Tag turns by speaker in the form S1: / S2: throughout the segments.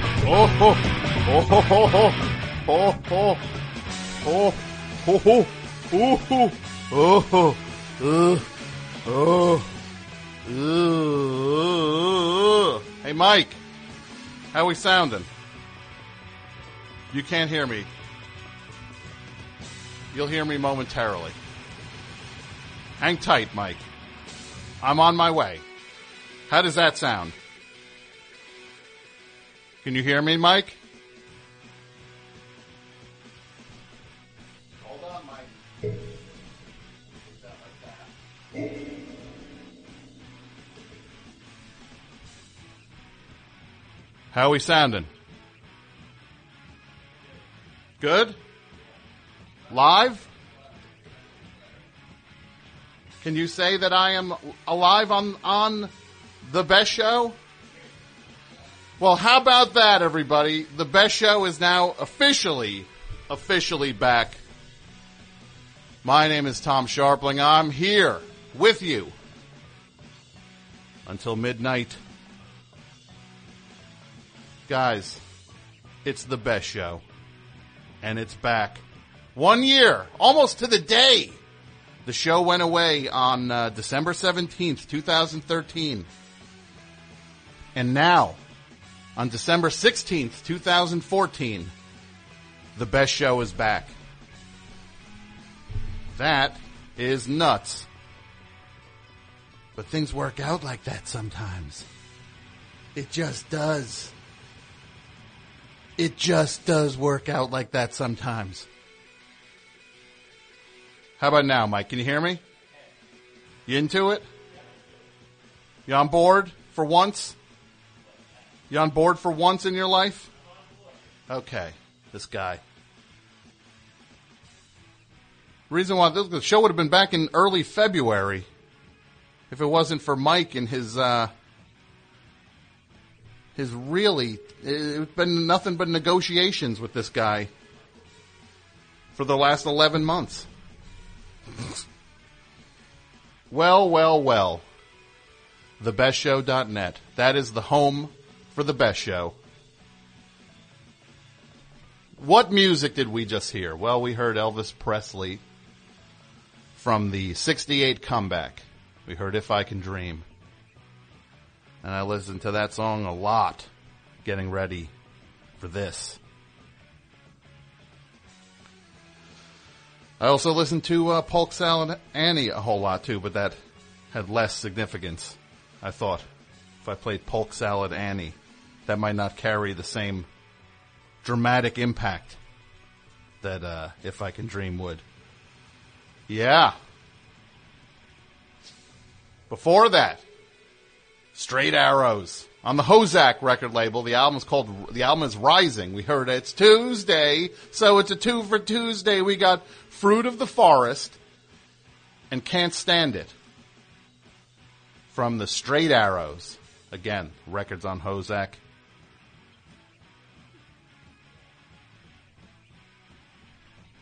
S1: ho, ho, ho, ho, ho, ho, ho, ho, ho, ho, ho, ho, ho, ho, Ugh. Ugh. Ugh. Hey, Mike, how we sounding? You can't hear me. You'll hear me momentarily. Hang tight, Mike. I'm on my way. How does that sound? Can you hear me, Mike? Hold on, Mike. How we sounding? Good? Live? Can you say that I am alive on on the best show? Well, how about that, everybody? The best show is now officially, officially back. My name is Tom Sharpling. I'm here with you until midnight. Guys, it's the best show. And it's back. One year, almost to the day. The show went away on uh, December 17th, 2013. And now, on December 16th, 2014, the best show is back. That is nuts. But things work out like that sometimes. It just does. It just does work out like that sometimes. How about now, Mike? Can you hear me? You into it? You on board for once? You on board for once in your life? Okay, this guy. Reason why this, the show would have been back in early February if it wasn't for Mike and his uh, his really it's been nothing but negotiations with this guy for the last 11 months. Well, well, well. TheBestShow.net. That is the home for The Best Show. What music did we just hear? Well, we heard Elvis Presley from the 68 comeback. We heard If I Can Dream. And I listened to that song a lot getting ready for this. I also listened to uh, Polk Salad Annie a whole lot too, but that had less significance. I thought if I played Polk Salad Annie, that might not carry the same dramatic impact that uh, If I Can Dream would. Yeah. Before that, Straight Arrows on the Hozak record label. The album is called the album is Rising. We heard it's Tuesday, so it's a two for Tuesday. We got Fruit of the Forest and Can't Stand It from the Straight Arrows. Again, records on Hozak.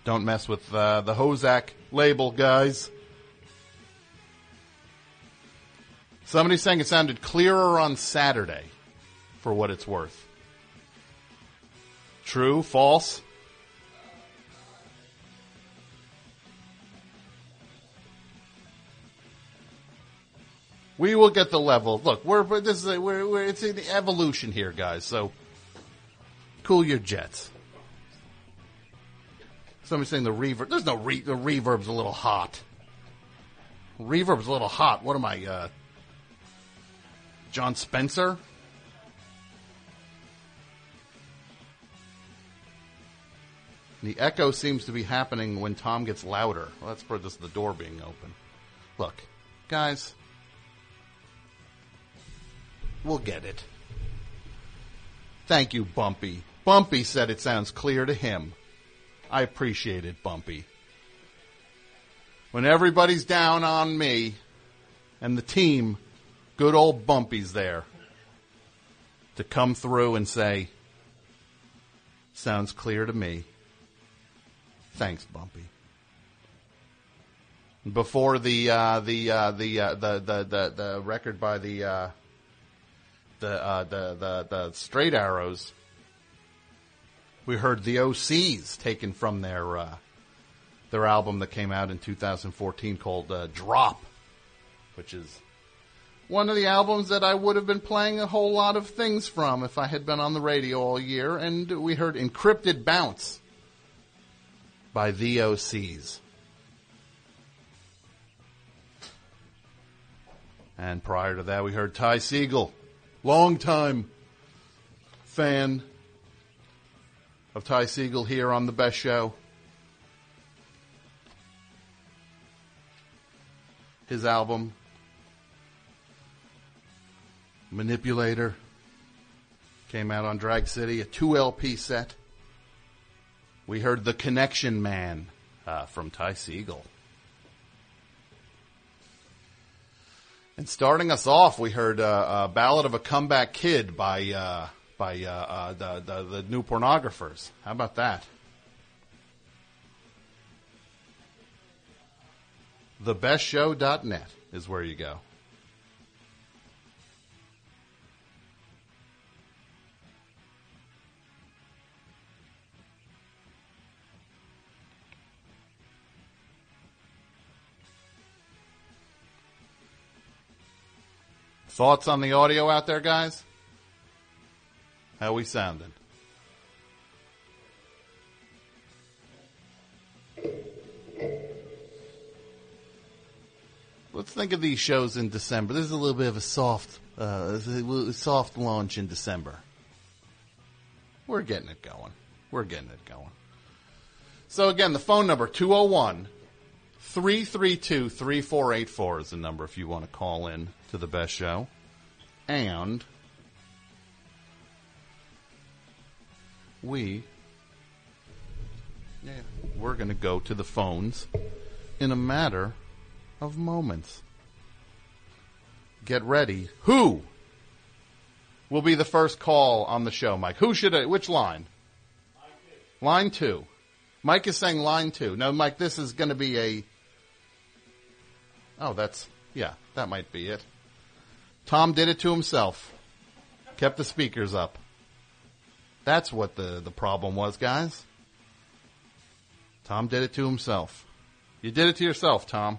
S1: Don't mess with uh, the Hozak label, guys. Somebody saying it sounded clearer on Saturday, for what it's worth. True, false? We will get the level. Look, we're we're- this is a, we're, we're it's an evolution here, guys. So cool your jets. Somebody's saying the reverb. There's no re- the reverb's a little hot. Reverb's a little hot. What am I, uh, John Spencer? The echo seems to be happening when Tom gets louder. Well, that's for just the door being open. Look, guys, we'll get it. Thank you, Bumpy. Bumpy said it sounds clear to him. I appreciate it, Bumpy. When everybody's down on me and the team, good old Bumpy's there to come through and say, sounds clear to me. Thanks, Bumpy. Before the uh, the uh, the, uh, the the the the record by the uh, the, uh, the the the straight arrows. We heard the OCs taken from their uh, their album that came out in 2014 called uh, Drop, which is one of the albums that I would have been playing a whole lot of things from if I had been on the radio all year. And we heard Encrypted Bounce by the OCs. And prior to that, we heard Ty Siegel, longtime fan of Ty Siegel here on The Best Show. His album, Manipulator, came out on Drag City, a 2LP set. We heard The Connection Man uh, from Ty Siegel. And starting us off, we heard uh, uh, "Ballad of a Comeback Kid" by uh, by uh, uh, the, the the New Pornographers. How about that? TheBestShow.net is where you go. Thoughts on the audio out there, guys? How we sounding? Let's think of these shows in December. This is a little bit of a soft, uh, this is a little soft launch in December. We're getting it going. We're getting it going. So again, the phone number 201 332 3484 is the number if you want to call in to the best show. And we yeah, we're going to go to the phones in a matter of moments. Get ready. Who will be the first call on the show, Mike? Who should I, which line? Line 2. Mike is saying line 2. Now Mike, this is going to be a Oh, that's yeah, that might be it. Tom did it to himself. Kept the speakers up. That's what the, the problem was, guys. Tom did it to himself. You did it to yourself, Tom.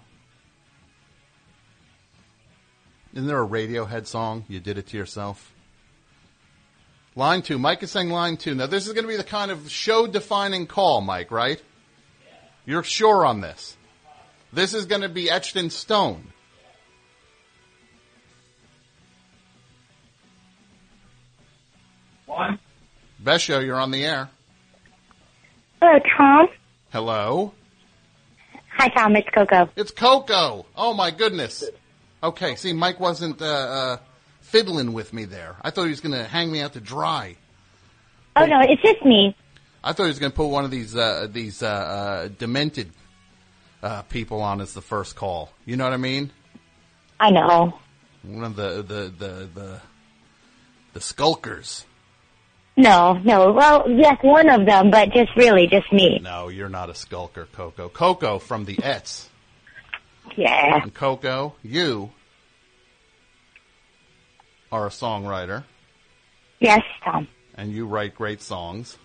S1: Isn't there a Radiohead song? You did it to yourself. Line two. Mike is saying line two. Now this is going to be the kind of show defining call, Mike, right? You're sure on this. This is going to be etched in stone.
S2: One.
S1: Besho, you're on the air.
S3: Hello, Tom.
S1: Hello?
S3: Hi, Tom. It's Coco.
S1: It's Coco. Oh my goodness. Okay, see, Mike wasn't uh, uh, fiddling with me there. I thought he was going to hang me out to dry.
S3: Oh no, it's just me.
S1: I thought he was going to put one of these uh, these uh, uh, demented uh, people on as the first call. You know what I mean?
S3: I know.
S1: One of the the the the, the skulkers.
S3: No, no. Well, yes, one of them, but just really just me.
S1: No, you're not a skulker, Coco. Coco from the Ets.
S3: Yeah.
S1: And Coco, you are a songwriter
S3: Yes, Tom.
S1: and you write great songs.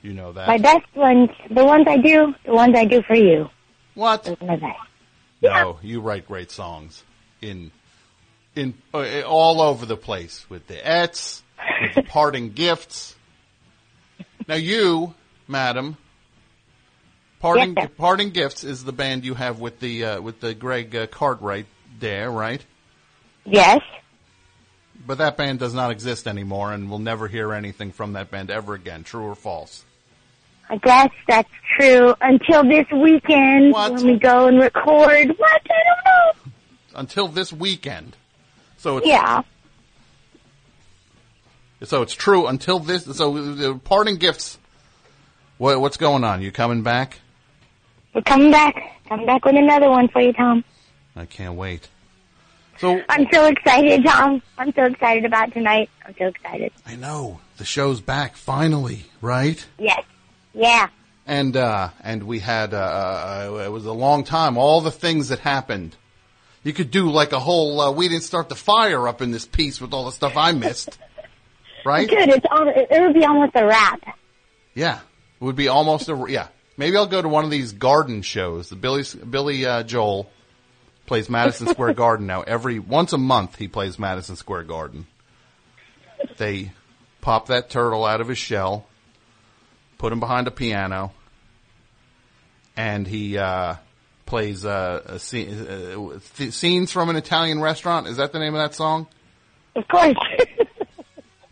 S1: You know that.
S3: My best ones, the ones I do, the ones I do for you.
S1: what?
S3: Those are my best.
S1: No, you write great songs in in uh, all over the place with the Ets, with the parting gifts. Now you, madam, parting
S3: Yes, sir.
S1: parting gifts is the band you have with the uh, with the Greg uh, Cartwright there, right?
S3: Yes.
S1: But that band does not exist anymore, and we'll never hear anything from that band ever again. True or false?
S3: I guess that's true until this weekend
S1: What?
S3: when we go and record. What? I don't know.
S1: Until this weekend. So it's
S3: Yeah.
S1: So it's true until this. So the parting gifts. What, what's going on? You coming back?
S3: We're coming back. Coming back with another one for you, Tom.
S1: I can't wait. So
S3: I'm so excited, Tom. I'm so excited about tonight. I'm so excited.
S1: I know the show's back finally, right?
S3: Yes. Yeah.
S1: And uh, and we had uh, uh, it was a long time. All the things that happened. You could do like a whole. Uh, we didn't start the fire up in this piece with all the stuff I missed. Right?
S3: Dude, it's all, it, it would be almost a wrap.
S1: Yeah, it would be almost a yeah. Maybe I'll go to one of these garden shows. The Billy Billy uh, Joel plays Madison Square Garden now. Every once a month, he plays Madison Square Garden. They pop that turtle out of his shell, put him behind a piano, and he uh, plays uh, a scene, uh, th- scenes from an Italian restaurant. Is that the name of that song?
S3: Of course.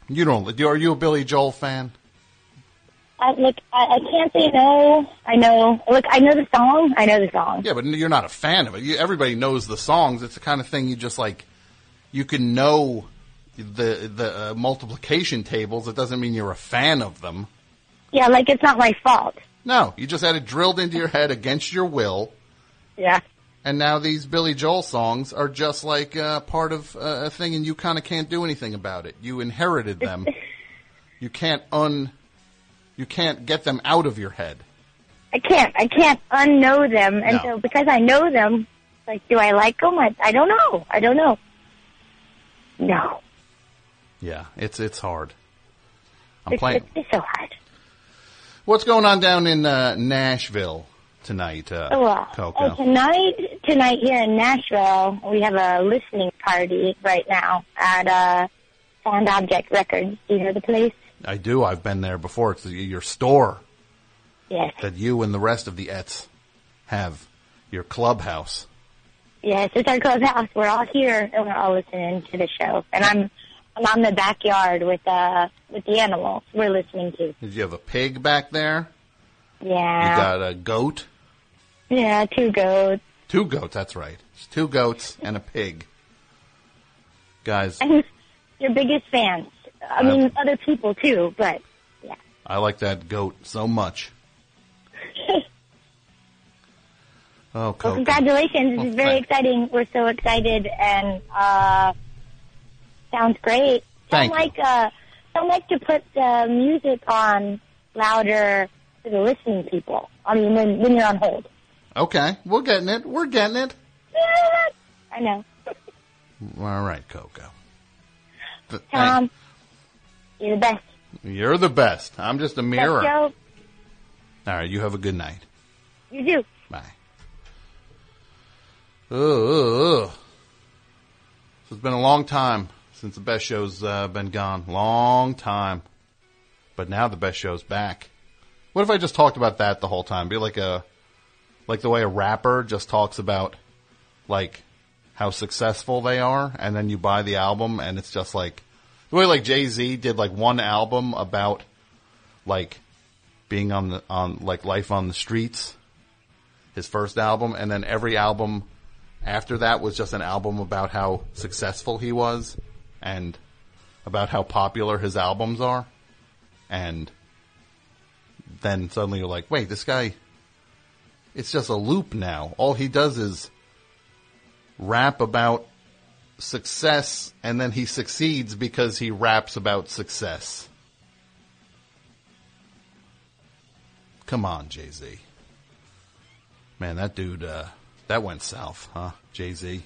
S1: You don't. Are you a Billy Joel fan?
S3: I, look, I, I can't say no. I know. Look, I know the song. I know the song.
S1: Yeah, but you're not a fan of it. You, everybody knows the songs. It's the kind of thing you just like. You can know the the uh, multiplication tables. It doesn't mean you're a fan of them.
S3: Yeah, like it's not my fault.
S1: No, you just had it drilled into your head against your will,
S3: Yeah.
S1: and now these Billy Joel songs are just like uh, part of uh, a thing, and you kind of can't do anything about it. You inherited them. you can't un. You can't get them out of your head.
S3: I can't. I can't unknow them. And
S1: No.
S3: so because I know them, like, do I like them? I, I don't know. I don't know. No.
S1: Yeah, it's it's hard. I'm
S3: It's,
S1: playing.
S3: it's, it's so hard.
S1: What's going on down in uh, Nashville tonight, uh,
S3: Oh, well.
S1: Coco?
S3: Oh, tonight, tonight here in Nashville, we have a listening party right now at uh, Sound Object Records. Do you know the place?
S1: I do. I've been there before. It's your store
S3: Yes.
S1: that you and the rest of the Ets have. Your clubhouse.
S3: Yes, it's our clubhouse. We're all here and we're all listening to the show. And I'm I'm out in the backyard with uh with the animals we're listening to.
S1: Did you have a pig back there? You
S3: Yeah.
S1: got a goat.
S3: Yeah, two goats.
S1: Two goats. That's right. It's two goats and a pig. Guys,
S3: Your biggest fans. I mean other people too, but yeah.
S1: I like that goat so much. Oh,
S3: Well
S1: Coco.
S3: congratulations. This is very
S1: thank-
S3: exciting. We're so excited and uh sounds great.
S1: Thank
S3: sound
S1: you.
S3: like uh sound like to put the music on louder for the listening people. I mean when when you're on hold.
S1: Okay, we're getting it. We're getting it.
S3: I know.
S1: All right, Coco. Th- thank-
S3: Tom, you're the best.
S1: You're the best. I'm just a mirror.
S3: Best Joe,
S1: All right, you have a good night.
S3: you do.
S1: Bye. Ugh, ugh, ugh. So It's been a long time since the best show's uh, been gone. Long time. But now the best show's back. What if I just talked about that the whole time? Be like a, like the way a rapper just talks about, like, how successful they are, and then you buy the album, and it's just like, the way like Jay Z did like one album about, like, being on the on like life on the streets his first album, and then every album after that was just an album about how successful he was and about how popular his albums are. And then suddenly you're like, wait, this guy, it's just a loop now. All he does is rap about success, and then he succeeds because he raps about success. Come on, Jay Z. Man, that dude, uh, that went south, huh? Jay Z.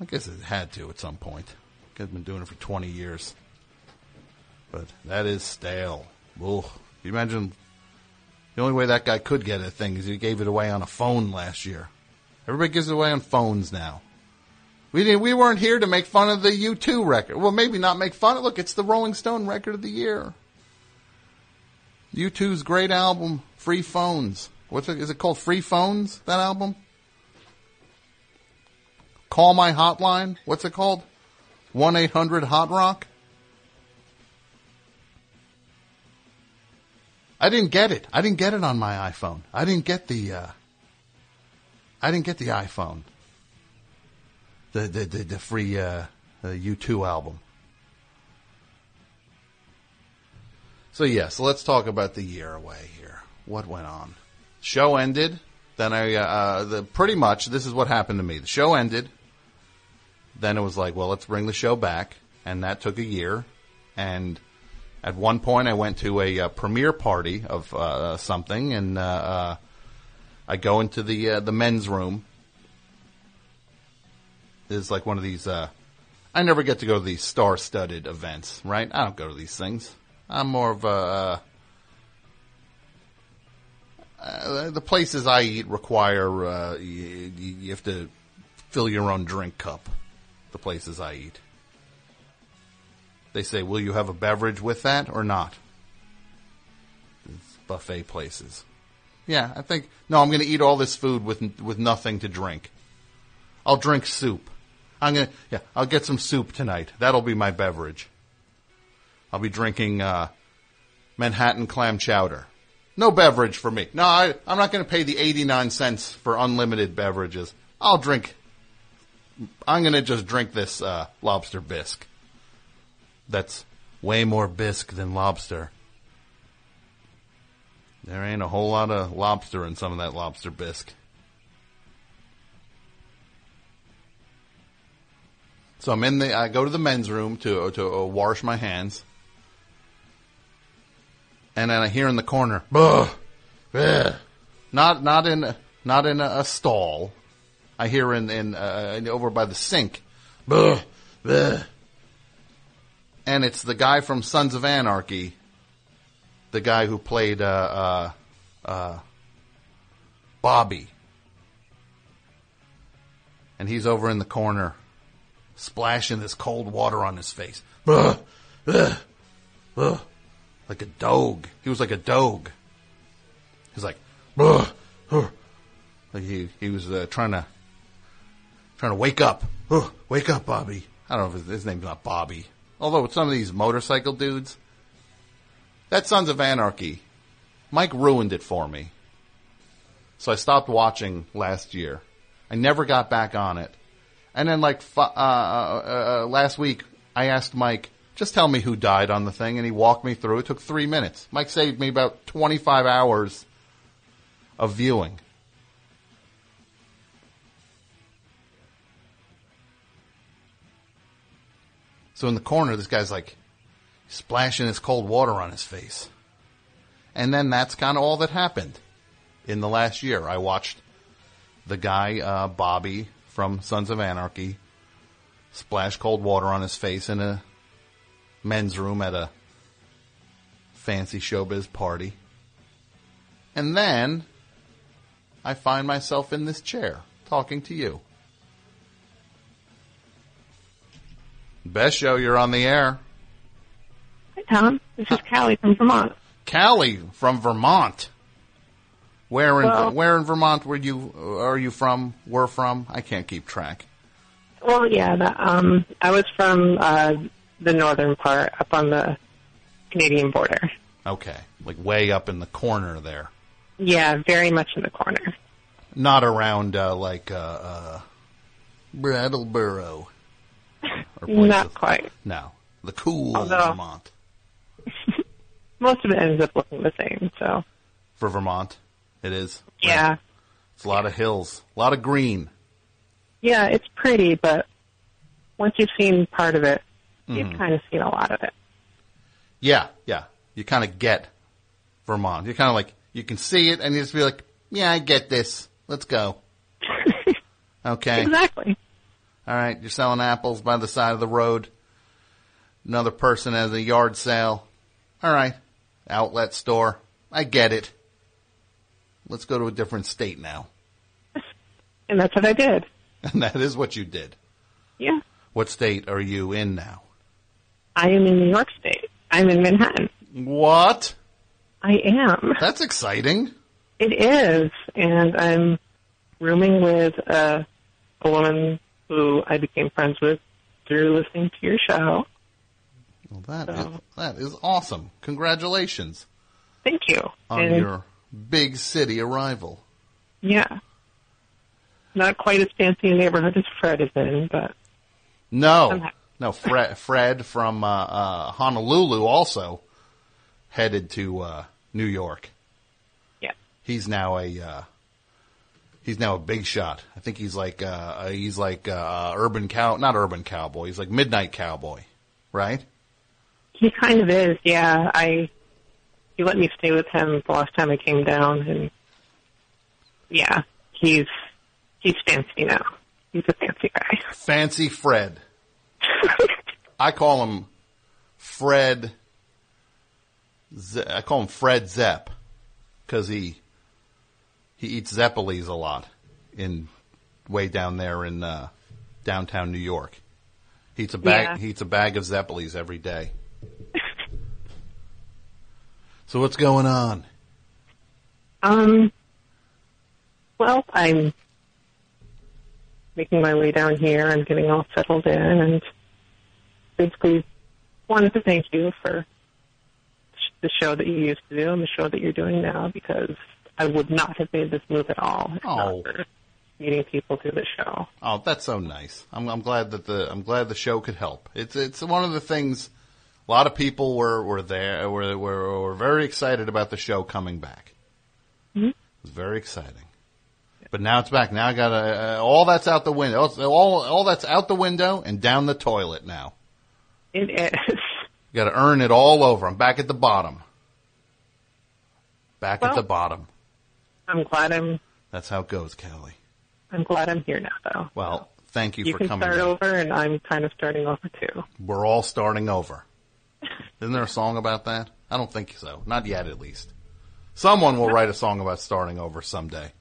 S1: I guess it had to at some point. Guy's been doing it for 20 years. But that is stale. Ugh. Can you imagine the only way that guy could get a thing is he gave it away on a phone last year. Everybody gives it away on phones now. We didn't, we weren't here to make fun of the U2 record. Well, maybe not make fun of Look, it's the Rolling Stone record of the year. U2's great album, Free Phones. What's it, is it called? Free Phones? That album? Call My Hotline? What's it called? 1 800 Hot Rock? I didn't get it. I didn't get it on my iPhone. I didn't get the, uh, I didn't get the iPhone. The, the, the, the free, uh, uh, U2 album. So yeah, so let's talk about the year away here. What went on? Show ended. Then I, uh, uh, the, pretty much this is what happened to me. The show ended. Then it was like, well, let's bring the show back, and that took a year. And at one point, I went to a uh, premiere party of uh, something, and uh, uh, I go into the uh, the men's room. There's like one of these uh, I never get to go to these star-studded events, right? I don't go to these things. I'm more of a. Uh, uh, the places I eat require uh, you, you have to fill your own drink cup. The places I eat, they say, "Will you have a beverage with that or not?" It's buffet places. Yeah, I think no. I'm going to eat all this food with with nothing to drink. I'll drink soup. I'm gonna yeah. I'll get some soup tonight. That'll be my beverage. I'll be drinking uh, Manhattan clam chowder. No beverage for me. No, I, I'm not going to pay the 89 cents for unlimited beverages. I'll drink. I'm going to just drink this uh, lobster bisque. That's way more bisque than lobster. There ain't a whole lot of lobster in some of that lobster bisque. So I'm in the. I go to the men's room to to uh, wash my hands and then I hear in the corner, "Ugh, ugh." not not in not in a, a stall. I hear in in, uh, in over by the sink, "Ugh, ugh." and it's the guy from Sons of Anarchy, the guy who played uh, uh, uh, Bobby, and he's over in the corner, splashing this cold water on his face. Ugh, ugh, ugh like a dog. He was like a dog. He's like, "Ugh, ugh." like he he was uh, trying to trying to wake up. Ugh, wake up, Bobby. I don't know if his, his name's not Bobby. Although with some of these motorcycle dudes, that Sons of Anarchy, Mike ruined it for me. So I stopped watching last year. I never got back on it. And then like fu- uh, uh, uh, last week, I asked Mike, just tell me who died on the thing. And he walked me through. It took three minutes. Mike saved me about 25 hours of viewing. So in the corner, this guy's like splashing his cold water on his face. And then that's kind of all that happened in the last year. I watched the guy, uh, Bobby from Sons of Anarchy splash cold water on his face in a men's room at a fancy showbiz party. And then I find myself in this chair talking to you. Best show you're on the air.
S2: Hi, Tom. This is Callie from Vermont.
S1: Callie from Vermont. Where in
S2: Well-
S1: where in Vermont were you are you from? Were from? I can't keep track.
S2: Well, yeah, the, um, I was from uh, the northern part, up on the Canadian border.
S1: Okay. Like way up in the corner there.
S2: Yeah, very much in the corner.
S1: not around uh, like uh, uh, Brattleboro. Or places-
S2: Not quite.
S1: No, the cool
S2: Although-
S1: Vermont
S2: Most of it ends up looking the same. So,
S1: for Vermont. It is.
S2: yeah,
S1: It's a lot of hills, a lot of green.
S2: yeah, it's pretty, but once you've seen part of it, you've kind of seen a lot of it.
S1: Yeah, yeah. You kind of get Vermont. You're kind of like you can see it, and you just be like, "Yeah, I get this. Let's go." Okay.
S2: Exactly.
S1: All right, you're selling apples by the side of the road. Another person has a yard sale. All right, outlet store. I get it. Let's go to a different state now.
S2: And that's what I did.
S1: And that is what you did.
S2: Yeah,
S1: What state are you in now?
S2: I am in New York State. I'm in Manhattan.
S1: What?
S2: I am.
S1: That's exciting.
S2: It is, and I'm rooming with uh, a woman who I became friends with through listening to your show.
S1: Well, that is,
S2: Uh-huh.
S1: that is awesome. Congratulations
S2: Thank you.
S1: on
S2: and
S1: your big city arrival.
S2: yeah, not quite as fancy a neighborhood as Fred is in, but I'm
S1: No,
S2: ha-
S1: no. Fred, Fred from uh, uh, Honolulu also headed to uh, New York.
S2: yeah,
S1: he's now a uh, he's now a big shot. I think he's like uh, uh, he's like uh, urban cow, not urban cowboy. He's like midnight cowboy, right?
S2: he kind of is. Yeah, I he let me stay with him the last time I came down, and yeah, he's he's fancy now. He's a fancy guy.
S1: Fancy Fred. I call him Fred. Ze- I call him Fred Zepp because he he eats Zeppelis a lot in way down there in uh, downtown New York. He eats a bag.
S2: Yeah.
S1: He eats a bag of Zeppelis every day. so what's going on?
S2: Um, well, I'm making my way down here. I'm getting all settled in and basically wanted to thank you for sh- the show that you used to do and the show that you're doing now because I would not have made this move at all if
S1: Oh.
S2: not for meeting people through the show.
S1: Oh, that's so nice. I'm, I'm glad that the I'm glad the show could help. It's it's one of the things. A lot of people were were there were were, were very excited about the show coming back.
S2: Mm-hmm.
S1: It was very exciting, but now it's back. Now I got to uh, all that's out the window. All all that's out the window and down the toilet now.
S2: It is.
S1: Got to earn it all over. I'm back at the bottom. Back at
S2: Well-
S1: the bottom.
S2: I'm glad I'm.
S1: That's how it goes, Kelly.
S2: I'm glad I'm here now, though.
S1: Well, thank you,
S2: You
S1: for
S2: can
S1: coming.
S2: start
S1: in.
S2: over, and I'm kind of starting over too.
S1: we're all starting over. Isn't there a song about that? I don't think so. Not yet, at least. Someone will write a song about starting over someday.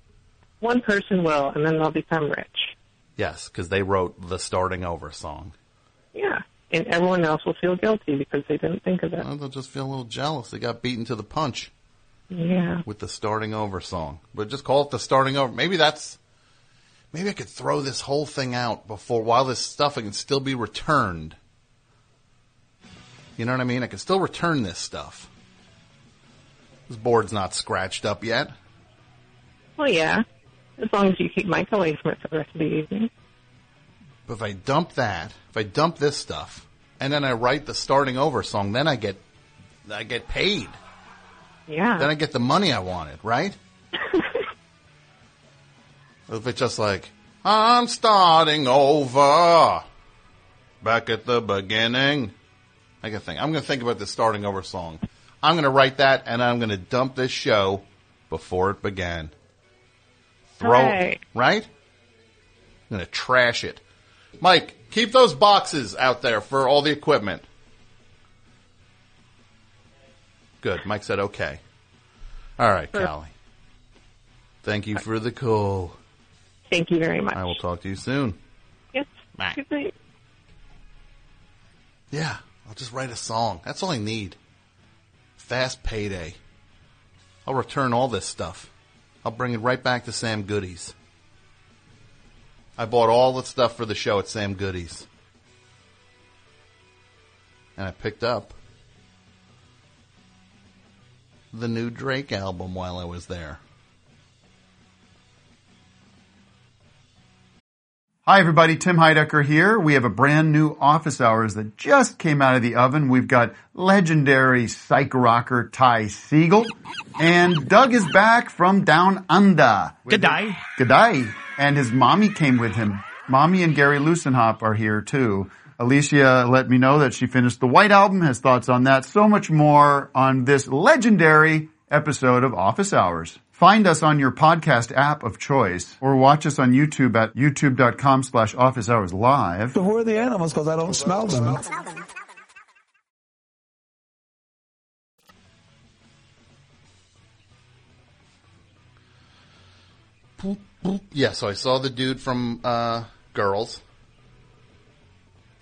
S2: One person will, and then they'll become rich.
S1: Yes, because they wrote the starting over song.
S2: Yeah. And everyone else will feel guilty because they didn't think of it.
S1: Well, they'll just feel a little jealous. They got beaten to the punch
S2: Yeah.
S1: with the starting over song. But just call it the starting over. Maybe that's, maybe I could throw this whole thing out before, while this stuff, it can still be returned. You know what I mean? I can still return this stuff. This board's not scratched up yet.
S2: Well, yeah. As long as you keep Mike away from it for the rest of the evening.
S1: But if I dump that, if I dump this stuff, and then I write the starting over song, then I get, I get paid.
S2: Yeah.
S1: Then I get the money I wanted, right? if it's just like, I'm starting over, back at the beginning, I can think. I'm going to think about the starting over song. I'm going to write that, and I'm going to dump this show before it began. Throw
S2: Right.
S1: right? I'm going to trash it. Mike, keep those boxes out there for all the equipment. Good. Mike said okay. All right,
S2: Sure.
S1: Callie. Thank you for the call.
S2: Thank you very much.
S1: I will talk to you soon.
S2: Yes.
S1: Bye.
S2: Good night.
S1: Yeah, I'll just write a song. That's all I need. Fast payday. I'll return all this stuff. I'll bring it right back to Sam Goody's. I bought all the stuff for the show at Sam Goody's. And I picked up the new Drake album while I was there.
S4: Hi, everybody. Tim Heidecker here. We have a brand new office hours that just came out of the oven. We've got legendary psych rocker Ty Siegel and Doug is back from down under.
S5: Good day.
S4: G'day. And his mommy came with him. Mommy and Gary Lusenhop are here too. Alicia let me know that she finished the White Album, has thoughts on that, so much more on this legendary episode of Office Hours. Find us on your podcast app of choice or watch us on YouTube at youtube.com slash office hours live.
S6: Who are the animals? Because I don't smell them.
S7: Oh,
S1: Yeah, so I saw the dude from uh, Girls.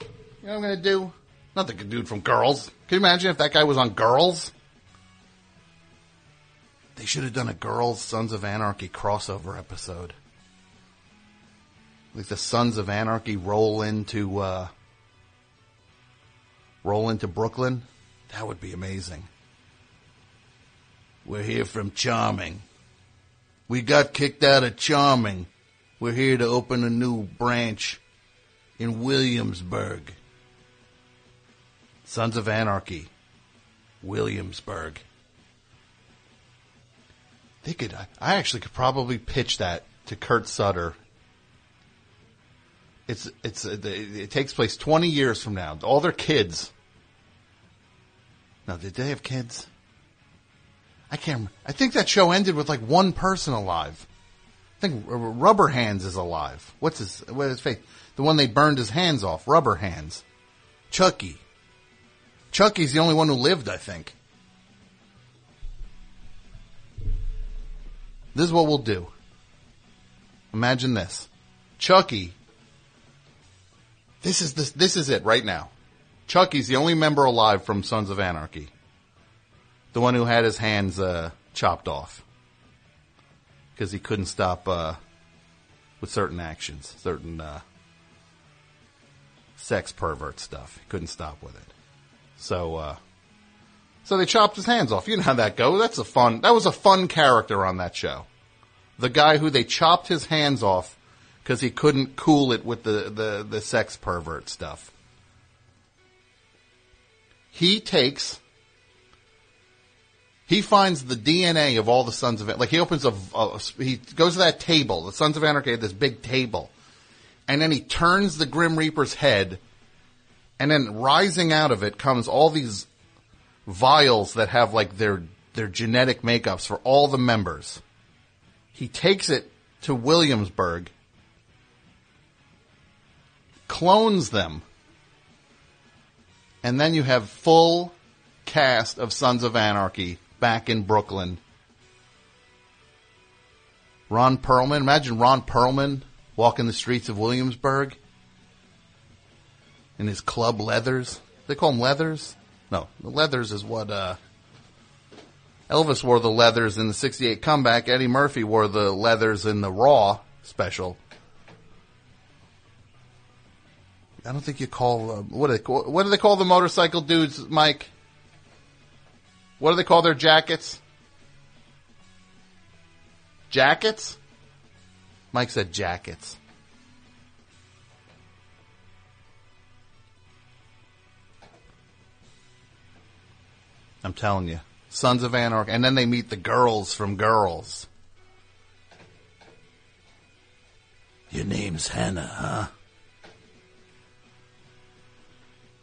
S1: You know what I'm gonna do? Not the dude from Girls. Can you imagine if that guy was on Girls? They should have done a Girls Sons of Anarchy crossover episode. Like the Sons of Anarchy roll into uh, roll into Brooklyn. That would be amazing. We're here from Charming. We got kicked out of Charming. We're here to open a new branch in Williamsburg. Sons of Anarchy, Williamsburg. They could. I- I actually could probably pitch that to Kurt Sutter. It's it's uh, the- it takes place twenty years from now. All their kids. Now, did they have kids? I can't. rem- I think that show ended with like one person alive. I think R- R- Rubber Hands is alive. What's his what is his face? The one they burned his hands off. Rubber Hands. Chucky. Chucky's the only one who lived, I think. This is what we'll do. Imagine this. Chucky. This is this this is it right now. Chucky's the only member alive from Sons of Anarchy. The one who had his hands uh, chopped off. Because he couldn't stop uh, with certain actions, certain uh, sex pervert stuff. He couldn't stop with it. So uh so they chopped his hands off. You know how that goes. That's a fun that was a fun character on that show. The guy who they chopped his hands off because he couldn't cool it with the, the, the sex pervert stuff. He takes he finds the DNA of all the Sons of Anarchy. Like he opens a, a he goes to that table. The Sons of Anarchy had this big table, and then he turns the Grim Reaper's head, and then rising out of it comes all these vials that have like their their genetic makeups for all the members. He takes it to Williamsburg, clones them, and then you have full cast of Sons of Anarchy back in Brooklyn. Ron Perlman, imagine Ron Perlman walking the streets of Williamsburg in his club leathers. They call them leathers? No, the leathers is what uh, Elvis wore the leathers in the 68 comeback. Eddie Murphy wore the leathers in the Raw special. I don't think you call uh, what do they call, what do they call the motorcycle dudes, Mike? What do they call their jackets? Jackets? Mike said jackets. I'm telling you, Sons of Anarchy, and then they meet the girls from Girls. Your name's Hannah, huh?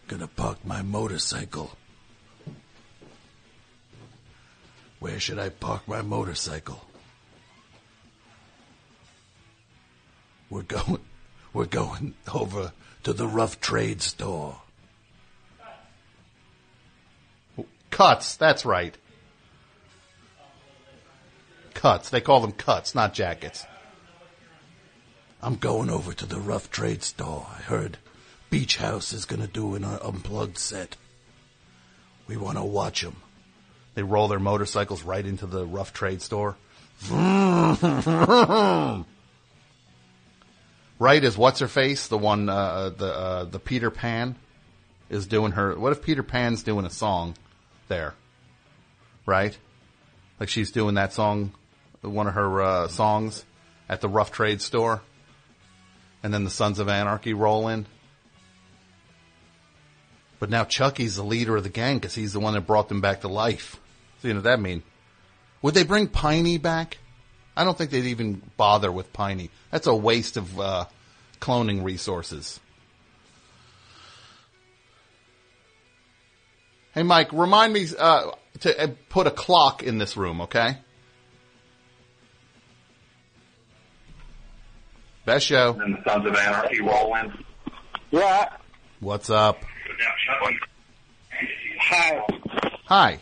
S1: Gonna park my motorcycle. Where should I park my motorcycle? We're going we're going over to the rough trade store. Cuts, that's right. Cuts. They call them cuts, not jackets. I'm going over to the rough trade store. I heard Beach House is going to do an unplugged set. We want to watch 'em. They roll their motorcycles right into the rough trade store. right is what's her face, the one, uh, the uh, the Peter Pan is doing her. What if Peter Pan's doing a song there? Right, like she's doing that song, one of her uh, songs at the rough trade store, and then the Sons of Anarchy roll in. But now Chucky's the leader of the gang because he's the one that brought them back to life. So you know what that mean? Would they bring Piney back? I don't think they'd even bother with Piney. That's a waste of uh, cloning resources. Hey, Mike, remind me uh, to uh, put a clock in this room, okay? Best show.
S5: and the Sons of Anarchy roll in.
S8: Yeah.
S1: What's up?
S8: Hi.
S1: Hi.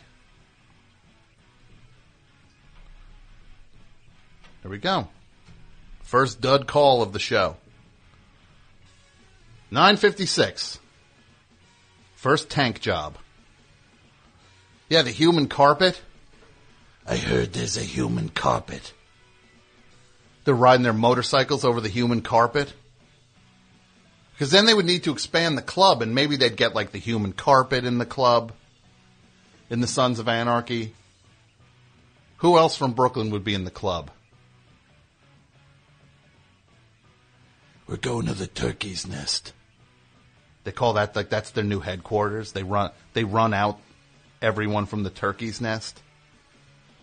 S1: There we go. First dud call of the show. 956. First tank job. Yeah, the human carpet. I heard there's a human carpet. They're riding their motorcycles over the human carpet. Because then they would need to expand the club and maybe they'd get like the human carpet in the club in the Sons of Anarchy. Who else from Brooklyn would be in the club? We're going to the turkey's nest. They call that like that's their new headquarters. They run they run out everyone from the turkey's nest.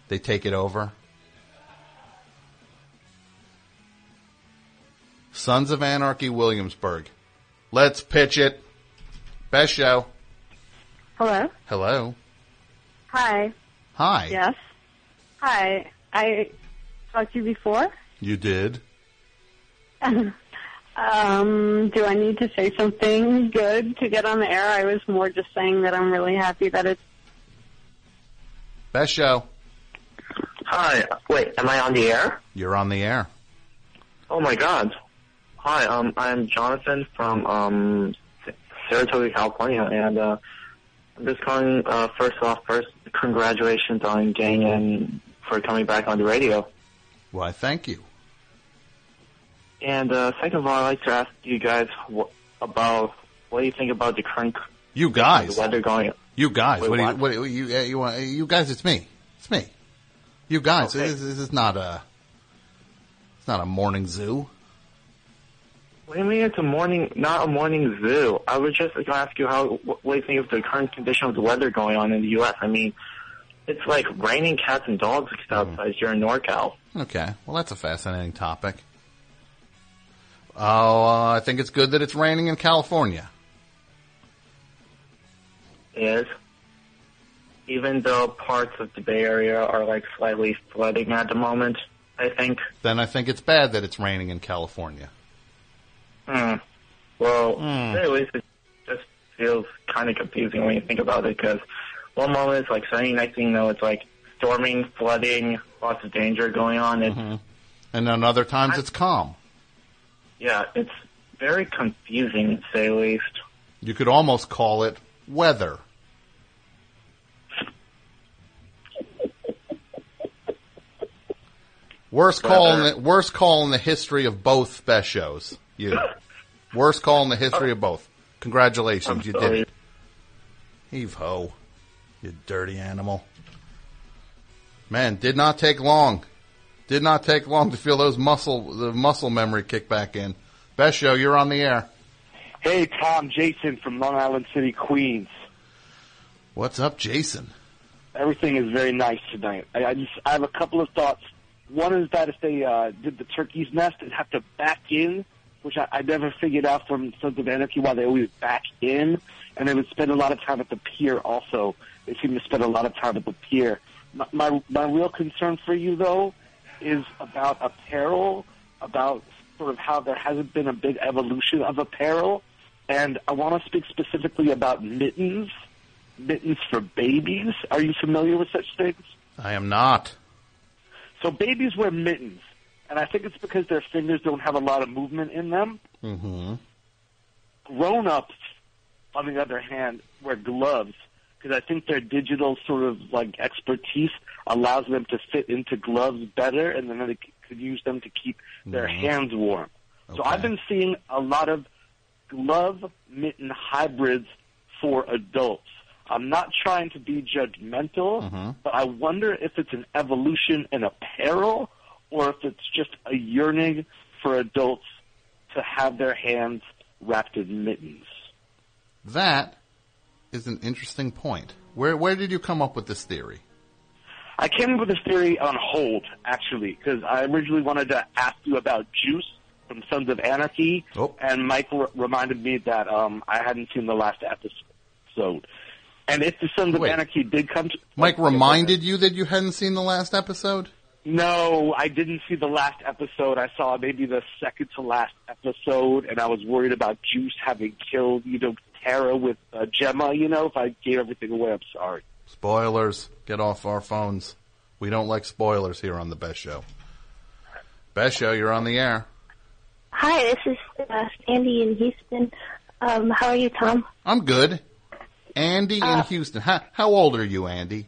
S1: They take it over. Sons of Anarchy Williamsburg. Let's pitch it. Best show.
S9: Hello.
S1: Hello.
S9: Hi.
S1: Hi.
S9: Yes. Hi. I talked to you before.
S1: You did?
S9: um,
S2: Um, do I need to say something good to get on the air? I was more just saying that I'm really happy that it's
S1: Best show.
S10: Hi. Wait, am I on the air?
S1: You're on the air.
S10: Oh my god. Hi, um, I'm Jonathan from, um, Saratoga, California, and, uh, I'm just calling, uh, first off, first, congratulations on getting in for coming back on the radio.
S1: Why, thank you.
S10: And, uh, second of all, I'd like to ask you guys wh- about what do you think about the current
S1: You guys.
S10: weather going
S1: You guys.
S10: Wait,
S1: what, do you,
S10: what?
S1: what do you, you, uh, you, want- you guys, it's me. It's me. You guys.
S10: Okay.
S1: This, this is not a, it's not a morning zoo.
S10: What do you mean it's a morning, not a morning zoo? I was just going to ask you how, wh- what do you think of the current condition of the weather going on in the U.S.? I mean, it's like raining cats and dogs outside here in NorCal.
S1: Okay. Well, that's a fascinating topic. Oh, uh, I think it's good that it's raining in California.
S10: Is even though parts of the Bay Area are like slightly flooding at the moment, I think.
S1: Then I think it's bad that it's raining in California.
S10: Hmm. Well,
S1: Hmm.
S10: anyways, it just feels kind of confusing when you think about it because one moment it's like sunny, next thing you know it's like storming, flooding, lots of danger going on.
S1: Mm-hmm.
S10: It's
S1: And then other times it's calm.
S10: Yeah, it's very confusing, to say the least.
S1: You could almost call it weather. Worst call in the, worst call in the history of both best shows. You. Worst call in the history of both. Congratulations, you did it. Heave ho. You dirty animal. Man, did not take long. Did not take long to feel those muscle the muscle memory kick back in. Best show, you're on the air.
S11: Hey, Tom, Jason from Long Island City, Queens.
S1: What's up, Jason?
S11: Everything is very nice tonight. I, I just I have a couple of thoughts. One is that if they uh, did the turkey's nest and have to back in, which I, I never figured out from Sons of Anarchy why they always back in, and they would spend a lot of time at the pier. Also, they seem to spend a lot of time at the pier. My my, my real concern for you though is about apparel, about sort of how there hasn't been a big evolution of apparel, and I want to speak specifically about mittens mittens for babies. Are you familiar with such things?
S1: I am not.
S11: So babies wear mittens, and I think it's because their fingers don't have a lot of movement in them.
S1: Mm-hmm.
S11: Grown ups, on the other hand, wear gloves because I think their digital sort of like expertise allows them to fit into gloves better, and then they c- could use them to keep their
S1: Mhm.
S11: hands warm. So
S1: Okay.
S11: I've been seeing a lot of glove mitten hybrids for adults. I'm not trying to be judgmental,
S1: Mhm.
S11: but I wonder if it's an evolution in apparel or if it's just a yearning for adults to have their hands wrapped in mittens.
S1: That is an interesting point. Where where did you come up with this theory?
S11: I came up with this theory on hold, actually, because I originally wanted to ask you about Juice from Sons of Anarchy,
S1: Oh.
S11: and Michael r- reminded me that um, I hadn't seen the last episode. And if the Sons of
S1: Wait.
S11: Anarchy did come to...
S1: Mike reminded you that you hadn't seen the last episode?
S11: No, I didn't see the last episode. I saw maybe the second to last episode, and I was worried about Juice having killed, you know, Tara with uh, Gemma, you know? If I gave everything away, I'm sorry.
S1: Spoilers. Get off our phones. We don't like spoilers here on the best show. Best show, you're on the air.
S12: Hi, this is uh, Sandy in Houston. Um, how are you, Tom?
S1: I'm good. Andy in Houston. How, how old are you, Andy?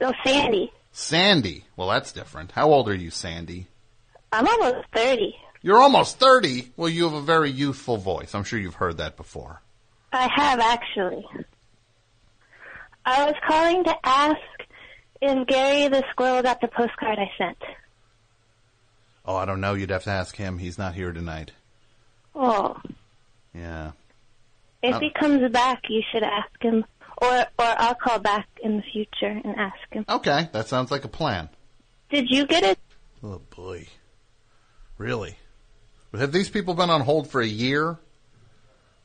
S12: Uh, No, Sandy.
S1: Sandy. Well, that's different. How old are you, Sandy?
S12: I'm almost 30.
S1: You're almost 30. Well, you have a very youthful voice. I'm sure you've heard that before.
S12: I have actually. I was calling to ask if Gary the squirrel got the postcard I sent.
S1: Oh, I don't know. You'd have to ask him. He's not here tonight.
S12: Oh,
S1: Yeah.
S12: if
S1: Um,
S7: Oh.
S12: he comes back, you should ask him, or or I'll call back in the future and ask him.
S1: Okay, that sounds like a plan.
S12: Did you get it?
S1: Oh boy. Really? But have these people been on hold for a year?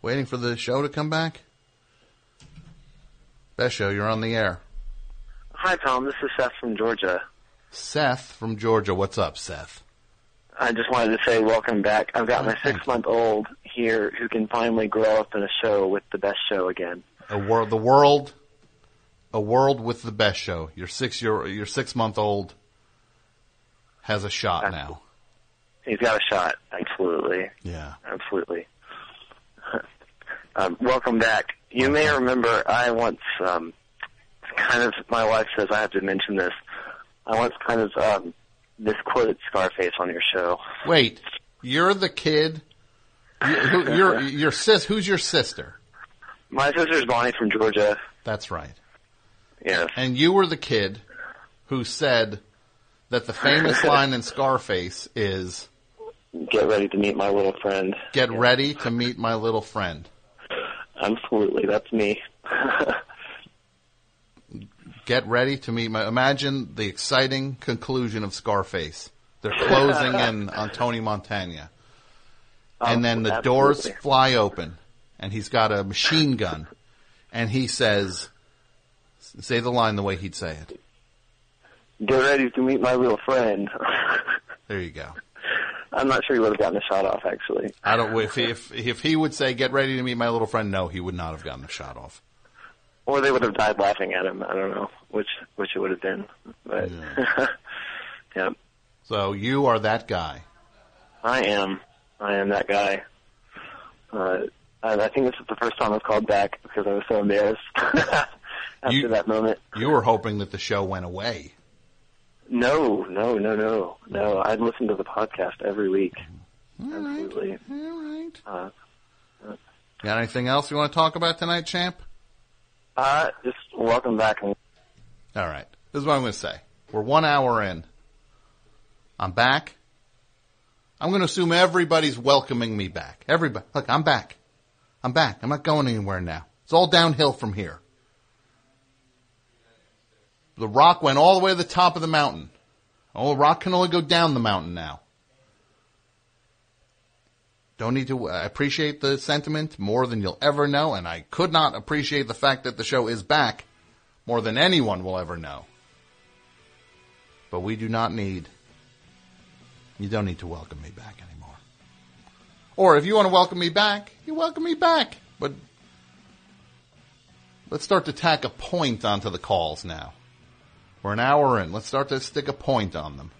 S1: Waiting for the show to come back? Best show, you're on the air.
S10: Hi, Tom. This is Seth from Georgia.
S1: Seth from Georgia. What's up, Seth?
S8: I just wanted to say welcome back. I've got my six month old here who can finally grow up in a show with the best show again.
S1: A world, the world, a world with the best show. Your six year, your six month old has a shot now.
S8: He's got a shot, absolutely.
S1: Yeah.
S8: Absolutely. um, welcome back. You may remember I once um, kind of, my wife says I have to mention this. I once kind of um, misquoted Scarface on your show.
S1: Wait, you're the kid. You, who, your your sis. Who's your sister?
S8: My sister's Bonnie from Georgia.
S1: That's right.
S8: Yes.
S1: And you were the kid who said that the famous line in Scarface is
S8: Get ready to meet my little friend.
S1: "Get ready to meet my little friend."
S8: Absolutely, that's me.
S1: Get ready to meet my. Imagine the exciting conclusion of Scarface. They're closing in on Tony Montana, and then the
S8: Oh,
S1: doors
S8: absolutely.
S1: fly open, and he's got a machine gun, and he says, "Say the line the way he'd say it."
S8: Get ready to meet my little friend.
S1: There you go.
S8: I'm not sure he would have gotten a shot off, actually.
S1: I don't. If he, if if he would say, "Get ready to meet my little friend," no, he would not have gotten the shot off.
S8: Or they would have died laughing at him. I don't know which which it would have been. But yeah,
S1: So you are that guy.
S8: I am. I am that guy. Uh, I, I think this is the first time I've called back because I was so embarrassed after
S1: You-
S8: that moment.
S1: You were hoping that the show went away.
S8: No, no, no, no, no. I'd listen to the podcast every week. Absolutely.
S1: All right.
S8: Uh,
S1: Got anything else you want to talk about tonight, champ?
S8: uh, just welcome back. And
S1: All right. This is what I'm going to say. We're one hour in. I'm back. I'm going to assume everybody's welcoming me back. Everybody, look, I'm back. I'm back. I'm not going anywhere now. It's all downhill from here. The rock went all the way to the top of the mountain. Oh, the rock can only go down the mountain now. Don't need to, I appreciate the sentiment more than you'll ever know, and I could not appreciate the fact that the show is back more than anyone will ever know. But we do not need, you don't need to welcome me back anymore. Or if you want to welcome me back, you welcome me back. But let's start to tack a point onto the calls now. We're an hour in. Let's start to stick a point on them.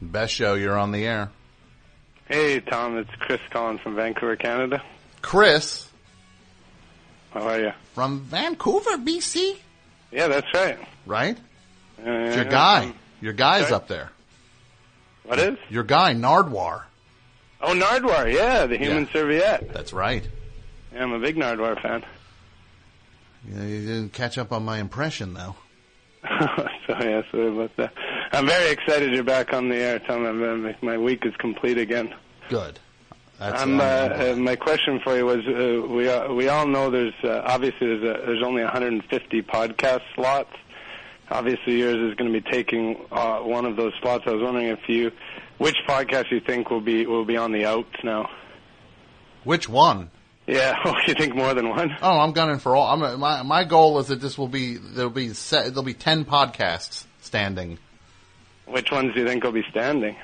S1: Best show, you're on the air.
S13: Hey, Tom, it's Chris calling from Vancouver, Canada.
S1: Chris
S13: How are you?
S1: from Vancouver, BC.
S13: Yeah, that's right.
S1: Right?
S13: Uh,
S1: It's your guy. Your guy's
S13: Sorry?
S1: up there.
S13: What is?
S1: Your guy, Nardwar.
S13: Oh, Nardwar, yeah, the human serviette.
S1: That's right.
S13: Yeah, I'm a big Nardwar fan.
S1: Yeah, you didn't catch up on my impression, though.
S13: so, yeah, sorry about that. I'm very excited you're back on the air, Tom. I'm, I'm, uh, my week is complete again.
S1: Good. That's
S13: I'm, uh, uh, my question for you was: uh, we uh, we all know there's uh, obviously there's, a, there's only 150 podcast slots. Obviously, yours is going to be taking uh, one of those slots. I was wondering if you, which podcast you think will be will be on the outs now?
S1: Which one?
S13: Yeah, you think more than one?
S1: Oh, I'm gunning for all. I'm, my my goal is that this will be there'll be se- there'll be ten podcasts standing.
S13: Which ones do you think will be standing?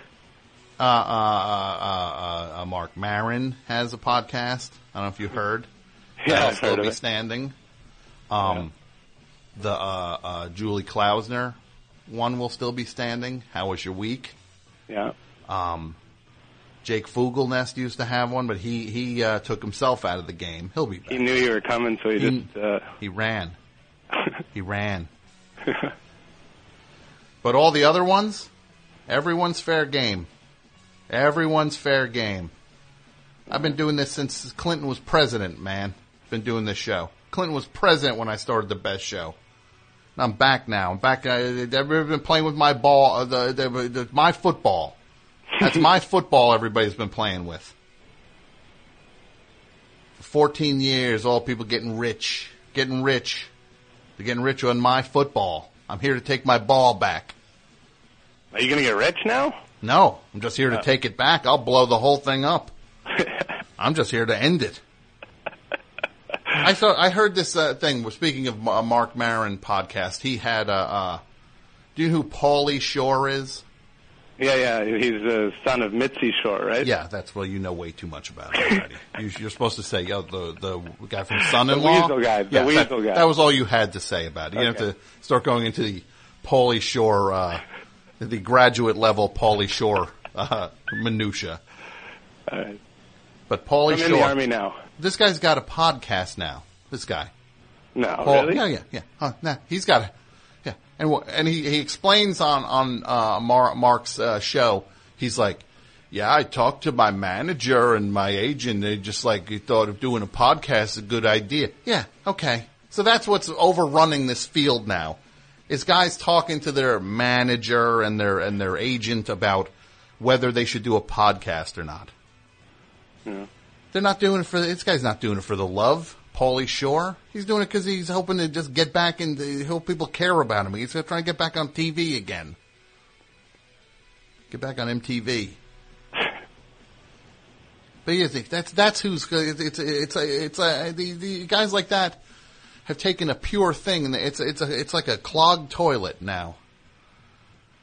S1: Uh, uh, uh, uh, uh, Mark Marin has a podcast. I don't know if you heard.
S13: Yeah,
S1: That'll
S13: I've
S1: still
S13: heard of
S1: be
S13: it.
S1: standing. Um, the uh, uh, Julie Klausner one will still be standing. How was your week?
S13: Yeah.
S1: Um, Jake Fugelnest used to have one, but he he uh, took himself out of the game. He'll be back.
S13: He knew you were coming, so he
S1: He-
S13: just uh,
S1: He ran. he ran. but all the other ones, everyone's fair game. Everyone's fair game. I've been doing this since Clinton was president, man. Been doing this show. Clinton was president when I started the best show. And I'm back now. I'm back. I, have been playing with my ball, uh, the, the, the, my football. That's my football everybody's been playing with. For 14 years, all people getting rich, getting rich. They're getting rich on my football. I'm here to take my ball back.
S13: are you going to get rich now?
S1: No, I'm just here to take it back. I'll blow the whole thing up. I'm just here to end it. I saw. I heard this uh, thing. We're speaking of Ma- Mark Maron podcast. He had a. Uh, Do you know who Paulie Shore is?
S13: Yeah, yeah. He's uh, the son of Mitzi Shore, right?
S1: Yeah, that's well. You know way too much about it already. you, you're supposed to say, "Oh, the the guy from Son-in-Law."
S13: The weasel guy, the
S1: Yeah,
S13: weasel
S1: that,
S13: guy.
S1: That was all you had to say about it. You
S13: Okay.
S1: have to start going into the Paulie Shore, uh, the graduate level Paulie Shore uh, minutia.
S13: All right.
S1: But Paulie
S13: I'm
S1: Shore.
S13: in the army now.
S1: This guy's got a podcast now. This guy.
S13: No,
S1: Paul-
S13: really?
S1: Yeah, yeah, yeah. Huh, nah, he's got a, yeah. And wha- and he, he explains on on uh, Mar- Mark's uh, show. He's like, yeah, I talked to my manager and my agent. They just like he thought of doing a podcast is a good idea. Yeah, okay. So that's what's overrunning this field now. Is guys talking to their manager and their and their agent about whether they should do a podcast or not.
S13: Yeah.
S1: They're not doing it for this guy's not doing it for the love. Paulie Shore, he's doing it because he's hoping to just get back and uh, hope people care about him. He's trying to get back on TV again. Get back on MTV. But yeah, that's that's who's it's it's it's a, it's a the, the guys like that have taken a pure thing and it's it's a, it's like a clogged toilet now.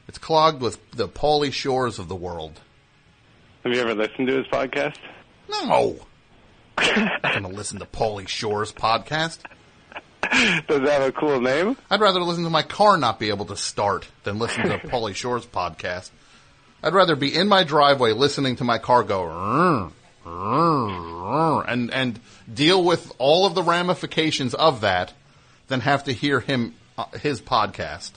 S1: It's clogged with the Paulie Shores of the world.
S13: Have you ever listened to his podcast?
S1: No. I'm not going to listen to Paulie Shore's podcast.
S13: Does that have a cool name?
S1: I'd rather listen to my car not be able to start than listen to Paulie Shore's podcast. I'd rather be in my driveway listening to my car go "Rrr, rrr, rrr," and and deal with all of the ramifications of that than have to hear him uh, his podcast.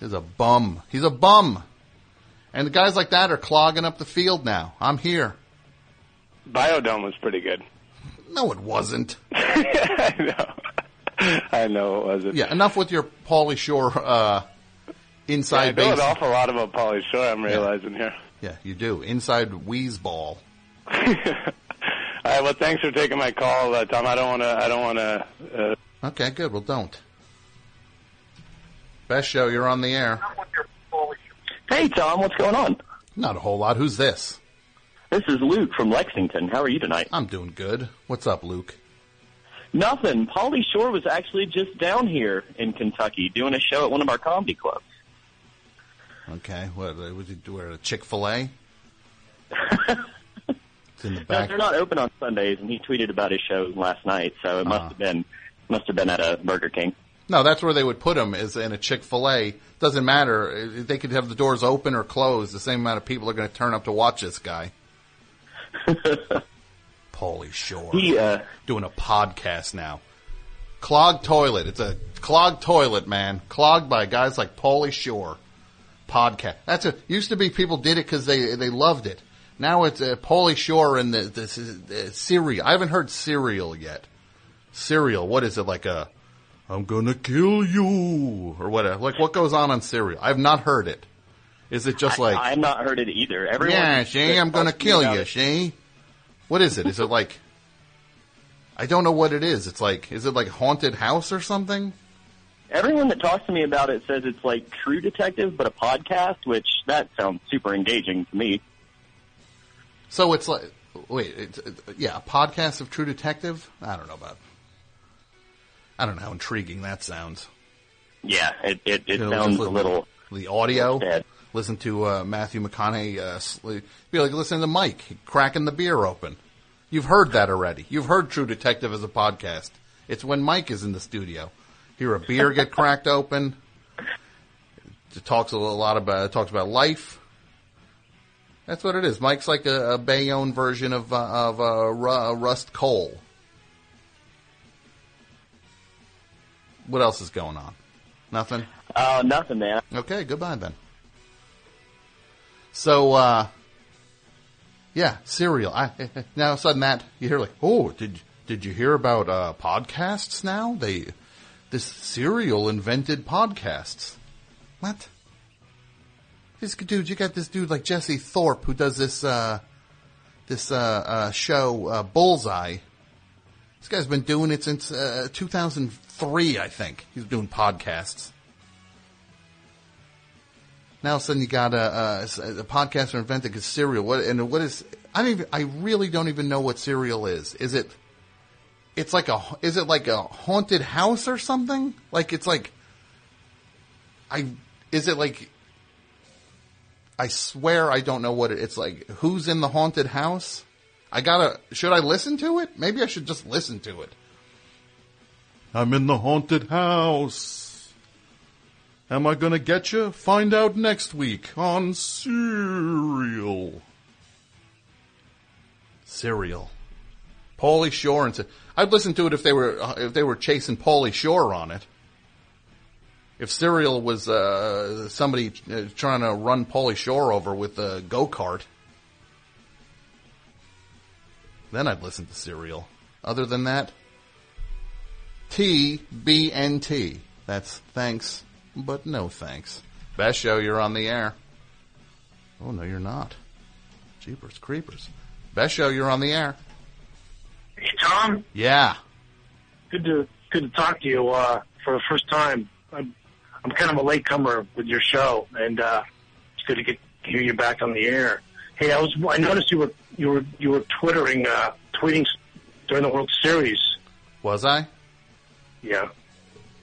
S1: He's a bum. He's a bum. And the guys like that are clogging up the field now. I'm here.
S13: Biodome was pretty good.
S1: No, it wasn't.
S13: I know it wasn't.
S1: Yeah, enough with your Paulie Shore uh,
S13: I
S1: inside
S13: know an
S1: baseball.
S13: awful lot about Pauly Shore. I'm realizing here.
S1: Yeah, you do inside Weezball.
S13: All right. Well, thanks for taking my call, uh, Tom. I don't want to. I don't want to. Uh,
S1: Okay, good. Well, don't. Best show you're on the air.
S14: Hey, Tom, what's going on?
S1: Not a whole lot. Who's this?
S14: This is Luke from Lexington. How are you tonight?
S1: I'm doing good. What's up, Luke?
S14: Nothing. Polly Shore was actually just down here in Kentucky doing a show at one of our comedy clubs.
S1: Okay, what uh, was it? Where Chick Fil A? It's in the
S14: Now,
S1: back.
S14: they're not open on Sundays, and he tweeted about his show last night, so it
S1: Ah.
S14: must have been must have been at a Burger King.
S1: No, that's where they would put him. Is in a Chick Fil A. Doesn't matter. Uh, They could have the doors open or closed. The same amount of people are going to turn up to watch this guy. Paulie Shore.
S14: He, uh,
S1: doing a podcast now. Clogged toilet. It's a clogged toilet, man. Clogged by guys like Paulie Shore. Podcast. That's a used to be people did it because they they loved it. Now it's uh, Paulie Shore and the this is uh, cereal. I haven't heard cereal yet. Cereal. What is it like a? I'm gonna kill you or whatever. Like what goes on on cereal? I've not heard it. Is it just like
S14: I've not heard it either. Everyone
S1: yeah, she, I'm going to kill you, she. What is it? Is it like, I don't know what it is. It's like, is it like haunted house or something?
S14: Everyone that talks to me about it says it's like True Detective, but a podcast, which that sounds super engaging to me.
S1: So it's like, wait, it's, it's, yeah, a podcast of True Detective? I don't know about, I don't know how intriguing that sounds.
S14: Yeah, it it, it
S1: You know,
S14: sounds
S1: just
S14: a
S1: listen-
S14: little.
S1: the audio. Listen to uh, Matthew McConaughey. Uh, sl- be like listening to Mike cracking the beer open. You've heard that already. You've heard True Detective as a podcast. It's when Mike is in the studio. Hear a beer get cracked open. It talks a little- lot about it talks about life. That's what it is. Mike's like a, a Bayonne version of uh, of uh, Ru- Rust Cole. What else is going on? Nothing.
S14: Oh, nothing, man.
S1: Okay, goodbye then. So, uh, yeah, cereal. I, now, all of a sudden, that you hear like, oh, did did you hear about uh, podcasts? Now they this cereal invented podcasts. What? This dude, you got this dude like Jesse Thorpe who does this uh, this uh, uh, show uh, Bullseye. This guy's been doing it since uh, 2003, I think. He's doing podcasts. Now, all of a sudden, you got a, a, a podcaster invented a cereal. What and what is? I don't even. I really don't even know what cereal is. Is it? It's like a. Is it like a haunted house or something? Like it's like I is it like I swear I don't know what it, it's like. Who's in the haunted house? I gotta. Should I listen to it? Maybe I should just listen to it. I'm in the haunted house. Am I gonna get you? Find out next week on Serial. Serial. Paulie Shore and. I'd listen to it if they were if they were chasing Paulie Shore on it if Serial was uh, somebody uh, trying to run Paulie Shore over with a go kart, then I'd listen to Serial. Other than that, TBNT. That's thanks, but no thanks. Best show, you're on the air. Oh, no, you're not. Jeepers, creepers. Best show, you're on the air.
S15: Hey, Tom.
S1: Yeah.
S15: Good to good to talk to you uh, for the first time. I'm, I'm kind of a latecomer with your show, and uh, it's good to get hear you back on the air. Hey, I was I noticed you were you were you were twittering uh, tweeting during the World Series.
S1: Was I?
S15: Yeah,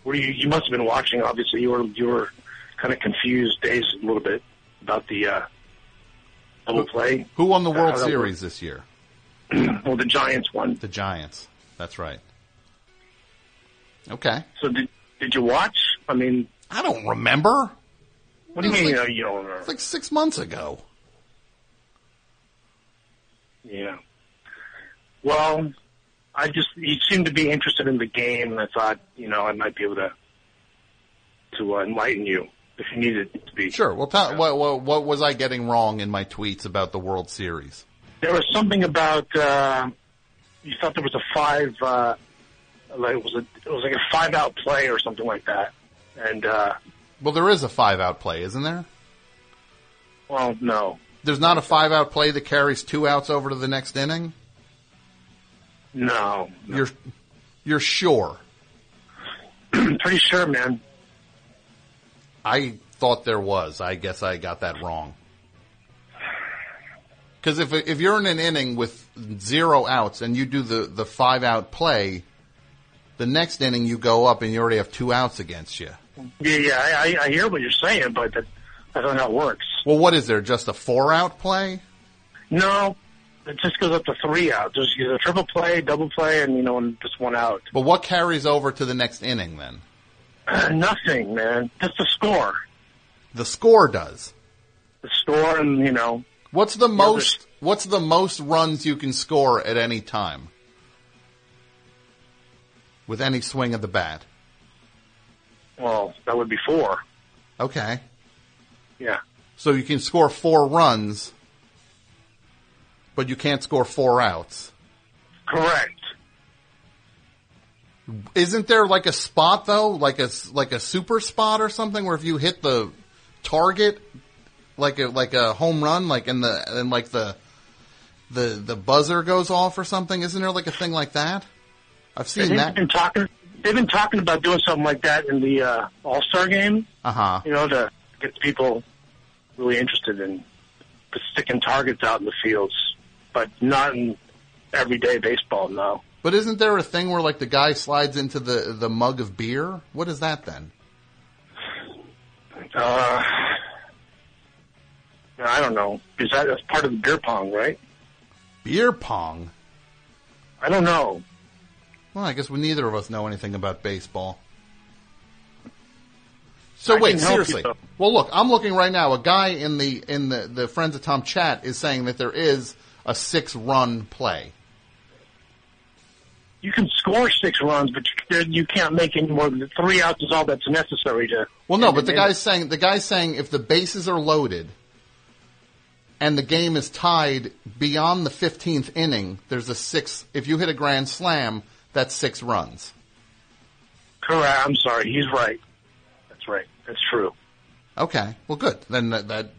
S15: were you you must have been watching. Obviously, you were you were kind of confused days a little bit about the uh, double play.
S1: Who won the World
S15: Uh,
S1: Series this year?
S15: well, the Giants won.
S1: The Giants. That's right. Okay.
S15: So did did you watch? I mean,
S1: I don't remember.
S15: What do you
S1: It's
S15: mean? you,
S1: like-
S15: know, you don't remember?
S1: It's like six months ago.
S15: Yeah. Well, I just you seemed to be interested in the game, and I thought you know I might be able to to uh, enlighten you if you needed to be.
S1: Sure. Well, ta- what, what, what was I getting wrong in my tweets about the World Series?
S15: There was something about uh, you thought there was a five uh, like it was a it was like a five out play or something like that, and uh,
S1: Well, there is a five out play, isn't there?
S15: well no
S1: There's not a five out play that carries two outs over to the next inning.
S15: no
S1: You're you're sure?
S15: Pretty sure, man.
S1: I thought there was. I guess I got that wrong. Because if if you're in an inning with zero outs and you do the the five out play, the next inning you go up and you already have two outs against you.
S15: yeah yeah I, I I hear what you're saying, but that, I don't know how it works.
S1: Well, what is there? Just a four out play?
S15: No, it just goes up to three out. There's either a triple play, double play, and you know, and just one out.
S1: But what carries over to the next inning then?
S15: Nothing, man. Just the score.
S1: The score does.
S15: The score, and you know.
S1: What's the
S15: Yeah,
S1: most? What's the most runs you can score at any time? With any swing of the bat.
S15: Well, that would be four.
S1: Okay.
S15: Yeah.
S1: So you can score four runs, but you can't score four outs.
S15: Correct.
S1: Isn't there like a spot though, like a s- like a super spot or something, where if you hit the target, like a like a home run, like in the and like the the the buzzer goes off or something? Isn't there like a thing like that? I've seen
S15: they've
S1: that.
S15: been talking. They've been talking about doing something like that in the uh, All Star game.
S1: Uh huh.
S15: You know, to get people really interested in sticking targets out in the fields, but not in everyday baseball. No.
S1: But isn't there a thing where like the guy slides into the the mug of beer? What is that then?
S15: Uh, I don't know. Is that that's part of the beer pong, right?
S1: Beer pong.
S15: I don't know.
S1: Well, I guess we, neither of us know anything about baseball. So
S15: I
S1: wait,
S15: can help you,
S1: seriously.
S15: though.
S1: Well, look, I'm looking right now. A guy in the in the the Friends of Tom chat is saying that there is a six run play.
S15: You can score six runs, but you, you can't make any more than three outs is all that's necessary to.
S1: Well, no, but the guy's saying the guy's saying if the bases are loaded and the game is tied beyond the 15th inning, there's a six. If you hit a grand slam, that's six runs.
S15: Correct. I'm sorry. He's right. That's right. That's true.
S1: Okay, well, good. Then that, that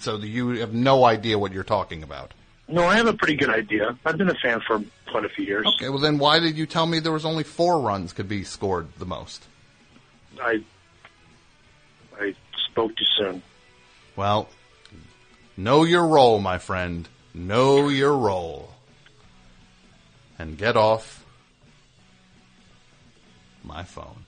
S1: so you have no idea what you're talking about.
S15: No, I have a pretty good idea. I've been a fan for quite a few years.
S1: Okay, well then why did you tell me there was only four runs could be scored the most?
S15: I I spoke too soon.
S1: Well, know your role, my friend. Know your role. And get off my phone.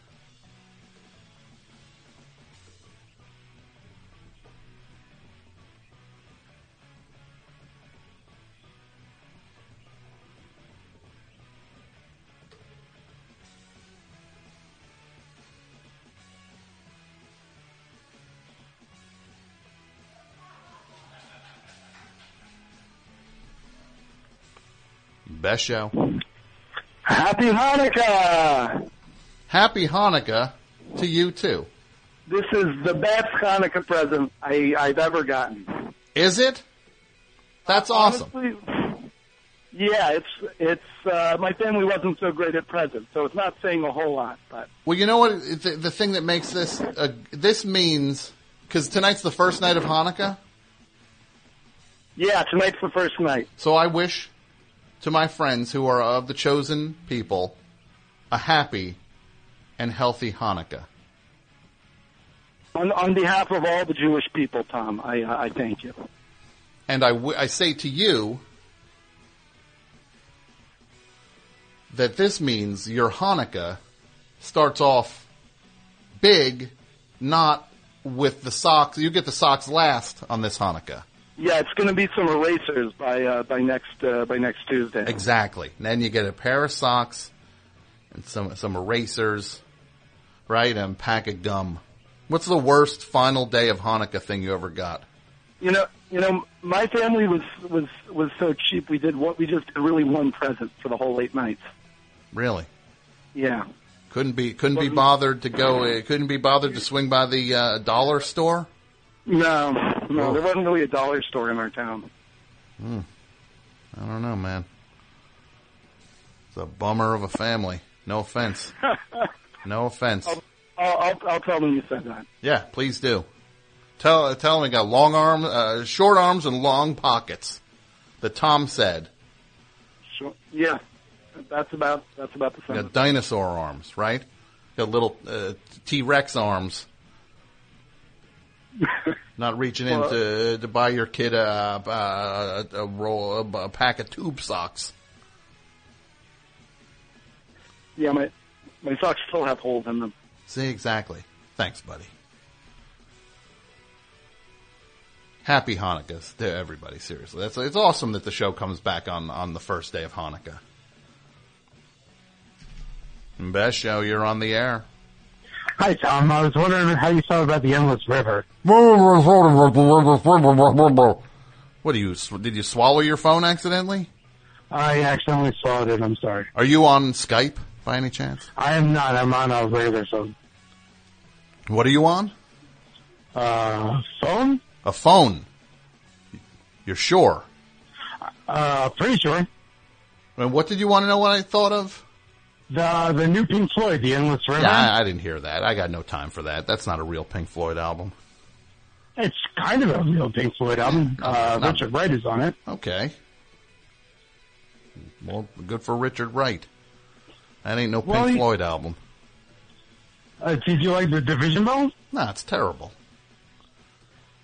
S1: Best show.
S11: Happy Hanukkah!
S1: Happy Hanukkah to you too.
S11: This is the best Hanukkah present I, I've ever gotten.
S1: Is it? That's awesome.
S11: Honestly, yeah, it's it's uh, my family wasn't so great at presents, so it's not saying a whole lot. But
S1: Well, you know what? The, the thing that makes this uh, this means because tonight's the first night of Hanukkah.
S11: yeah, tonight's the first night.
S1: So I wish to my friends who are of the chosen people a happy and healthy Hanukkah.
S11: On, on behalf of all the Jewish people, Tom, I I thank you.
S1: And I, w- I say to you that this means your Hanukkah starts off big, not with the socks. You get the socks last on this Hanukkah.
S11: Yeah, it's going to be some erasers by uh, by next uh, by next Tuesday.
S1: Exactly. And then you get a pair of socks and some some erasers, right? And a pack of gum. What's the worst final day of Hanukkah thing you ever got?
S11: You know, you know, my family was was was so cheap. We did what we just did really one present for the whole eight nights.
S1: Really?
S11: Yeah.
S1: Couldn't be couldn't be bothered to go. uh, Couldn't be bothered to swing by the uh, dollar store.
S11: No, no, there wasn't really a dollar store in our town.
S1: Hmm. I don't know, man. It's a bummer of a family. No offense. no offense.
S11: I'll, I'll, I'll, I'll tell them you said that.
S1: Yeah, please do. Tell tell him he got long arms, uh, short arms, and long pockets. That Tom said.
S11: Sure. Yeah, that's about that's about the
S1: He
S11: same.
S1: got dinosaur arms, right? Got little uh, T Rex arms. Not reaching in
S11: Well-
S1: to, to buy your kid a, a, a roll a, a pack of tube socks.
S11: Yeah, my my socks still have holes in them.
S1: See exactly. Thanks, buddy. Happy Hanukkah to everybody. Seriously, that's it's awesome that the show comes back on on the first day of Hanukkah. Best show, you're on the air.
S14: Hi, Tom. I was wondering how you felt about the endless river.
S1: Uh-huh. What do you? sw- Did you swallow your phone accidentally?
S14: I accidentally swallowed it. I'm sorry.
S1: Are you on Skype by any chance?
S14: I am not. I'm on a regular phone.
S1: What are you on?
S14: Uh, phone?
S1: A phone. You're sure?
S14: Uh, pretty sure.
S1: And what did you want to know? What I thought of?
S14: The the new Pink Floyd, The Endless River.
S1: Yeah, I, I didn't hear that. I got no time for that. That's not a real Pink Floyd album.
S14: It's kind of a real Pink Floyd album. Uh,
S1: No.
S14: Richard Wright is on it.
S1: Okay. Well, good for Richard Wright. That ain't no Pink
S14: Well, he-
S1: Floyd album.
S14: Uh, did you like the Division Bell?
S1: No, it's terrible.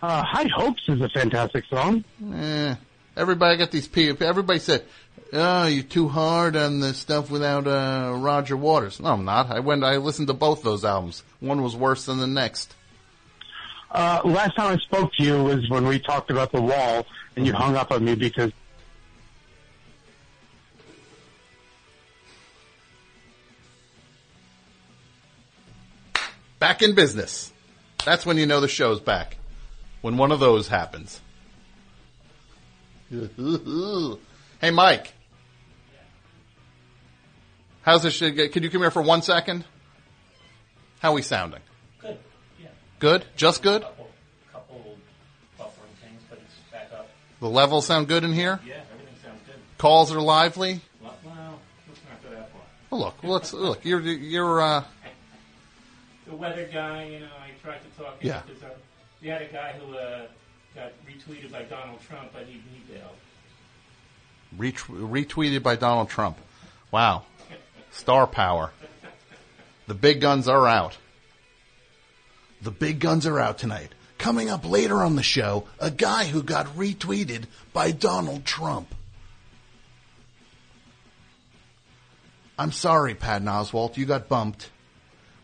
S14: Uh, High Hopes is a fantastic song.
S1: Eh, everybody got these people. Everybody said, "Oh, you're too hard on the stuff without uh, Roger Waters." No, I'm not. I went. I listened to both those albums. One was worse than the next.
S14: Uh, last time I spoke to you was when we talked about The Wall, and
S5: Mm-hmm.
S14: you hung up on me because
S1: Back in business. That's when you know the show's back. When one of those happens. hey, Mike. How's this shit? get- Can you come here for one second? How we sounding?
S16: Good. Yeah. Oh.
S1: Good? Just good?
S16: Couple, couple buffering things, but it's back up.
S1: The levels sound good in here?
S16: Yeah, everything sounds good.
S1: Calls are lively?
S16: Well, well, let's not go that far.
S1: Well, look, let's look. You're you're uh
S16: The weather guy, you know, I tried to talk him
S1: Yeah.
S16: because uh, we had a guy who uh, got retweeted by Donald Trump. I need need help.
S1: ret- retweeted by Donald Trump. Wow. Star power. The big guns are out. The big guns are out tonight. Coming up later on the show, a guy who got retweeted by Donald Trump. I'm sorry, Patton Oswalt, you got bumped.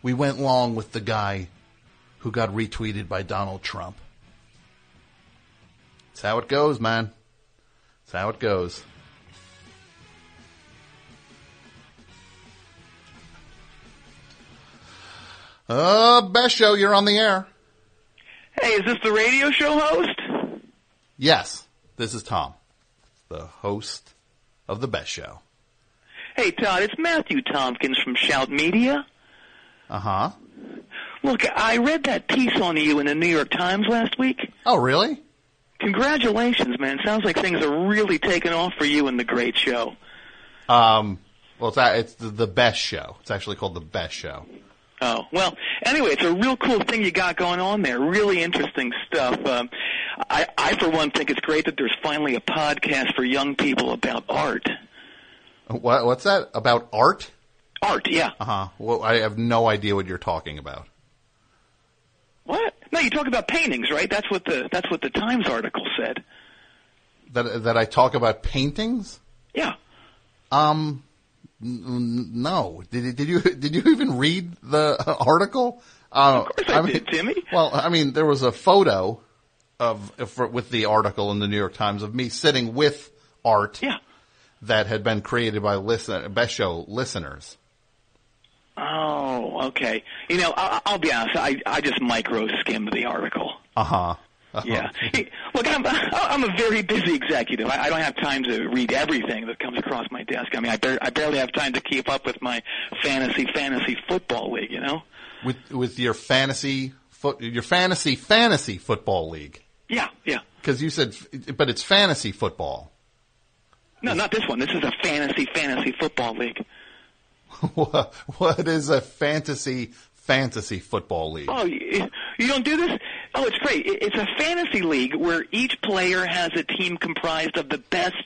S1: We went long with the guy who got retweeted by Donald Trump. That's how it goes, man. That's how it goes. Uh, best show, you're on the air.
S17: Hey, is this the radio show host?
S1: Yes, this is Tom, the host of the best show.
S17: Hey, Todd, it's Matthew Tompkins from Shout Media.
S1: Uh huh.
S17: Look, I read that piece on you in the New York Times last week.
S1: Oh, really?
S17: Congratulations, man. Sounds like things are really taking off for you and the great show.
S1: Um, well, it's, a- it's the, the best show. It's actually called the best show.
S17: Oh, well, anyway, it's a real cool thing you got going on there. Really interesting stuff. Um, I, I, for one, think it's great that there's finally a podcast for young people about art.
S1: What, what's that about art?
S17: Art, yeah.
S1: Uh huh. Well, I have no idea what you're talking about.
S17: What? No, you talk about paintings, right? That's what the, that's what the Times article said.
S1: That that I talk about paintings?
S17: Yeah.
S1: Um, n- n- no. Did did you did you even read the uh, article? Uh, of course I, mean, did,
S17: Timmy.
S1: Well, I mean, there was a photo of if- with the article in the New York Times of me sitting with art.
S17: Yeah.
S1: That had been created by listen best show listeners.
S17: Oh, okay. You know, I, I'll be honest. I, I just micro skimmed the article.
S1: Uh huh.
S17: Yeah. Hey, look, I'm I'm a very busy executive. I, I don't have time to read everything that comes across my desk. I mean, I, bar- I barely have time to keep up with my fantasy fantasy football league. You know?
S1: With with your fantasy foot your fantasy fantasy football league
S17: Yeah, yeah.
S1: because you said f- but it's fantasy football.
S17: No, not this one. This is a fantasy fantasy football league.
S1: What what is a fantasy fantasy football league?
S17: Oh, you, you don't do this? Oh, it's great. It- It's a fantasy league where each player has a team comprised of the best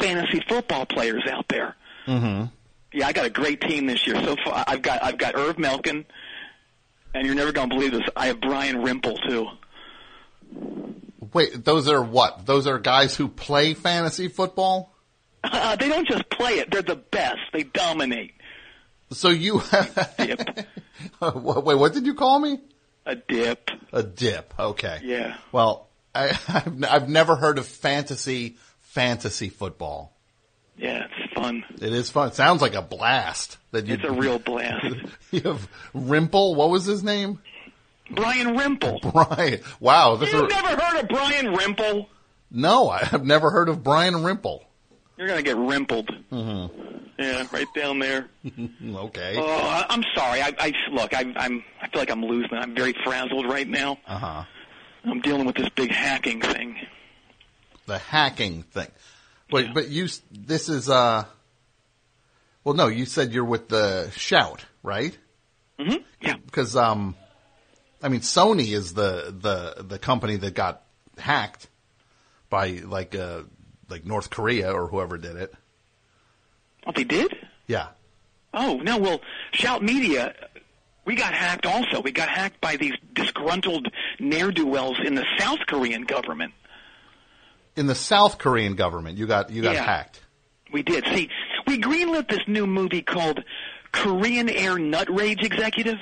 S17: fantasy football players out there.
S1: Mm-hmm.
S17: Yeah, I got a great team this year so far. I've got I've got Irv Melkin, and you're never going to believe this. I have Brian Rimple too.
S1: Wait, those are what? Those are guys who play fantasy football?
S17: Uh, they don't just play it; they're the best. They dominate.
S1: So you Wha- Wait, what did you call me?
S17: A dip.
S1: A dip. Okay.
S17: Yeah.
S1: Well, I, I've, n- I've never heard of fantasy fantasy football.
S17: Yeah, it's fun.
S1: It is fun. It sounds like a blast. That you,
S17: It's a real blast.
S1: you have Rimple. What was his name?
S17: Brian Rimple.
S1: Brian. Wow. This
S17: You've
S1: is,
S17: never heard of Brian Rimple?
S1: no, I- I've never heard of Brian Rimple.
S17: You're going to get rimpled.
S1: Mm-hmm.
S17: Yeah, right down there.
S1: okay.
S17: Oh, I, I'm sorry. I, I look. I, I'm. I feel like I'm losing. it. I'm very frazzled right now.
S1: Uh huh.
S17: I'm dealing with this big hacking thing.
S1: the hacking thing. But but you s- this is uh well no you said you're with the shout right
S17: mm-hmm. yeah
S1: because um I mean Sony is the the the company that got hacked by like uh like North Korea or whoever did it
S17: Oh, they did?
S1: yeah
S17: Oh no. Well, Shout Media. We got hacked. Also, we got hacked by these disgruntled ne'er do wells in the South Korean government.
S1: in the South Korean government you got you got
S17: Yeah.
S1: hacked
S17: We did. See, we greenlit this new movie called Korean Air Nut Rage Executive.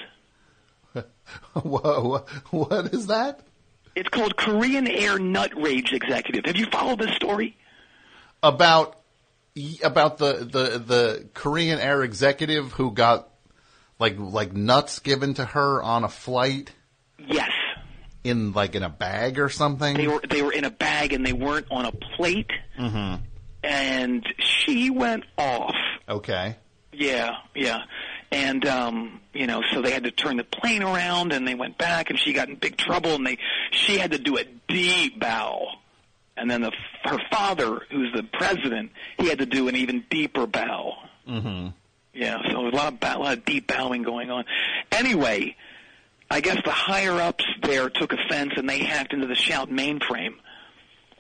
S1: whoa what is that
S17: It's called Korean Air Nut Rage Executive. Have you followed this story?
S1: about about the the the Korean air executive who got like like nuts given to her on a flight
S17: Yes.
S1: in like in a bag or something.
S17: They were they were in a bag and they weren't on a plate,
S1: hmm
S17: and she went off.
S1: Okay.
S17: Yeah, yeah. And um, you know, so they had to turn the plane around and they went back and she got in big trouble and they she had to do a deep bow. And then the, her father, who's the president, he had to do an even deeper bow.
S1: Mm-hmm.
S17: Yeah, so a lot of bow, a lot of deep bowing going on. Anyway, I guess the higher ups there took offense and they hacked into the shout mainframe.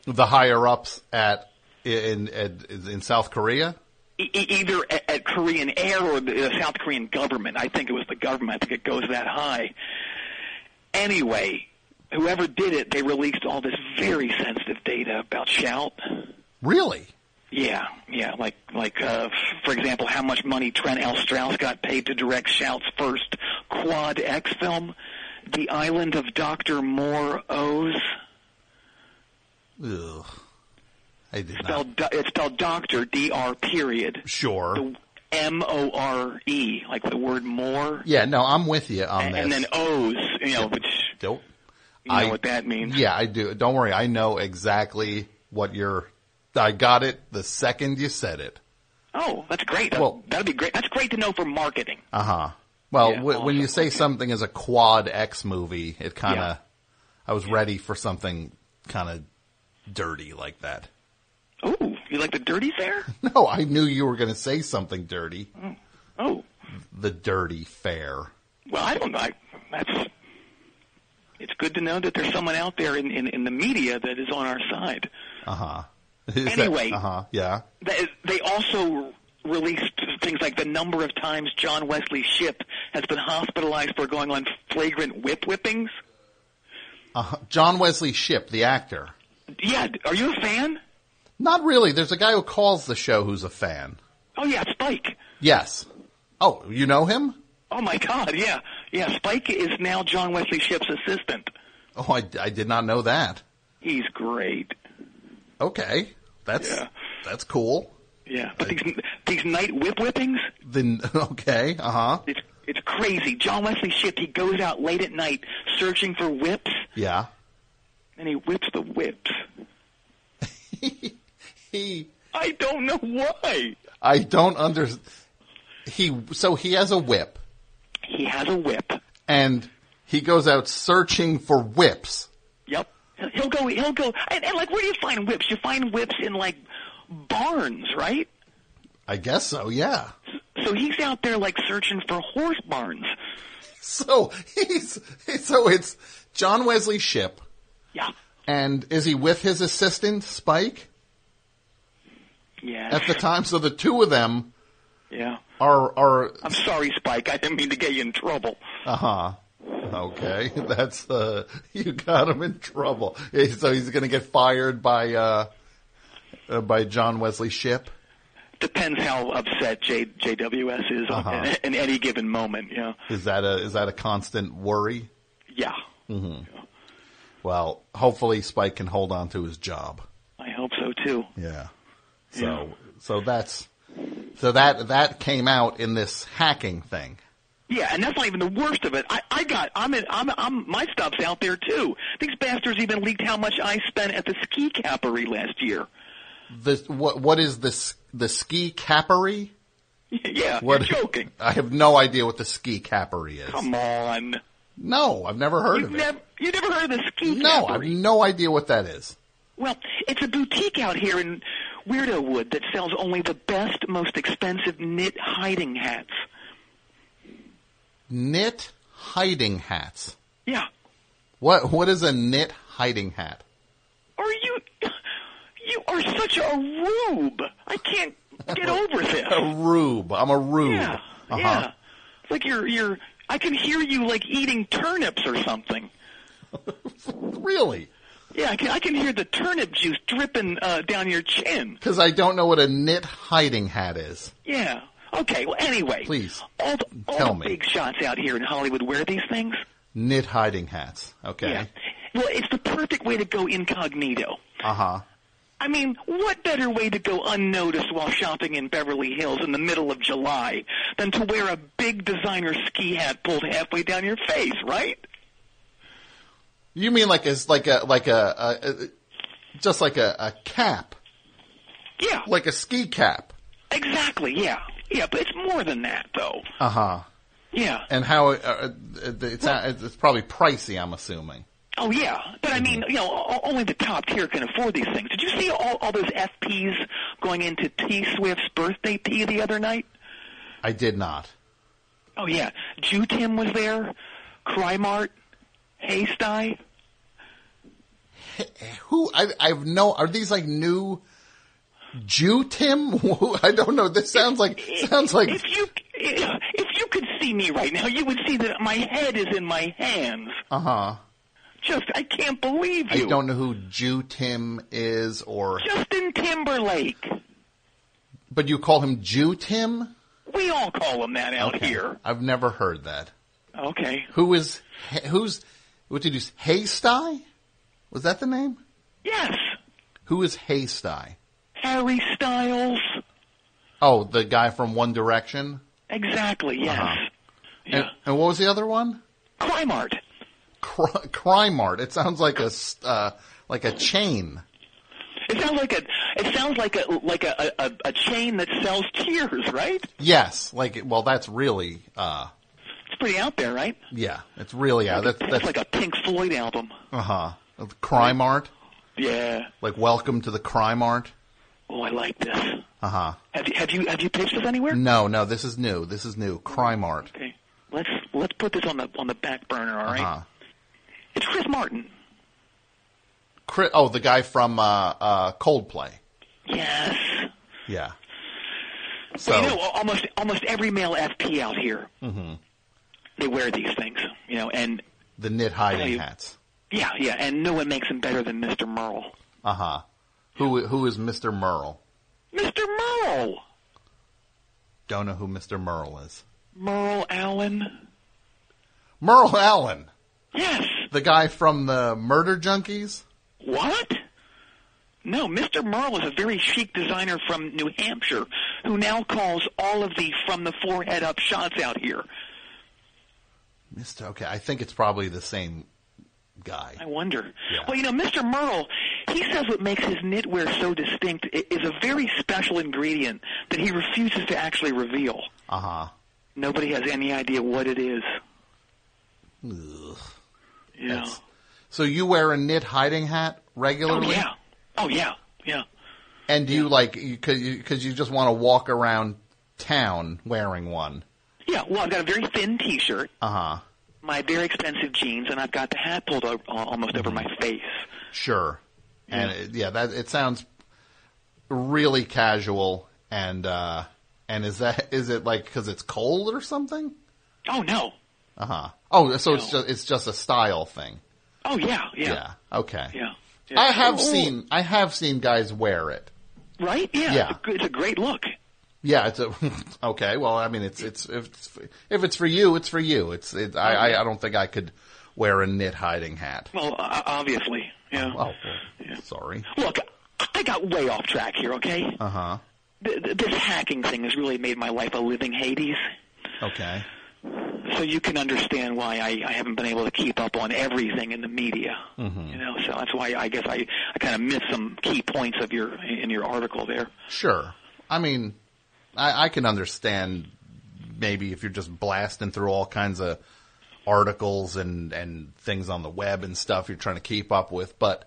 S1: The higher ups at in in, in South Korea.
S17: E- e- either at, at Korean Air or the, the South Korean government. I think it was the government. I think it goes that high. Anyway, whoever did it, they released all this very sensitive data about Shout.
S1: Really?
S17: Yeah, yeah. Like, like uh, for example, how much money Trent L. Strauss got paid to direct Shout's first Quad X film, The Island of Doctor Moore O's.
S1: Ugh. I did not.
S17: Spelled, do- it's spelled Doctor D R period
S1: Sure.
S17: M O R E, like the word more.
S1: Yeah. No, I'm with you on
S17: and,
S1: this.
S17: and then oh, O's, you know, which
S1: Nope.
S17: you know
S1: I-
S17: what that means.
S1: Yeah, I do. Don't worry. I know exactly what you're. I got it the second you said it.
S17: Oh, that's great. That,
S1: Well-
S17: that'd be great. That's great to know for marketing.
S1: Uh huh. Well, w- when you say something is a quad X movie, it kind of, I was ready for something kind of dirty like that.
S17: Ooh, you like the dirty fair?
S1: No, I knew you were going to say something dirty.
S5: Mm.
S17: Oh,
S1: The dirty fair.
S17: well, I don't know. I, that's. It's good to know that there's someone out there in, in, in the media that is on our side.
S1: Uh huh.
S17: Anyway.
S1: Uh huh. Yeah.
S17: They, they also released things like the number of times John Wesley Ship has been hospitalized for going on flagrant whip whippings.
S1: Uh-huh. John Wesley Ship, the actor.
S17: Yeah, are you a fan?
S1: Not really. There's a guy who calls the show who's a fan.
S17: Oh yeah, Spike.
S1: Yes. Oh, you know him?
S17: Oh my God, yeah, yeah. Spike is now John Wesley Ship's assistant.
S1: Oh, I, I did not know that.
S17: He's great.
S1: Okay. That's, that's cool.
S17: Yeah, but these these night whip whippings,
S1: Then, okay. Uh huh.
S17: it's it's crazy. John Wesley Ship, he goes out late at night searching for whips,
S1: Yeah.
S17: and he whips the whips.
S1: he.
S17: I don't know why.
S1: I don't under, he, so he has a whip.
S17: He has a whip.
S1: And he goes out searching for whips.
S17: Yep. He'll go. He'll go. And, and like, where do you find whips? You find whips in like barns, right?
S1: I guess so, yeah.
S17: So he's out there like searching for horse barns.
S1: So he's so it's John Wesley Ship.
S17: Yeah.
S1: And is he with his assistant Spike
S17: Yeah.
S1: at the time? So the two of them
S17: Yeah.
S1: are are
S17: I'm sorry, Spike. I didn't mean to get you in trouble.
S1: uh huh. Okay, that's uh you got him in trouble. Eh, So he's gonna get fired by uh, uh by John Wesley Ship.
S17: Depends how upset J, JWS is on-
S1: Uh-huh.
S17: in, in any given moment. You know.
S1: Is that a is that a constant worry?
S17: Yeah.
S1: hmm Well, hopefully Spike can hold on to his job.
S17: I hope so too.
S1: Yeah. So so that's so that that came out in this hacking thing.
S17: Yeah, and that's not even the worst of it. I, I got. I'm in. I'm. I'm. My stuff's out there too. These bastards even leaked how much I spent at the ski cappery last year.
S1: The what what is this the ski cappery?
S17: Yeah,
S1: What-
S17: you're joking.
S1: I have no idea what the ski cappery is.
S17: Come on.
S1: No, I've never heard
S17: You've
S1: of it.
S17: never, you never heard of the ski
S1: no, I have
S17: cappery?
S1: no idea what that is.
S17: Well, it's a boutique out here in Weirdo Wood that sells only the best, most expensive knit hiding hats.
S1: Knit hiding hats.
S17: Yeah.
S1: What what is a knit hiding hat?
S17: Are you? You are such a rube. I can't get over this.
S1: A rube. I'm a rube.
S17: Yeah.
S1: Uh-huh.
S17: Yeah. It's like you're you're. I can hear you like eating turnips or something.
S1: Really?
S17: Yeah, I can, I can hear the turnip juice dripping uh, down your chin.
S1: Because I don't know what a knit hiding hat is.
S17: Yeah. Okay. Well, anyway,
S1: Please
S17: all the, all
S1: tell
S17: the
S1: me.
S17: big shots out here in Hollywood wear these things.
S1: Knit hiding hats. Okay.
S17: Yeah. Well, it's the perfect way to go incognito.
S1: Uh huh.
S17: I mean, what better way to go unnoticed while shopping in Beverly Hills in the middle of July than to wear a big designer ski hat pulled halfway down your face, right?
S1: You mean like as like a like a, a, a just like a, a cap?
S17: Yeah.
S1: Like a ski cap.
S17: Exactly, yeah. Yeah, but it's more than that, though.
S1: Uh huh.
S17: Yeah.
S1: And how uh, uh, it's it's probably pricey. I'm assuming.
S17: Oh, yeah. But I mean, you know, o- only the top tier can afford these things. Did you see all, all those FPs going into T Swift's birthday tea the other night?
S1: I did not.
S17: Oh, yeah. Jew Tim was there, Crymart, Haysty.
S1: Who I I have no. Are these like new? Jew Tim? Who- I don't know. This sounds like sounds like
S17: If you if you could see me right now, you would see that my head is in my hands.
S1: uh huh.
S17: Just I can't believe
S1: I
S17: you.
S1: don't know who Jew Tim is or
S17: Justin Timberlake.
S1: but you call him Jew Tim?
S17: We all call him that out here.
S1: I've never heard that.
S17: Okay.
S1: Who is who's what did you say? Haysty? Was that the name?
S17: Yes.
S1: Who is Haysty?
S17: Harry Styles.
S1: Oh, the guy from One Direction?
S17: Exactly. Yes.
S1: Uh-huh. And, and what was the other one?
S17: Crymart.
S1: Cri- Crime Art. It sounds like a s- uh, like a chain.
S17: It sounds like a it sounds like a like a, a, a chain that sells tears, right?
S1: Yes, like well, that's really uh,
S17: It's pretty out there, right?
S1: yeah, it's really yeah, that's
S17: It's
S1: that's
S17: like a Pink Floyd album.
S1: uh huh, crime art,
S17: Yeah.
S1: like Welcome to the Crime Art,
S17: Oh, I like this.
S1: uh huh.
S17: Have you have you have you pitched this anywhere?
S1: No, no, this is new. This is new. Crime art.
S17: Okay. Let's let's put this on the on the back burner, all right?
S1: Uh-huh.
S17: It's Chris Martin.
S1: Chri- oh, the guy from uh, uh, Coldplay.
S17: Yes.
S1: Yeah.
S17: Well,
S1: So,
S17: you know, al- almost almost every male FP out here,
S1: mhm.
S17: they wear these things, you know, and
S1: the knit hiding
S17: Hey.
S1: hats.
S17: yeah, yeah, and no one makes them better than Mr. Merle.
S1: Uh huh. Who who is Mr. Merle?
S17: Mr. Merle.
S1: Don't know who Mr. Merle is.
S17: Merle Allen.
S1: Merle Allen,
S17: Yes.
S1: the guy from the Murder Junkies.
S17: What? No, Mr. Merle is a very chic designer from New Hampshire who now calls all of the from the forehead up shots out here.
S1: Mr. Okay, I think it's probably the same guy.
S17: I wonder. Well, you know, Mr. Merle, he says what makes his knitwear so distinct i- is a very special ingredient that he refuses to actually reveal.
S1: Uh huh.
S17: Nobody has any idea what it is. Yeah.
S1: So you wear a knit hiding hat regularly?
S17: Oh, yeah. Oh, yeah. Yeah.
S1: And do you like you cause you, cause you just want to walk around town wearing one?
S17: Yeah. Well, I've got a very thin T-shirt,
S1: Uh huh.
S17: my very expensive jeans, and I've got the hat pulled o- al- almost over
S1: Mm-hmm.
S17: my face.
S1: Sure. And it, yeah, that it sounds really casual. And uh, and is that is it like because it's cold or something?
S17: Oh no.
S1: Uh huh. Oh, so it's just it's just a style thing.
S17: Oh yeah. Yeah.
S1: Okay.
S17: Yeah.
S1: I have
S17: Oh,
S1: seen I have seen guys wear it.
S17: Right. Yeah.
S1: Yeah.
S17: It's, a, good- it's a great look.
S1: Yeah, it's a okay. Well, I mean, it's it's if it's, if it's for you, it's for you. It's it, I, I I don't think I could wear a knit hiding hat.
S17: Well, uh, obviously. Yeah.
S1: Oh, well, sorry.
S17: Look, I- I got way off track here. Okay.
S1: Uh huh.
S17: Th- th- this hacking thing has really made my life a living Hades.
S1: Okay.
S17: So you can understand why I, I haven't been able to keep up on everything in the media. You know, so that's why I guess I, I kind of missed some key points of your in your article there.
S1: Sure. I mean, I, I can understand maybe if you're just blasting through all kinds of articles and, and things on the web and stuff you're trying to keep up with, but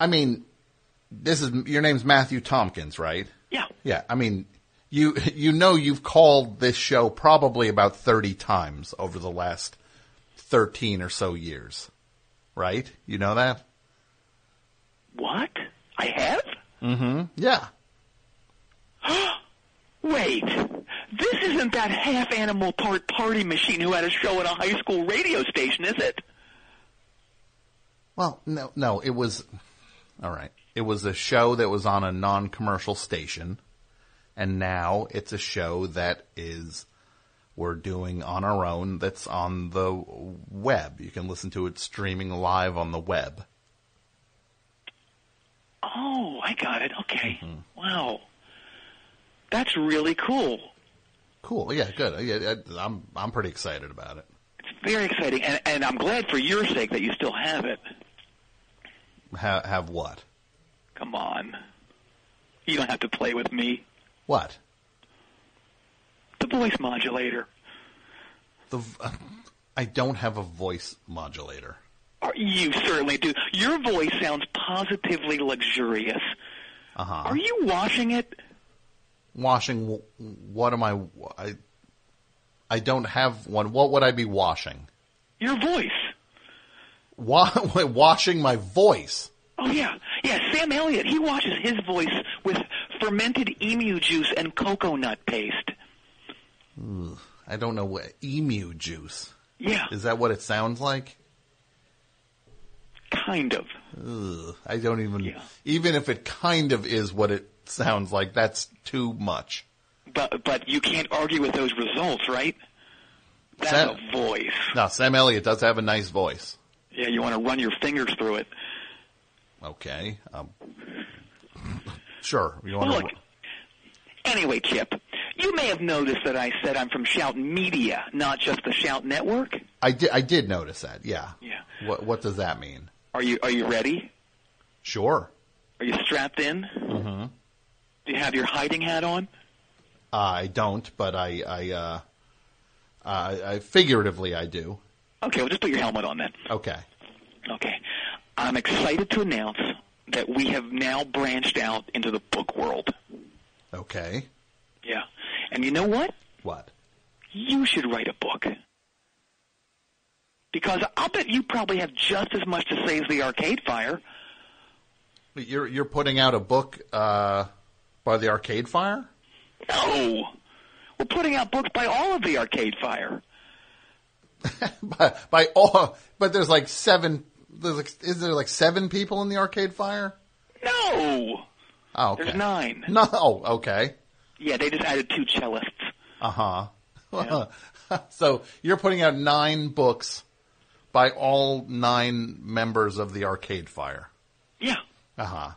S1: I mean, this is, your name's Matthew Tompkins, right?
S17: Yeah.
S1: Yeah. I mean, you, you know, you've called this show probably about 30 times over the last 13 or so years, right? You know that?
S17: What? I have?
S1: Mm-hmm. Yeah.
S17: Wait, this isn't that half animal part party machine who had a show at a high school radio station, is it?
S1: Well, no, no, it was, all right. It was a show that was on a non-commercial station, and now it's a show that is we're doing on our own. That's on the web. You can listen to it streaming live on the web.
S17: Oh, I got it. Okay.
S1: Mm-hmm.
S17: Wow. That's really cool.
S1: Cool. Yeah, good. Uh, Yeah, I- I'm I'm pretty excited about it.
S17: Very exciting. And, and I'm glad for your sake that you still have it.
S1: Have, have what?
S17: Come on. You don't have to play with me.
S1: What?
S17: The voice modulator.
S1: The v- I don't have a voice modulator.
S17: Are, you certainly do. Your voice sounds positively luxurious.
S1: Uh huh.
S17: Are you washing it?
S1: washing wh- what am I, I I don't have one what would I be washing
S17: Your voice.
S1: Wa- washing my voice
S17: Oh yeah, yeah. Sam Elliott. He washes his voice with fermented emu juice and coconut paste.
S1: Ugh, I don't know what emu juice
S17: Yeah.
S1: is that what it sounds like
S17: kind of
S1: Ugh, I don't even even if it kind of is what it sounds like that's too much
S17: But but you can't argue with those results, right? That's
S1: Sam-
S17: a voice.
S1: now Sam Elliott does have a nice voice
S17: Yeah, you want to run your fingers through it.
S1: okay um, sure you want
S17: Look. Anyway, Chip, you may have noticed that I said I'm from Shout Media, not just the Shout Network.
S1: I did I did notice that yeah
S17: Yeah.
S1: what what does that mean
S17: Are you are you ready?
S1: sure
S17: Are you strapped in?
S1: Mm-hmm.
S17: Do you have your hiding hat on?
S1: I don't, but I, I, uh, I, I figuratively I do.
S17: Okay, well, just put your helmet on then.
S1: Okay.
S17: Okay. I'm excited to announce that we have now branched out into the book world.
S1: Okay.
S17: Yeah. And you know what?
S1: What?
S17: You should write a book. Because I'll bet you probably have just as much to say as the arcade fire.
S1: You're you're putting out a book uh, by the Arcade Fire.
S17: No! We're putting out books by all of the arcade fire.
S1: by, by all, but there's like seven. There's like, is there like seven people in the Arcade Fire?
S17: No!
S1: Oh, okay.
S17: There's nine.
S1: No, oh, okay.
S17: Yeah, they just added two cellists.
S1: Uh huh. so you're putting out nine books by all nine members of the Arcade Fire.
S17: Yeah.
S1: Uh huh.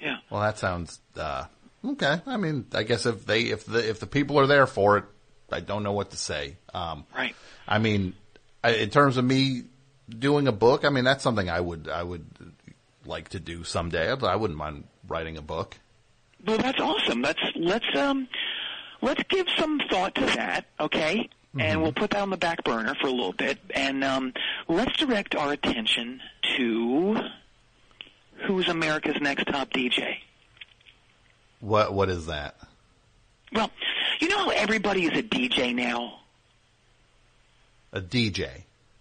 S17: Yeah.
S1: Well, that sounds uh, okay. I mean, I guess if they if the if the people are there for it, I don't know what to say. Um,
S17: Right.
S1: I mean, I- in terms of me doing a book, I mean that's something I would I would like to do someday. I I wouldn't mind writing a book.
S17: Well, that's awesome. Let's let's um let's give some thought to that, okay? And we'll put that on the back burner for a little bit, and um, let's direct our attention to who's America's next top DJ.
S1: What what is that?
S17: Well, you know how everybody is a DJ now.
S1: A DJ?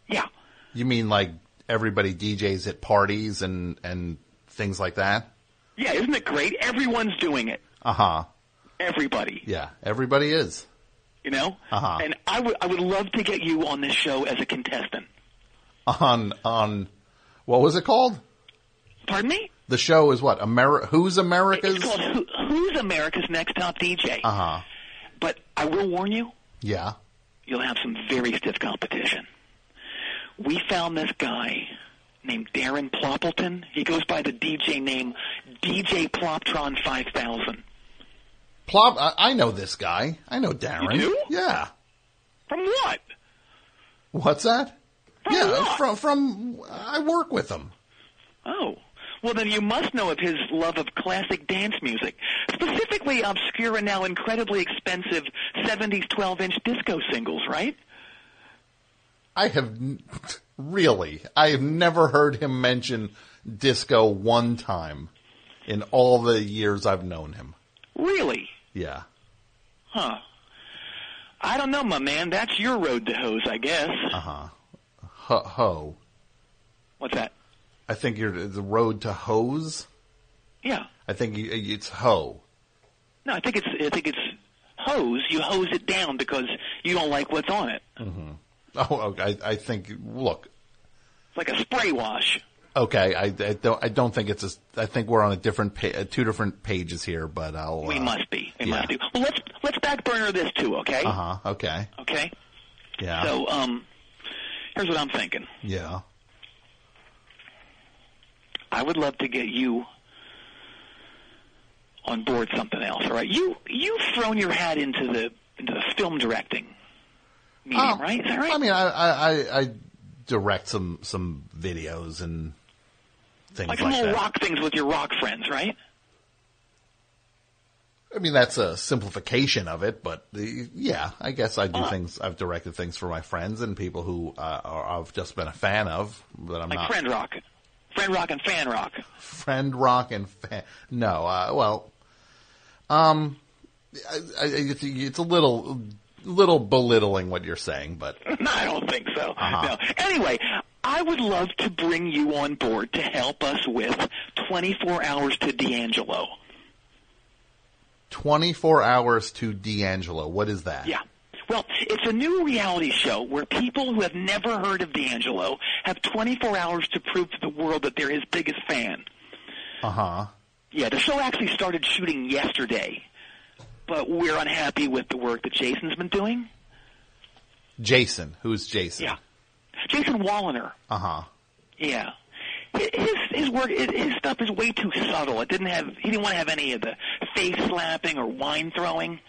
S17: Yeah.
S1: You mean like everybody DJs at parties and and things like that?
S17: Yeah, isn't it great? Everyone's doing it.
S1: Uh huh.
S17: Everybody,
S1: Yeah, everybody is.
S17: you know.
S1: Uh-huh.
S17: And I would I would love to get you on this show as a contestant.
S1: On on what was it called?
S17: Pardon me?
S1: The show is what? Ameri- Who's America's?
S17: It's called Who, Who's America's Next Top DJ.
S1: Uh huh.
S17: But I will warn you,
S1: Yeah.
S17: you'll have some very stiff competition. We found this guy named Darren Ploppleton. He goes by the DJ name DJ Ploptron 5000.
S1: Plop. I, I know this guy. I know Darren.
S17: You do?
S1: Yeah.
S17: From what?
S1: What's that? yeah. From from I work with him.
S17: Oh. Well, then you must know of his love of classic dance music, specifically obscure and now incredibly expensive 70s 12 inch disco singles, right?
S1: I have n- really. I have never heard him mention disco one time in all the years I've known him.
S17: Really?
S1: Yeah.
S17: Huh. I don't know, my man. That's your road to hose, I guess.
S1: Uh huh. Ho ho.
S17: What's that?
S1: I think you're the road to hose.
S17: Yeah.
S1: I think you- it's ho.
S17: No, I think it's I think it's hose. You hose it down because you don't like what's on it.
S1: Mm-hmm. Oh, okay. I, I think. Look,
S17: It's like a spray wash.
S1: okay. I, I don't. I don't think it's. A, I think we're on a different, pa- uh, two different pages here. But I'll.
S17: we
S1: uh,
S17: must be. We
S1: yeah.
S17: must be. Well, let's let's back burner this too, okay?
S1: Uh huh. Okay.
S17: Okay.
S1: Yeah.
S17: So, um, here's what I'm thinking.
S1: yeah.
S17: I would love to get you on board something else. All right, you you've thrown your hat into the into the film directing medium,
S1: Oh,
S17: right? Is that right?
S1: I mean, I, I, I, I direct some some videos and things
S17: like
S1: like,
S17: some little
S1: that.
S17: rock things with your rock friends, right?
S1: I mean, that's a simplification of it, but the, yeah, I guess I do things. I've directed things for my friends and people who uh, are, I've just been a fan of, but I'm
S17: like
S1: not
S17: friend rock, friend rock, and fan rock.
S1: friend rock and fan. No, uh, well, um, I, I, it's, it's a little little belittling what you're saying, but Uh-huh.
S17: No, I don't think so. No. Anyway, I would love to bring you on board to help us with 24 Hours to D'Angelo.
S1: 24 hours to D'Angelo. What is that?
S17: Yeah. Well, it's a new reality show where people who have never heard of D'Angelo have 24 hours to prove to the world that they're his biggest fan.
S1: Uh huh.
S17: Yeah, the show actually started shooting yesterday, but we're unhappy with the work that Jason's been doing.
S1: Jason. Who's Jason?
S17: Yeah. Jason Walliner.
S1: Uh huh.
S17: Yeah. His his work his- his stuff is way too subtle. It didn't have he didn't want to have any of the face slapping or wine throwing.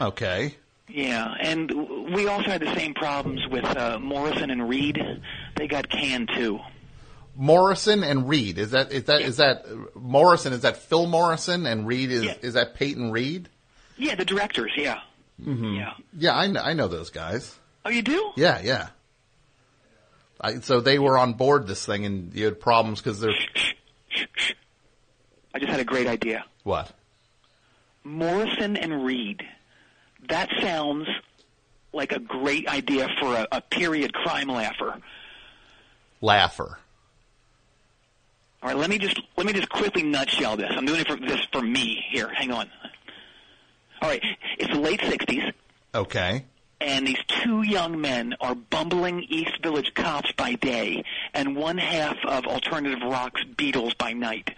S1: Okay.
S17: Yeah, and w- we also had the same problems with uh, Morrison and Reed. They got canned too.
S1: Morrison and Reed. Is that is that is that Morrison? Is that Phil Morrison and Reed? Is
S17: Yeah.
S1: is that Peyton Reed?
S17: Yeah, the directors. Yeah.
S1: Mm-hmm. Yeah. Yeah, I know, I know those guys.
S17: Oh, you do?
S1: Yeah, yeah. I, so they were on board this thing, and you had problems because they're
S17: I just had a great idea.
S1: what?
S17: Morrison and Reed. That sounds like a great idea for a, a period crime laugher.
S1: Laugher.
S17: All right, let me just let me just quickly nutshell this. I'm doing it for this for me here. Hang on. All right, it's the late '60s,
S1: Okay.
S17: and these two young men are bumbling East Village cops by day, and one half of alternative rock's Beatles by night.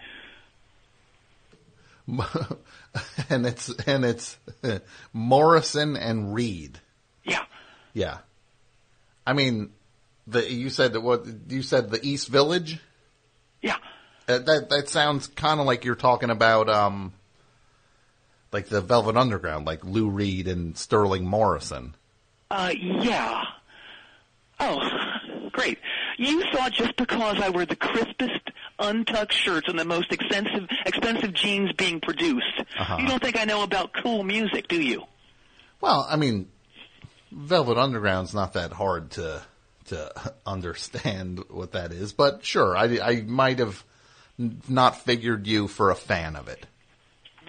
S1: and it's and it's Morrison and Reed.
S17: Yeah.
S1: Yeah. I mean, the you said that what you said the East Village.
S17: Yeah.
S1: Uh, that that sounds kind of like you're talking about um, like the Velvet Underground, like Lou Reed and Sterling Morrison.
S17: Uh, yeah. Oh, great. You thought just because I wear the crispest untucked shirts and the most expensive expensive jeans being produced,
S1: Uh-huh.
S17: you don't think I know about cool music, do you?
S1: Well, I mean, Velvet Underground's not that hard to to understand what that is, but sure, I I might have n- not figured you for a fan of it.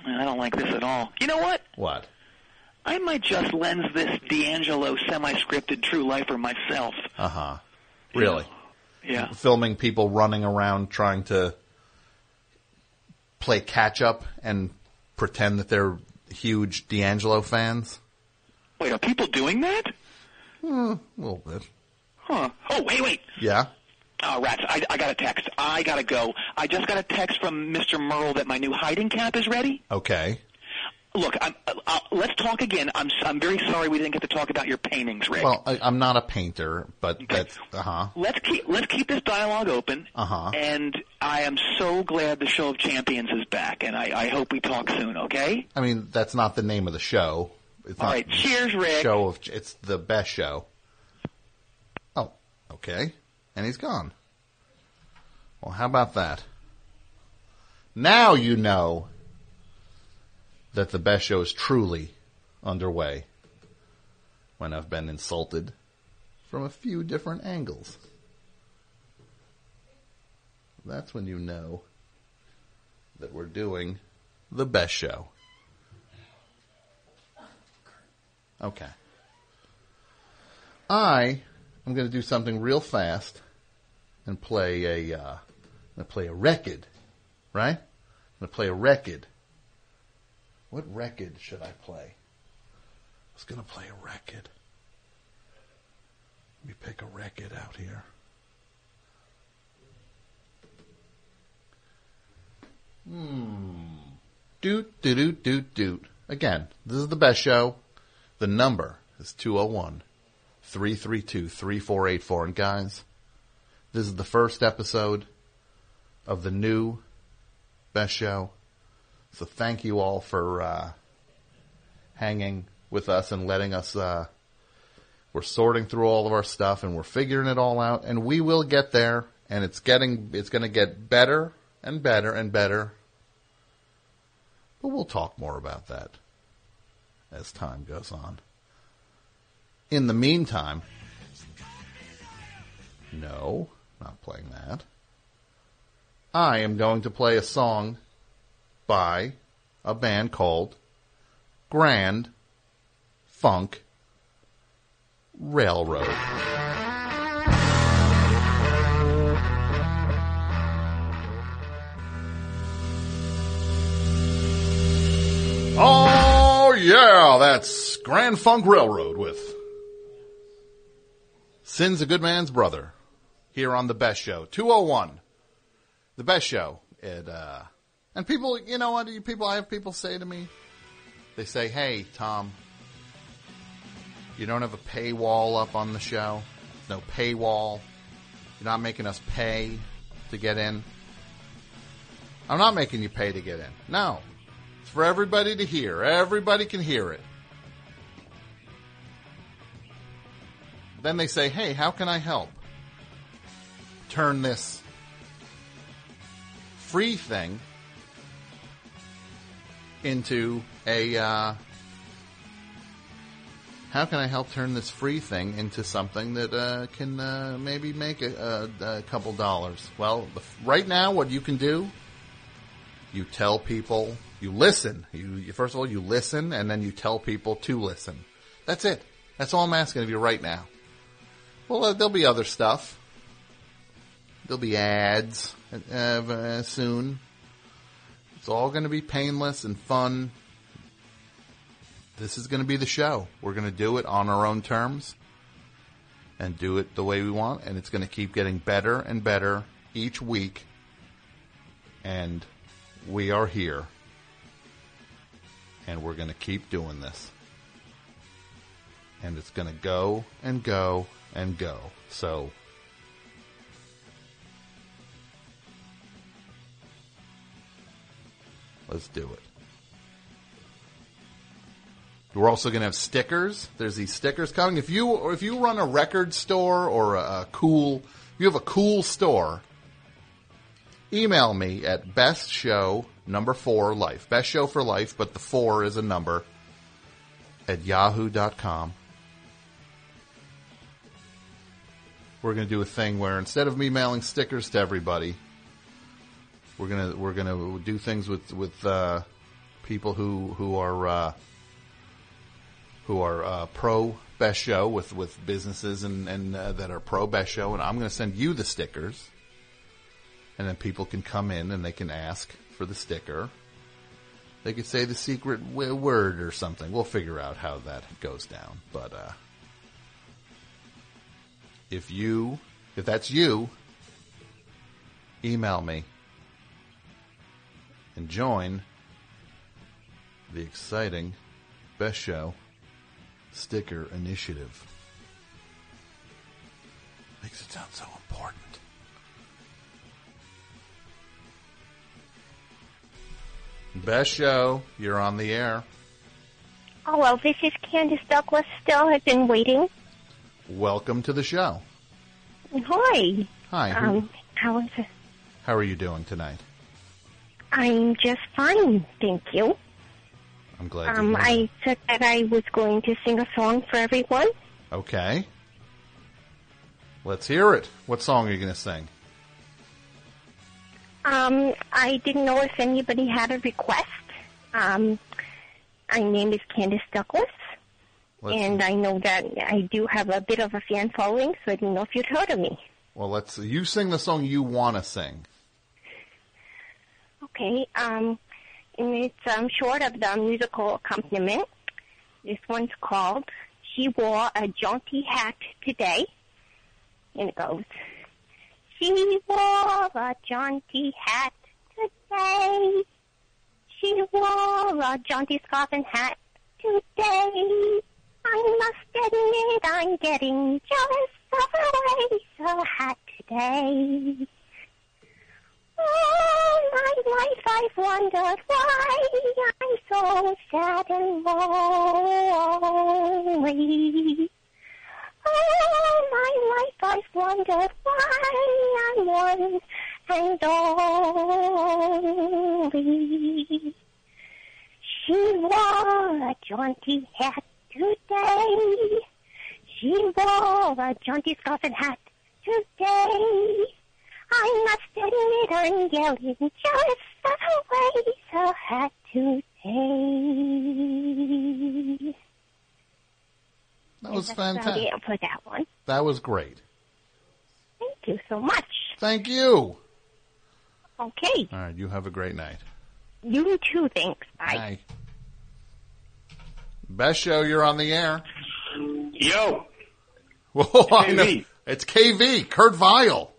S17: I don't like this at all. You know what?
S1: What?
S17: I might just lens this D'Angelo semi-scripted True Lifer myself.
S1: Uh huh. Really?
S17: Yeah.
S1: Filming people running around trying to play catch up and pretend that they're huge D'Angelo fans.
S17: Wait, are people doing that?
S1: Hmm, a little bit.
S17: Huh. Oh, wait, wait.
S1: Yeah.
S17: Oh, rats. I, I got a text. I gotta go. I just got a text from Mr. Merle that my new hiding cap is ready.
S1: Okay.
S17: Look, I'm, uh, uh, let's talk again. I'm s- I'm very sorry we didn't get to talk about your paintings, Rick.
S1: Well, I, I'm not a painter, but that's uh huh.
S17: let's keep let's keep this dialogue open.
S1: Uh huh.
S17: And I am so glad the show of champions is back, and I, I hope we talk soon. Okay.
S1: I mean, that's not the name of the show. It's
S17: All
S1: not
S17: right. Cheers, Rick.
S1: Show of it's the best show. Oh, okay, and he's gone. Well, how about that? Now you know that the best show is truly underway. When I've been insulted from a few different angles. That's when you know that we're doing the best show. Okay. I am going to do something real fast and play a, uh, I'm going to play a record, right? I'm going to play a record. What record should I play? I was going to play a record. Let me pick a record out here. Hmm. Doot, doot, doot, doot, doot. Again, this is the best show. The number is 201 332 3484. And guys, this is the first episode of the new best show. So thank you all for, uh, hanging with us and letting us, uh, we're sorting through all of our stuff and we're figuring it all out and we will get there and it's getting, it's going to get better and better and better. But we'll talk more about that as time goes on. In the meantime, no, not playing that. I am going to play a song by a band called Grand Funk Railroad. Oh yeah, that's Grand Funk Railroad with Sin's a Good Man's Brother here on The Best Show. 201. The Best Show. It, uh, and people, you know what, you people, I have people say to me, they say, hey, Tom, you don't have a paywall up on the show. No paywall. You're not making us pay to get in. I'm not making you pay to get in. No. It's for everybody to hear. Everybody can hear it. Then they say, hey, how can I help? Turn this free thing into a uh, how can I help turn this free thing into something that uh, can uh, maybe make a, a, a couple dollars? Well, the, right now, what you can do, you tell people, you listen. You, you first of all, you listen, and then you tell people to listen. That's it. That's all I'm asking of you right now. Well, uh, there'll be other stuff. There'll be ads uh, uh, soon. It's all going to be painless and fun. This is going to be the show. We're going to do it on our own terms and do it the way we want, and it's going to keep getting better and better each week. And we are here. And we're going to keep doing this. And it's going to go and go and go. So let's do it. We're also going to have stickers. There's these stickers coming. If you or if you run a record store or a, a cool, if you have a cool store, email me at best show number four life. Best show for life, but the four is a number at yahoo.com. We're going to do a thing where instead of me mailing stickers to everybody, we're gonna we're gonna do things with with uh, people who who are uh, who are uh, pro best show with with businesses and and uh, that are pro best show, and I'm gonna send you the stickers, and then people can come in and they can ask for the sticker. They could say the secret w- word or something. We'll figure out how that goes down. But uh, if you if that's you, email me and join the exciting Best Show sticker initiative. Makes it sound so important. Best Show, you're on the air.
S7: Hello, this is Candace Douglas. Still have been waiting.
S1: Welcome to the show.
S7: Hi.
S1: Hi. who-
S7: Um, how is it?
S1: how are you doing tonight?
S7: I'm just fine, thank you.
S1: I'm glad.
S7: Um,
S1: to
S7: I
S1: hear.
S7: said that I was going to sing a song for everyone.
S1: Okay. Let's hear it. What song are you going to sing?
S7: Um, I didn't know if anybody had a request. Um, my name is Candace Douglas,
S1: Let's-
S7: and I know that I do have a bit of a fan following, so I didn't know if you'd heard of me.
S1: Well, let's. You sing the song you want to sing.
S7: Okay, um, and it's um, short of the musical accompaniment. This one's called She Wore a Jaunty Hat Today. And it goes, She wore a jaunty hat today. She wore a jaunty scarf and hat today. I must admit I'm getting jealous of her ways, her hat today. All my life I've wondered why I'm so sad and lonely. All my life I've wondered why I'm one and only. She wore a jaunty hat today. She wore a jaunty scarf and hat today. I must admit I'm getting jealous of her ways, her hat today.
S1: That
S7: And
S1: was
S7: that's about
S1: fantastic.
S7: it For that one.
S1: That was great.
S7: Thank you so much.
S1: Thank you.
S7: Okay,
S1: All right. You have a great night.
S7: you too. Thanks. Bye.
S1: Bye. Best show. You're on the air.
S5: Yo.
S1: Whoa, I know.
S5: KV.
S1: It's KV. Kurt Vile.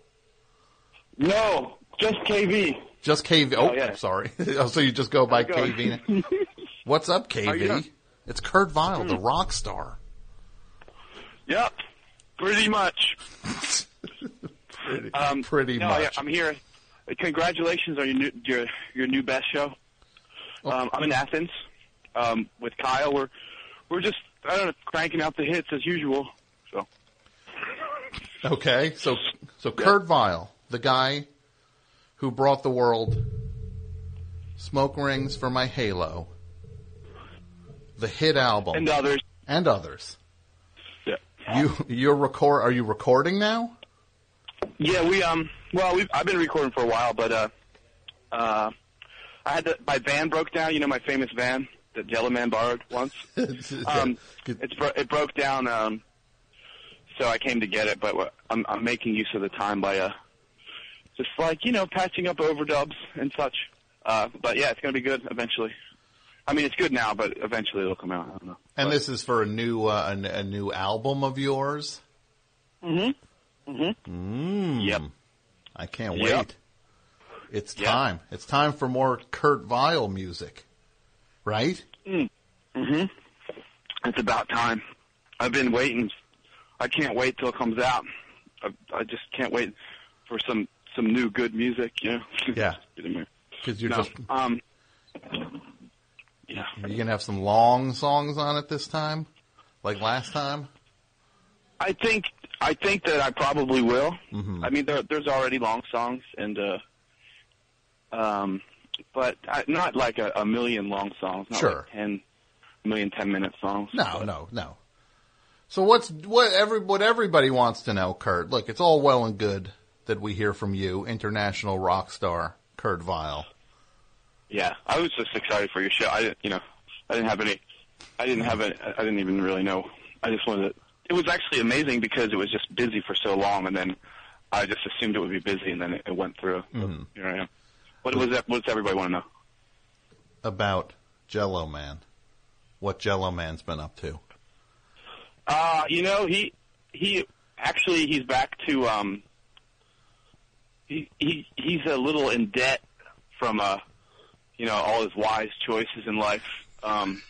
S5: No, just KV.
S1: Just KV. Oh,
S5: Oh, yeah.
S1: I'm sorry. oh, so you just go by
S5: it going?
S1: KV. now. What's up,
S5: Are you not-
S1: KV? It's Kurt Vile, the rock star.
S5: Yep. Pretty much.
S1: Pretty,
S5: um,
S1: pretty
S5: no,
S1: much.
S5: Yeah, I'm here. Congratulations on your new your your new best show.
S1: Oh.
S5: Um, I'm in Athens um, with Kyle. We're we're just I don't know cranking out the hits as usual. So
S1: Okay, so so Kurt Vile, the guy who brought the world smoke rings for my halo the hit album
S5: And others.
S1: and others
S5: Yeah.
S1: you you're record are you recording now
S5: Yeah, we um. Well, we've, I've been recording for a while, but uh, uh, I had to, my van broke down. You know, my famous van that Yellow Man borrowed once. um, it's bro- it broke down. Um, so I came to get it, but we're- I'm I'm making use of the time by uh, just like you know, patching up overdubs and such. Uh, but yeah, it's gonna be good eventually. I mean, it's good now, but eventually it'll come out. I don't know.
S1: and this is for a new uh, an, a new album of yours
S5: Mm-hmm. Mm-hmm.
S1: mm. yep i can't
S5: Yep.
S1: wait it's time it's time for more kurt vile music right
S5: Mm. Mhm. It's about time. I've been waiting. I can't wait till it comes out. I, I just can't wait for some some new good music. You know.
S1: yeah because you're
S5: No,
S1: just
S5: um.
S1: you gonna have some long songs on it this time like last time
S5: I think I think that I probably will.
S1: Mhm.
S5: I mean, there, there's already long songs, and uh, um, but I, not like a, a million long songs. Not
S1: Sure.
S5: Like ten million ten minute songs.
S1: No, no, no. So what's what every what everybody wants to know, Kurt? Look, it's all well and good that we hear from you, international rock star Kurt Vile.
S5: Yeah, I was just excited for your show. I didn't, you know, I didn't have any, I didn't have any, I didn't even really know. I just wanted to, it was actually amazing because it was just busy for so long and then I just assumed it would be busy and then it, it went through.
S1: Mhm.
S5: Here I am. What was that, what does everybody want to know?
S1: About Jello Man, what Jello Man's been up to?
S5: Uh, you know, he, he, actually he's back to, um, he, he, he's a little in debt from, uh, you know, all his wise choices in life. Um,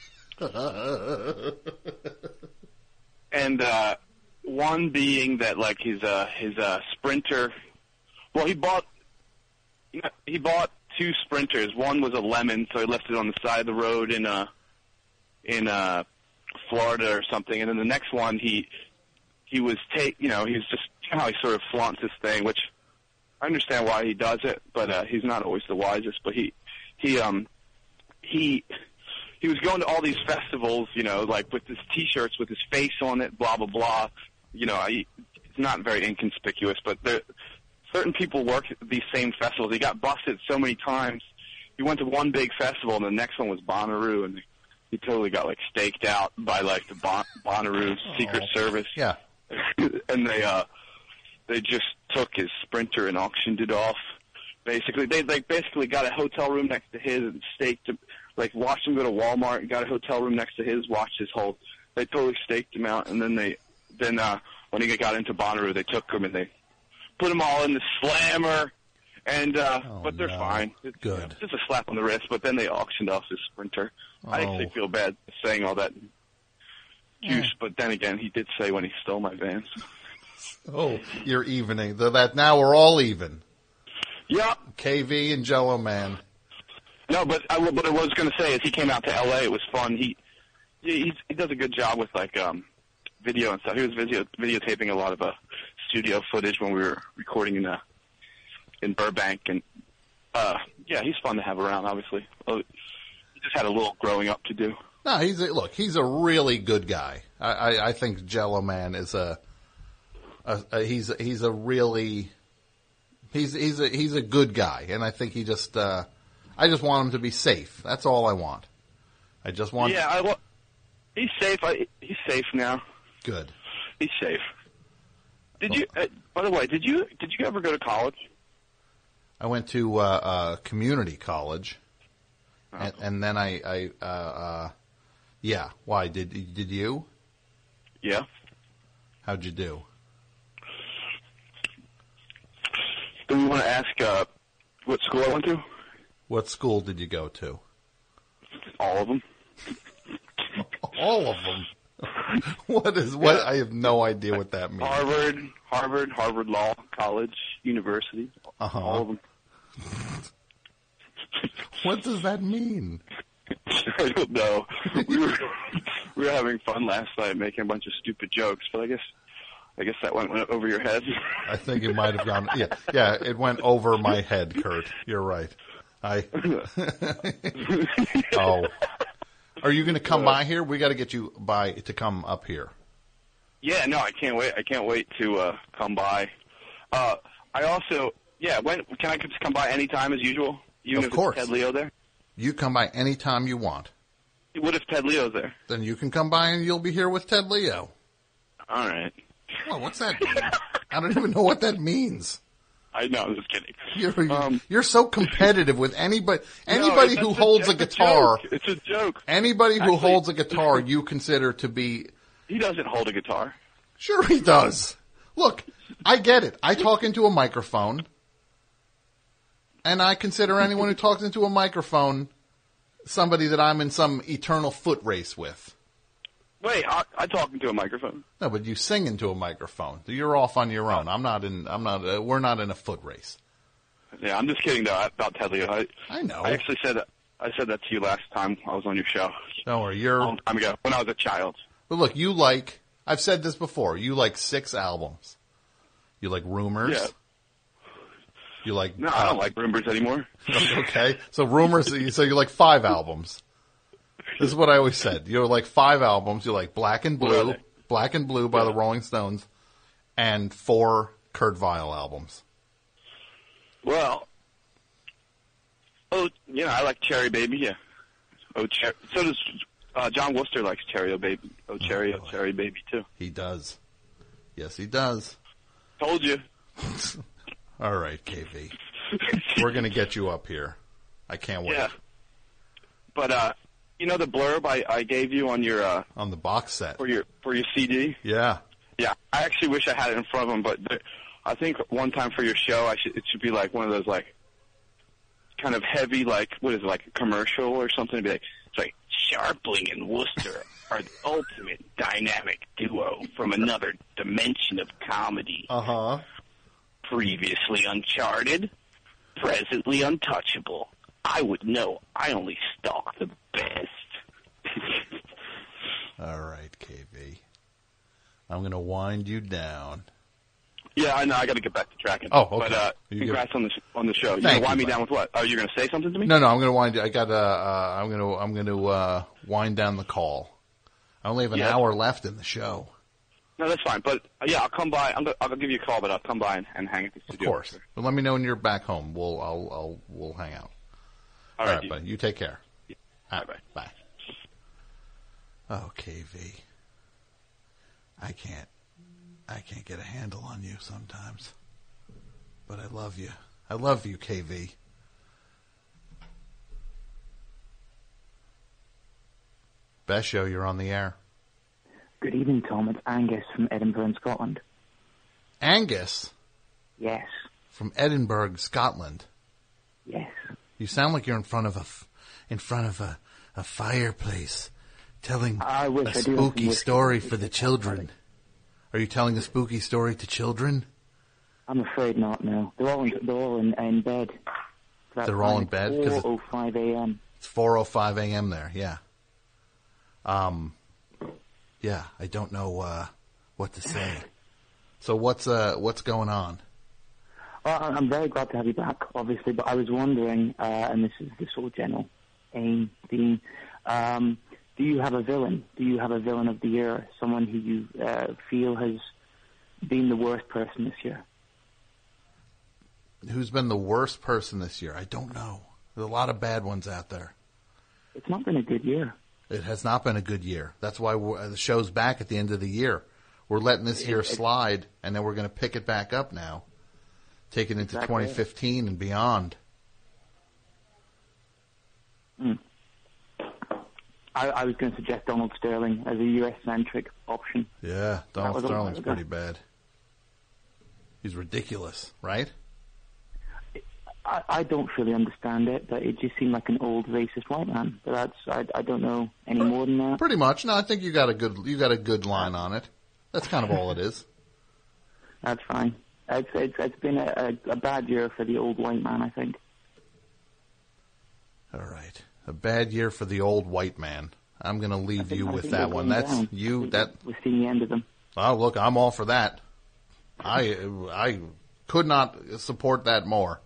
S5: and uh, one being that like his uh, his uh, sprinter. Well, he bought you know, he bought two sprinters. One was a lemon, so he left it on the side of the road in uh in uh Florida or something. And then the next one he he was take you know he was just you know how he sort of flaunts his thing, which I understand why he does it, but uh, he's not always the wisest. But he he um he he was going to all these festivals, you know, like with his T-shirts with his face on it, blah blah blah. You know, I, it's not very inconspicuous, but there, certain people work at these same festivals. He got busted so many times. He went to one big festival, and the next one was Bonnaroo, and he totally got like staked out by like the bon- Bonnaroo Secret Service.
S1: Yeah.
S5: and they uh they just took his sprinter and auctioned it off. Basically, they like basically got a hotel room next to his and staked him. Like watched him go to Walmart and got a hotel room next to his. Watched his whole. They totally staked him out, and then they then uh when he got into Bonnaroo, they took him and they put them all in the slammer. And uh but they're fine. It's,
S1: Oh, Good.
S5: Just a slap on the wrist. But then they auctioned off his sprinter. I actually
S1: Oh.
S5: feel bad saying all that juice, but then again, he did say when he stole my vans.
S1: Oh, you're evening. Though that now we're all even.
S5: Yep.
S1: KV and Jello Man.
S5: No, but I, what I was going to say is he came out to L.A. It was fun. He he, he's- he does a good job with like um video and stuff. He was video videotaping a lot of uh, studio footage when we were recording in uh, in Burbank, and uh yeah, he's fun to have around. Obviously, oh, he just had a little growing up to do.
S1: No, he's a, look. He's a really good guy. I, I, I think Jello Man is a, a, a he's he's a really he's he's a he's a good guy, and I think he just uh, I just want him to be safe. That's all I want. I just want
S5: Yeah, I, well, he's safe. I, he's safe now.
S1: good.
S5: He's safe. Did you? Uh, by the way, did you did you ever go to college?
S1: I went to uh, uh, community college,
S5: Oh.
S1: and, and then I I uh, uh, yeah. Why did did you?
S5: Yeah.
S1: How'd you do?
S5: Do we want to ask uh, what school I went to?
S1: What school did you go to?
S5: All of them.
S1: All of them. what is what? I have no idea what that means.
S5: Harvard, Harvard, Harvard Law College, University.
S1: Uh-huh.
S5: All of them.
S1: What does that mean?
S5: I don't know. We were we were having fun last night making a bunch of stupid jokes, but I guess I guess that went, went over your head.
S1: I think it might have gone. Yeah, yeah, it went over my head, Kurt. You're right. I. oh, are you going to come by here? We got to get you by to come up here.
S5: Yeah, no, I can't wait. I can't wait to uh, come by. Uh, I also, yeah, when can I just come by anytime as usual? Even
S1: Of
S5: if
S1: course.
S5: it's Ted Leo there.
S1: You come by anytime you want.
S5: What if Ted Leo's there?
S1: Then you can come by and you'll be here with Ted Leo.
S5: All right.
S1: Well, what's that? mean? I don't even know what that means.
S5: I know. I'm just kidding. Um,
S1: You're, you're so competitive with anybody. Anybody
S5: No, that's
S1: who
S5: a-
S1: holds a,
S5: that's a
S1: guitar.
S5: joke. It's a joke.
S1: Anybody who
S5: Actually-
S1: holds a guitar, you consider to be.
S5: He doesn't hold a guitar.
S1: Sure, he does. Look, I get it. I talk into a microphone, and I consider anyone who talks into a microphone somebody that I'm in some eternal foot race with.
S5: Wait, I, I talk into a microphone.
S1: No, but you sing into a microphone. You're off on your own. I'm not in. I'm not. Uh, we're not in a foot race.
S5: Yeah, I'm just kidding though about Ted Leo. I,
S1: I know.
S5: I actually said that. I said that to you last time I was on your show.
S1: Don't worry. You're.
S5: A long time ago when Oh, I was a child.
S1: But look, you like. I've said this before. You like six albums. You like rumors.
S5: Yeah.
S1: You like.
S5: No, I don't like rumors anymore.
S1: okay. So rumors. so you like five albums. This is what I always said. You're like five albums. You like Black and Blue, Black and Blue by the Rolling Stones, and four Kurt Vile albums.
S5: Well, oh, you know, I like Cherry Baby. Yeah. Oh, cher- so does uh, John Worcester likes Cherry oh, Baby. Oh, Cherry oh, Cherry Baby too.
S1: He does. Yes, he does.
S5: Told you.
S1: All right, KV. We're gonna get you up here. I can't wait.
S5: Yeah. But uh, you know the blurb I, I gave you on your uh,
S1: On the box set.
S5: for your for your CD.
S1: Yeah.
S5: Yeah, I actually wish I had it in front of them, but there, I think one time for your show, I should it should be like one of those like kind of heavy like what is it like a commercial or something? It'd be like it's like Sharpling and Worcester are the ultimate dynamic duo from another dimension of comedy.
S1: Uh
S7: Uh-huh.
S1: huh.
S5: Previously uncharted, presently untouchable. I would know. I only stalk the best.
S1: All right, KV. I'm gonna wind you down.
S5: Yeah, I know. I got to get back to tracking.
S1: Oh, okay.
S5: But uh,
S1: You
S5: congrats on the sh- on the show. You
S1: Thank
S5: gonna wind
S1: you,
S5: me down with what? Oh, you're gonna say something to me?
S1: No, no, I'm gonna wind. I got. Uh, uh, I'm gonna. I'm gonna uh, wind down the call. I only have an
S5: Yeah.
S1: hour left in the show.
S5: No, that's fine. But uh, yeah, I'll come by. I'm gonna, I'll give you a call, but I'll come by and, and hang at the
S1: Of
S5: studio.
S1: course. But let me know when you're back home. We'll. I'll. I'll. We'll hang out.
S5: All
S1: All
S5: right,
S1: right,
S5: you-
S1: buddy. You take care. All right, bye. Oh, KV. I can't. I can't get a handle on you sometimes. But I love you. I love you, KV. Best show you're on the air.
S18: Good evening, Tom. It's Angus from Edinburgh in Scotland.
S1: Angus
S18: Yes.
S1: from Edinburgh, Scotland.
S18: Yes.
S1: You sound like you're in front of a f- in front of a, a fireplace telling
S18: I wish I
S1: a
S18: do have some
S1: spooky
S18: whiskey.
S1: story for the children. Are you telling a spooky story to children?
S18: I'm afraid not, no. They're all in, they're all in, in bed. That
S1: They're all
S18: time
S1: in bed?
S18: It's
S1: 'Cause it-
S18: 4.05 a.m.
S1: It's 4:05 a.m. there. Yeah. Um yeah, I don't know uh what to say. So what's uh what's going on?
S18: Well, I- I'm very glad to have you back, obviously, but I was wondering, uh, and this is the sort of general aim, Dean, um, do you have a villain? Do you have a villain of the year? Someone who you uh, feel has been the worst person this year?
S1: Who's been the worst person this year? I don't know. There's a lot of bad ones out there.
S18: It's not been a good year.
S1: It has not been a good year. That's why we're, the show's back at the end of the year. We're letting this year slide, and then we're going to pick it back up now, take it into
S18: Exactly.
S1: 2015 and beyond.
S18: I, I was going to suggest Donald Sterling as a US-centric option.
S1: Yeah,
S18: was
S1: Donald
S18: a
S1: Sterling's
S18: while ago.
S1: pretty bad. He's ridiculous, right?
S18: I, I don't really understand it, but it just seemed like an old racist white man. But that's I, I don't know any more than that.
S1: Pretty much. No, I think you got a good you got a good line on it. That's kind of all it is.
S18: That's fine. It's it's, it's been a, a, a bad year for the old white man, I think.
S1: All right. A bad year for the old white man. I'm going to leave you
S18: I
S1: with
S18: think
S1: that
S18: we're
S1: one.
S18: going
S1: That's
S18: down.
S1: you that
S18: We're seeing the end of them.
S1: Oh, look, I'm all for that. I I could not support that more.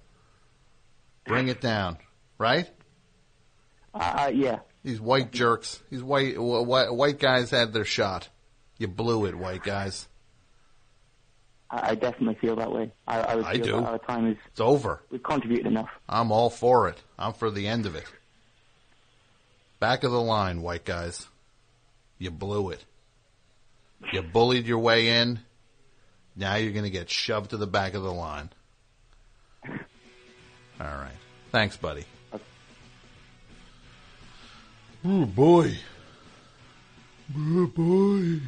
S1: Bring it down, right?
S18: Uh, yeah.
S1: These white jerks, these white wh- wh- white guys had their shot. You blew it, white guys.
S18: I, I definitely feel that way. I, I would
S1: I
S18: feel
S1: do.
S18: that our time is
S1: It's over.
S18: we've contributed enough.
S1: I'm all for it. I'm for the end of it. Back of the line, white guys. You blew it. You bullied your way in. Now you're going to get shoved to the back of the line. All right. Thanks, buddy. Oh boy. Oh boy.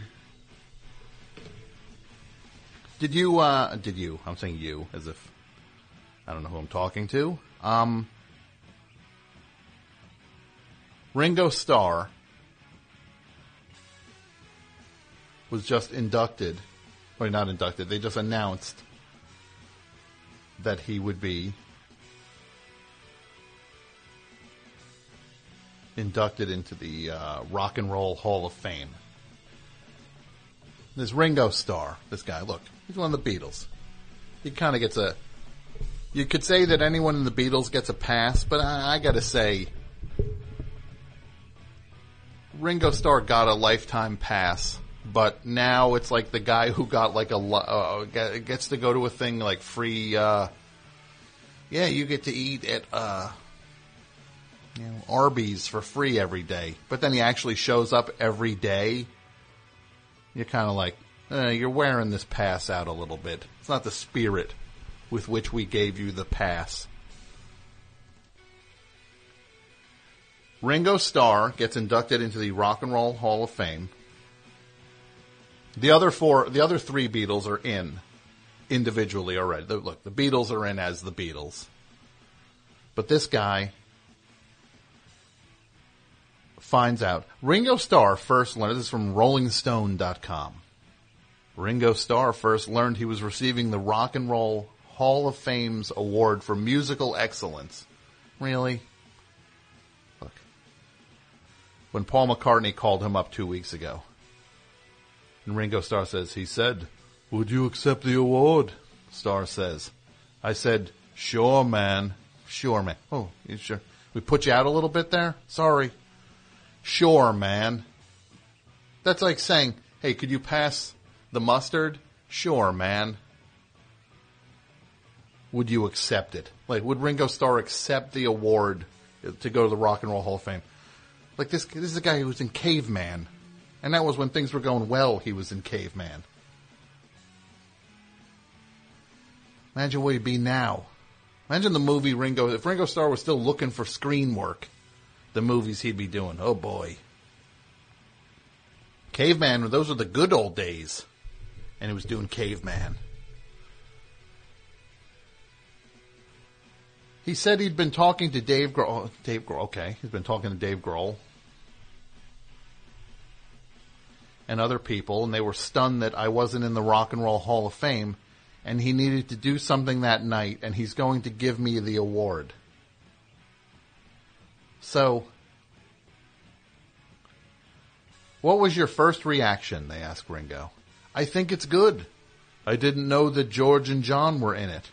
S1: Did you, uh, did you, I'm saying you as if I don't know who I'm talking to. Um, Ringo Starr was just inducted, or not inducted, they just announced that he would be inducted into the uh, Rock and Roll Hall of Fame. This Ringo Starr, this guy, look, he's one of the Beatles. He kind of gets a. You could say that anyone in the Beatles gets a pass, but I, I gotta say, Ringo Starr got a lifetime pass, but now it's like the guy who got like a li- uh, ge- gets to go to a thing like free. Uh, yeah, you get to eat at uh, you know, Arby's for free every day, but then he actually shows up every day. You're kind of like, eh, you're wearing this pass out a little bit. It's not the spirit with which we gave you the pass. Ringo Starr gets inducted into the Rock and Roll Hall of Fame. The other four, the other three Beatles are in individually already. The- Look, the Beatles are in as the Beatles. But this guy finds out. Ringo Starr first learned, this is from rollingstone.com. Ringo Starr first learned he was receiving the Rock and Roll Hall of Fame's award for musical excellence. Really? Look. When Paul McCartney called him up two weeks ago. And Ringo Starr says, he said, would you accept the award? Starr says, I said, sure man, sure man. Oh, you sure? We put you out a little bit there? Sorry. Sure man. That's like saying, hey, could you pass the mustard? Sure, man. Would you accept it? Like, would Ringo Starr accept the award to go to the Rock and Roll Hall of Fame? Like, this, this is a guy who was in Caveman. And that was when things were going well, he was in Caveman. Imagine where he'd be now. Imagine the movie Ringo, if Ringo Starr was still looking for screen work, the movies he'd be doing. Oh boy. Caveman, those were the good old days. And he was doing Caveman. He said he'd been talking to Dave Grohl. Oh, Dave Grohl, okay. He's been talking to Dave Grohl and other people, and they were stunned that I wasn't in the Rock and Roll Hall of Fame, and he needed to do something that night, and he's going to give me the award. So, What was your first reaction? They asked Ringo. I think it's good. I didn't know that George and John were in it.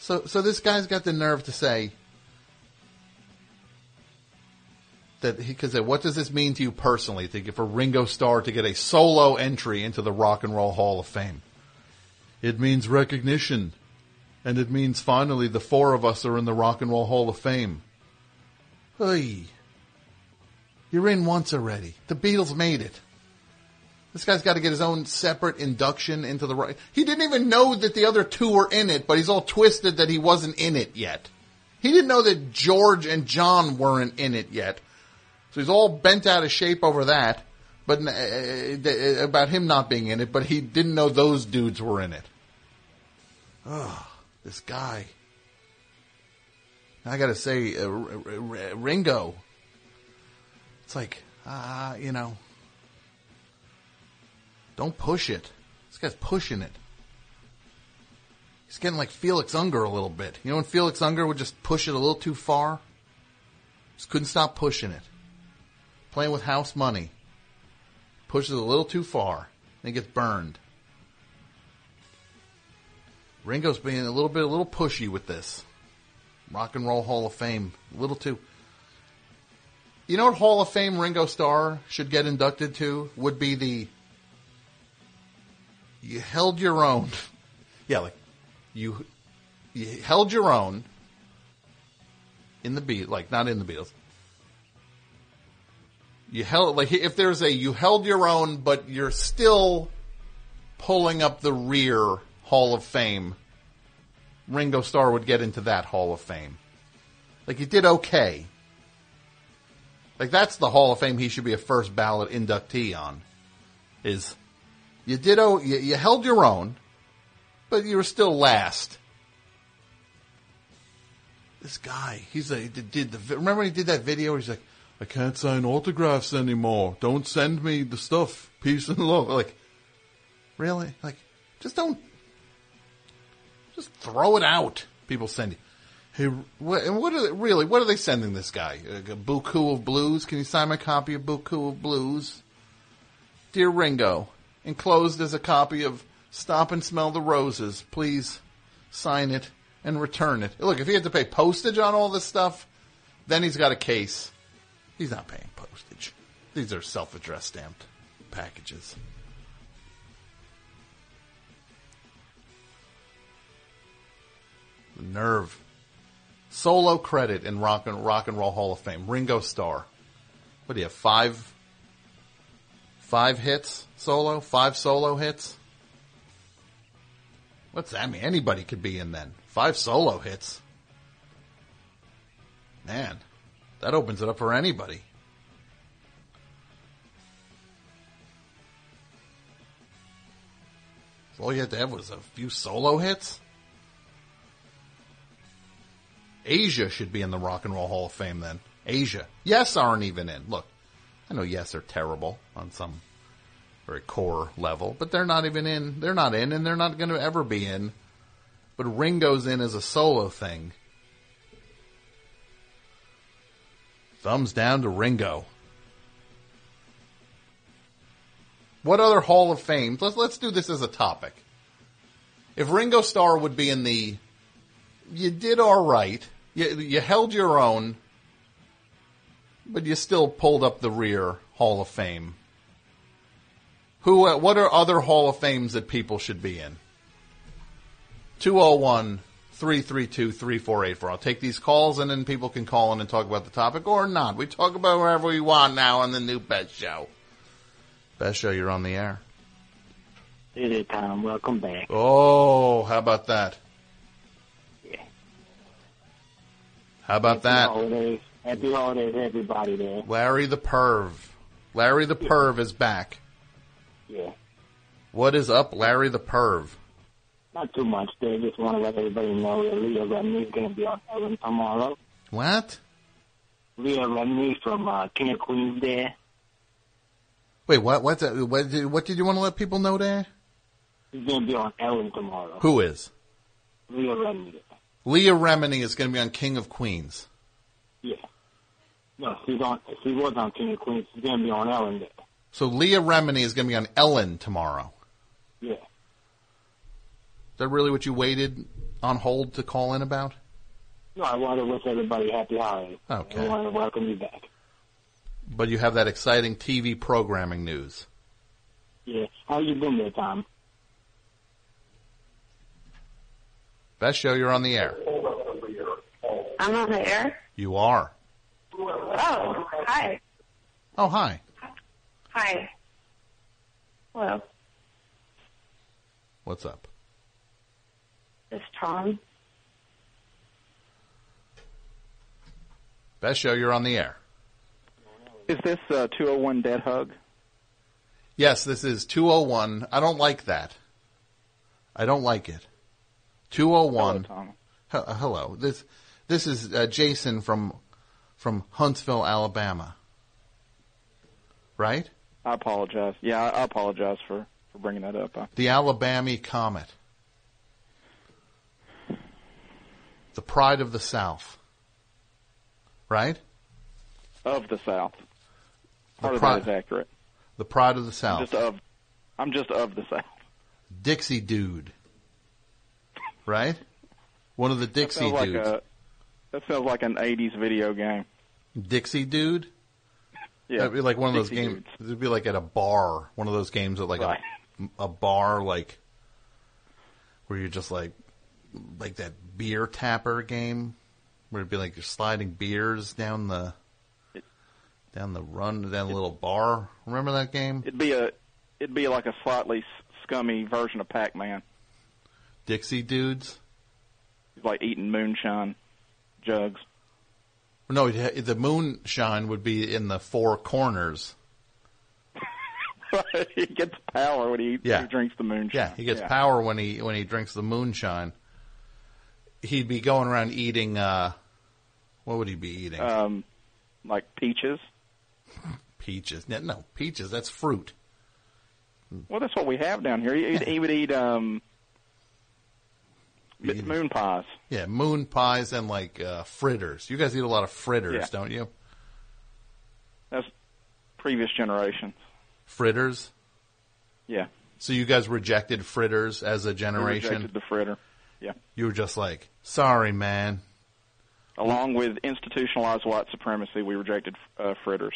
S1: So, so this guy's got the nerve to say that he could say, "What does this mean to you personally? To get for Ringo Starr to get a solo entry into the Rock and Roll Hall of Fame? It means recognition, and it means finally the four of us are in the Rock and Roll Hall of Fame." Hey. You're in once already. The Beatles made it. This guy's got to get his own separate induction into the right. He didn't even know that the other two were in it, but he's all twisted that he wasn't in it yet. He didn't know that George and John weren't in it yet. So he's all bent out of shape over that, but uh, uh, uh, about him not being in it, but he didn't know those dudes were in it. Oh, this guy. I gotta say, uh, R- R- R- Ringo, it's like, ah, you know, don't push it. This guy's pushing it. He's getting like Felix Unger a little bit. You know when Felix Unger would just push it a little too far? Just couldn't stop pushing it. Playing with house money. Pushes it a little too far. and gets burned. Ringo's being a little bit, a little pushy with this. Rock and Roll Hall of Fame, a little too. You know what Hall of Fame Ringo Starr should get inducted to would be the. You held your own. Yeah, like you, you held your own. In the beat, like not in the Beatles. You held like if there's a you held your own, but you're still pulling up the rear Hall of Fame. Ringo Starr would get into that Hall of Fame. Like he did okay. Like that's the Hall of Fame he should be a first ballot inductee on. Is you did oh you, you held your own, but you were still last. This guy, he's a he did the vi- remember when he did that video? Where he's like, I can't sign autographs anymore. Don't send me the stuff. Peace and love. Like really, like just don't just throw it out. People send you. Hey, what, and what are they, really? What are they sending this guy? A Buku of Blues? Can you sign my copy of Buku of Blues? Dear Ringo, enclosed is a copy of Stop and Smell the Roses. Please sign it and return it. Look, if he had to pay postage on all this stuff, then he's got a case. He's not paying postage. These are self-addressed stamped packages. The nerve. Solo credit in Rock and Rock and Roll Hall of Fame. Ringo Starr. What do you have? Five, five hits solo. Five solo hits. What's that mean? Anybody could be in then. Five solo hits. Man, that opens it up for anybody. If all you had to have was a few solo hits. Asia should be in the Rock and Roll Hall of Fame then. Asia. Yes aren't even in. Look, I know yes are terrible on some very core level, but they're not even in. They're not in and they're not going to ever be in. But Ringo's in as a solo thing. Thumbs down to Ringo. What other Hall of Fame? Let's, let's do this as a topic. If Ringo Starr would be in the you did all right. You, you held your own, but you still pulled up the rear Hall of Fame. Who? Uh, what are other Hall of Fames that people should be in? 201 332 3484. I'll take these calls and then people can call in and talk about the topic or not. We talk about wherever we want now on the new Best Show. Best Show, you're on the air.
S18: It is Tom. Welcome back.
S1: Oh, how about that? How about that?
S18: Happy holidays. Happy holidays, everybody there.
S1: Larry the Perv. Larry the Perv is back.
S18: Yeah.
S1: What is up, Larry the Perv?
S18: Not too much there. Just want to let everybody know that Leah Remney is going to be on Ellen tomorrow.
S1: What?
S18: Leah Remney from uh, King of Queens there.
S1: Wait, what? What's that? What did, what did you want to let people know there?
S18: She's going to be on Ellen tomorrow.
S1: Who is?
S18: Leah Remney.
S1: Leah Remini is going to be on King of Queens.
S18: Yeah. No, she's on. She was on King of Queens. She's going to be on Ellen there.
S1: So Leah Remini is going to be on Ellen tomorrow.
S18: Yeah.
S1: Is that really what you waited on hold to call in about?
S18: No, I want to wish everybody happy holidays.
S1: Okay.
S18: I want to welcome you back.
S1: But you have that exciting TV programming news.
S18: Yeah. How you been there, Tom?
S1: Best show you're on the air.
S19: I'm on the air.
S1: You are.
S19: Oh, hi.
S1: Oh, hi.
S19: Hi. Hello.
S1: What's up?
S19: This is Tom.
S1: Best show you're on the air.
S20: Is this uh, 201 Dead Hug?
S1: Yes, this is 201. I don't like that. I don't like it. 201. Hello, uh, hello. This this is uh, Jason from from Huntsville, Alabama. Right?
S20: I apologize. Yeah, I I apologize for, for bringing that up. I,
S1: The Alabama Comet. The pride of the South. Right?
S20: of the South. Part
S1: The
S20: of
S1: pri-
S20: that is accurate.
S1: The pride of the South.
S20: Just of. I'm just of the South.
S1: Dixie dude. Right? One of the Dixie
S20: sounds like
S1: dudes.
S20: a- that sounds like an '80s video game.
S1: Dixie dude?
S20: Yeah,
S1: That'd be like one of those
S20: Dixie
S1: games. It'd be like at a bar, one of those games at like a, a bar, like where you're just like like that beer tapper game, where it'd be like you're sliding beers down the down the run down the little bar. Remember that game,
S20: It'd be a it'd be like a slightly s- scummy version of Pac-Man.
S1: Dixie dudes?
S20: He's like eating moonshine jugs.
S1: No, it ha- the moonshine would be in the four corners.
S20: he gets power when he,
S1: Yeah.
S20: he drinks the moonshine.
S1: Yeah, he gets power when he when he drinks the moonshine. He'd be going around eating. uh What would he be eating?
S20: Um, like peaches.
S1: Peaches? No, no, peaches. That's fruit.
S20: Well, that's what we have down here. He, he would eat um, m- moon pies.
S1: Yeah, moon pies and like uh fritters. You guys eat a lot of fritters,
S20: Yeah.
S1: don't you?
S20: That's previous generation.
S1: Fritters.
S20: Yeah.
S1: So you guys rejected fritters as a generation.
S20: rejected the fritter. Yeah.
S1: You were just like, sorry, man.
S20: Along with institutionalized white supremacy, we rejected uh, fritters.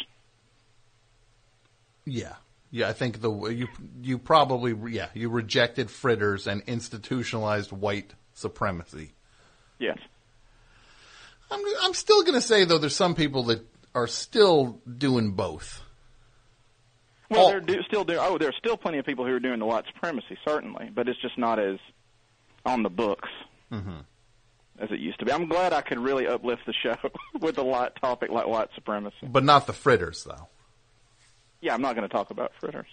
S1: Yeah, yeah. I think the you you probably yeah you rejected fritters and institutionalized white supremacy.
S20: Yes.
S1: I'm I'm still gonna say though, there's some people that are still doing both.
S20: Well, there do, still do. Oh, there are still plenty of people who are doing the white supremacy, certainly, but it's just not as on the books
S1: Mm-hmm.
S20: as it used to be. I'm glad I could really uplift the show with a light topic like white supremacy.
S1: But not the fritters though.
S20: Yeah, I'm not going to talk about fritters.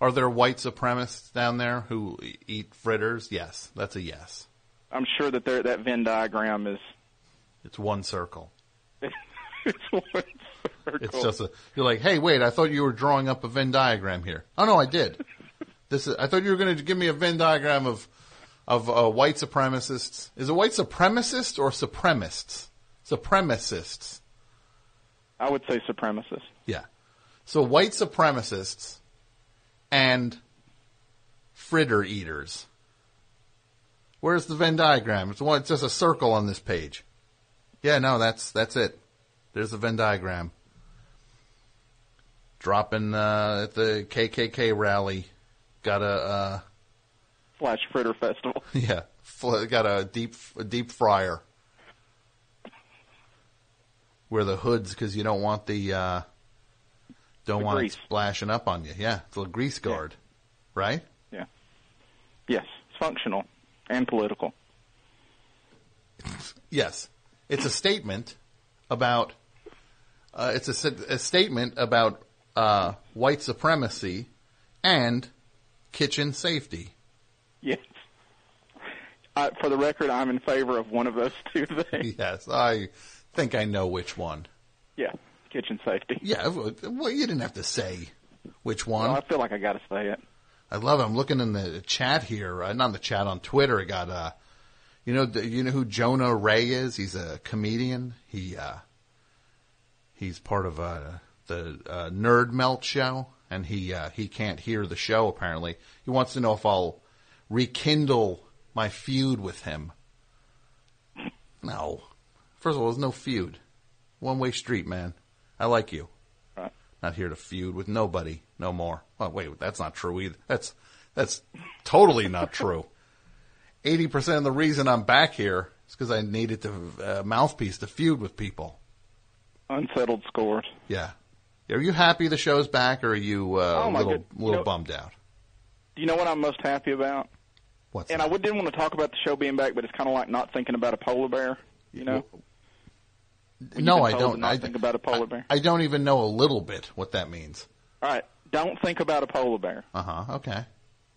S1: Are there white supremacists down there who e- eat fritters? Yes, that's a yes.
S20: I'm sure that there that Venn diagram is
S1: It's one circle.
S20: it's one circle.
S1: It's just a you're like, hey, wait, I thought you were drawing up a Venn diagram here. Oh no, I did. This is, I thought you were going to give me a Venn diagram of of uh, white supremacists. Is it white supremacists or supremacists? Supremacists.
S20: I would say supremacists.
S1: Yeah. So white supremacists and fritter eaters. Where's the Venn diagram? It's one. It's just a circle on this page. Yeah, no, that's that's it. There's the Venn diagram. Dropping uh, at the KKK rally, got a uh,
S20: Flash Fritter Festival.
S1: yeah, fl- got a deep a deep fryer. Where the hoods, because you don't want the uh, don't
S20: The
S1: want
S20: grease.
S1: it splashing up on you. Yeah, it's a little grease guard, right?
S20: Yes, it's functional and political.
S1: Yes, it's a statement about uh, it's a, s- a statement about uh, white supremacy and kitchen safety.
S20: Yes. I, for the record, I'm in favor of one of those two things.
S1: Yes, I think I know which one.
S20: Yeah, kitchen safety.
S1: Yeah, well, you didn't have to say which one.
S20: Well, I feel like I got to say it.
S1: I love it. I'm looking in the chat here, uh, not in the chat on Twitter. I got uh, you know, do you know who Jonah Ray is? He's a comedian. He uh, he's part of uh, the uh, Nerd Melt show, and he uh, he can't hear the show apparently. He wants to know if I'll rekindle my feud with him. No, first of all, there's no feud. One way street, man. I like you.
S20: Right.
S1: Not here to feud with nobody no more. Well, wait, that's not true either. That's that's totally not true. Eighty percent of the reason I'm back here is because I needed to uh, mouthpiece to feud with people.
S20: Unsettled scores.
S1: Yeah. Are you happy the show's back, or are you uh,
S20: Oh,
S1: a
S20: my
S1: little
S20: good- you
S1: little
S20: know-
S1: bummed out?
S20: Do you know what I'm most happy about?
S1: What's
S20: and I would- didn't want to talk about the show being back, but it's kind of like not thinking about a polar bear. You know? When
S1: no,
S20: you've
S1: I
S20: been told to
S1: don't.
S20: Not
S1: I,
S20: think about a polar bear.
S1: I don't even know a little bit what that means.
S20: All right, don't think about a polar bear.
S1: Uh huh. Okay.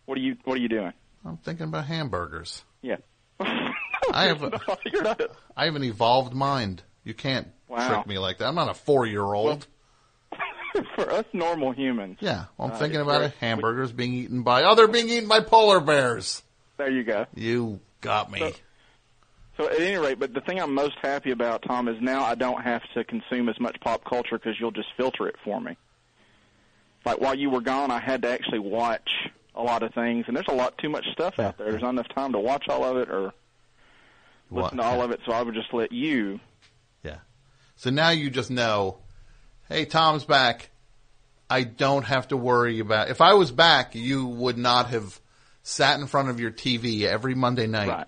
S20: What are you What are you doing?
S1: I'm thinking about hamburgers.
S20: Yeah.
S1: I have a,
S20: You're not.
S1: I have an evolved mind. You can't
S20: Wow.
S1: trick me like that. I'm not a four year old.
S20: For us normal humans.
S1: Yeah, well, I'm
S20: Uh,
S1: thinking
S20: it's
S1: about
S20: very-
S1: it. Hamburgers being eaten by other being eaten by polar bears.
S20: There you go.
S1: You got me.
S20: So- So at any rate, but the thing I'm most happy about, Tom, is now I don't have to consume as much pop culture because you'll just filter it for me. like while you were gone, I had to actually watch a lot of things, and there's a lot too much stuff out there. There's not enough time to watch all of it or listen to all of it. So I would just let you.
S1: So now you just know, hey, Tom's back. I don't have to worry about. If I was back, you would not have sat in front of your TV every Monday night,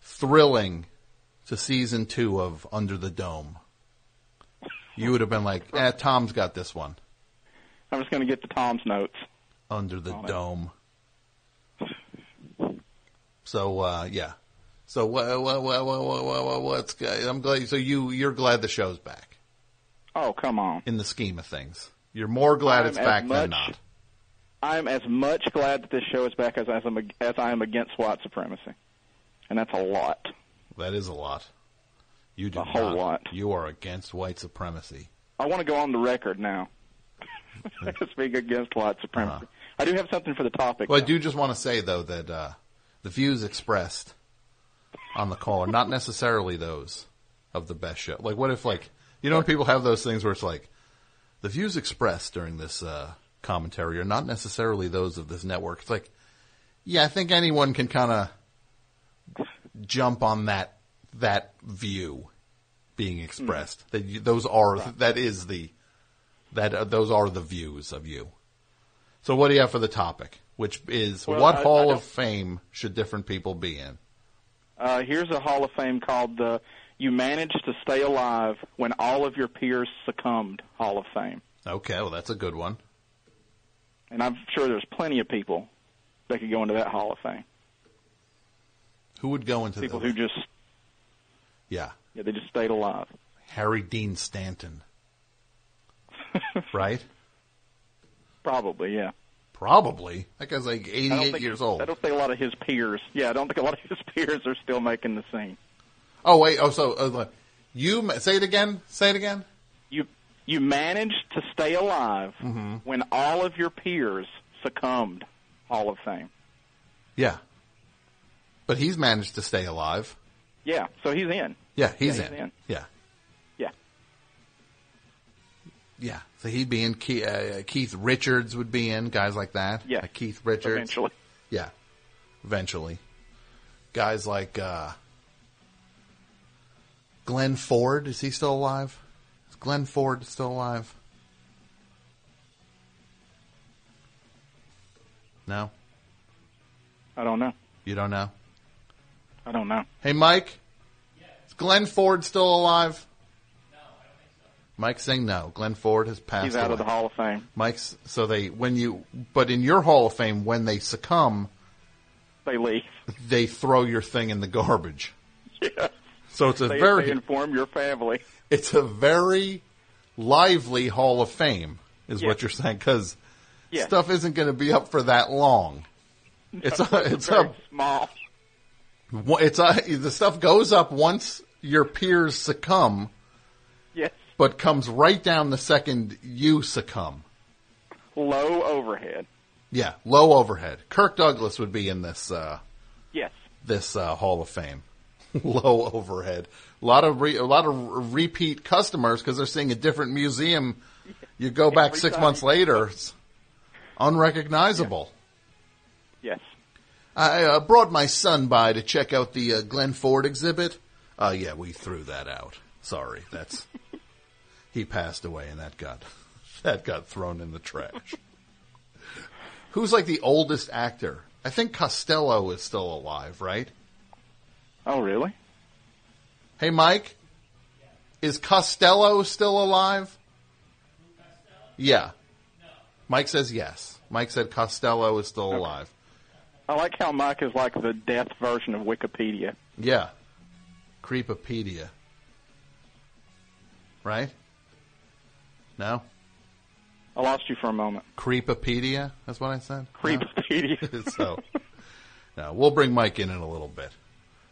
S1: thrilling to season two of Under the Dome. You would have been like, eh, Tom's got this one.
S20: I'm just going to get to Tom's notes.
S1: Under the Dome. So uh, yeah. So what, what, what, what, what, what, what, what's go- I'm glad. So you you're glad the show's back.
S20: Oh come on!
S1: In the scheme of things, you're more glad
S20: I'm
S1: it's
S20: as
S1: back
S20: much-
S1: than not.
S20: I'm as much glad that this show is back as as, I'm, ag- as I am against white supremacy, and that's a lot.
S1: That is a lot. You do
S20: a whole
S1: not.
S20: lot.
S1: You are against white supremacy.
S20: I want to go on the record now. Just being against white supremacy. I do have something for the topic.
S1: Uh-huh. Well, I do just want to say though that uh, the views expressed on the call are not necessarily those of the best show. Like, what if like you know when people have those things where it's like the views expressed during this uh, commentary are not necessarily those of this network. It's like, yeah, I think anyone can kind of jump on that that view being
S20: Hmm.
S1: expressed. That you, those are
S21: Right.
S1: that is the that uh, those are the views of you. So what do you have for the topic? Which is
S20: Well,
S1: what
S20: I- I
S1: Hall
S20: don't-
S1: of Fame should different people be in?
S20: Uh, here's a Hall of Fame called the "You Managed to Stay Alive When All of Your Peers Succumbed" Hall of Fame.
S1: Okay, well that's a good one.
S20: And I'm sure there's plenty of people that could go into that Hall of Fame.
S1: Who would go into
S20: people
S1: the,
S20: who just
S1: Yeah,
S20: yeah, they just stayed alive.
S1: Harry Dean Stanton. right?
S20: Probably, yeah.
S1: Probably. That guy's like
S20: I don't
S1: 88
S20: think-
S1: years old.
S20: I don't think a lot of his peers. Yeah, I don't think a lot of his peers are still making the scene.
S1: Oh wait, oh so uh, look. you ma- say it again? Say it again?
S20: You you managed to stay alive
S1: Mhm.
S20: when all of your peers succumbed. Hall of Fame.
S1: Yeah. But he's managed to stay alive.
S20: Yeah, so he's in.
S1: Yeah, he's,
S20: Yeah, he's
S1: in.
S20: in.
S1: Yeah.
S20: Yeah.
S1: Yeah. So he'd be in. Keith, uh, Keith Richards would be in. Guys like that. Yeah. Keith Richards.
S20: Eventually.
S1: Yeah. Eventually. Guys like uh, Glenn Ford. Is he still alive? Is Glenn Ford still alive? No?
S20: I don't know.
S1: You don't know?
S20: I don't know.
S1: Hey, Mike. Is Glenn Ford still alive? Mike's saying no. Glenn Ford has passed.
S20: He's out of
S1: away.
S20: the Hall of Fame.
S1: Mike's so they when you but in your Hall of Fame when they succumb,
S20: They leave.
S1: they throw your thing in the garbage. So it's a
S20: they,
S1: very
S20: they inform your family.
S1: it's a very lively Hall of Fame, is
S20: Yeah.
S1: what you're saying, because
S20: Yeah.
S1: stuff isn't going to be up for that long. it's a, it's a
S20: small.
S1: It's a, the stuff goes up once your peers succumb,
S20: Yes.
S1: but comes right down the second you succumb.
S20: Low overhead.
S1: Yeah, low overhead. Kirk Douglas would be in this uh,
S20: Yes.
S1: this uh, Hall of Fame. Low overhead. A lot of re- a lot of repeat customers because they're seeing a different museum. You go back
S20: Every
S1: six
S20: time
S1: months later, it's unrecognizable.
S20: Yes.
S1: I uh, brought my son by to check out the uh, Glenn Ford exhibit. Uh, yeah, we threw that out. Sorry, that's he passed away, and that got that got thrown in the trash. Who's like the oldest actor? I think Costello is still alive, right?
S20: Oh, really?
S1: Hey, Mike, is Costello still alive? Yeah. Mike says yes. Mike said Costello is still alive.
S20: I like how Mike is like the death version of Wikipedia.
S1: Yeah. Creepopedia. Right? No?
S20: I lost you for a moment.
S1: Creepopedia? That's what I said?
S20: Creepopedia.
S1: so, no, we'll bring Mike in in a little bit.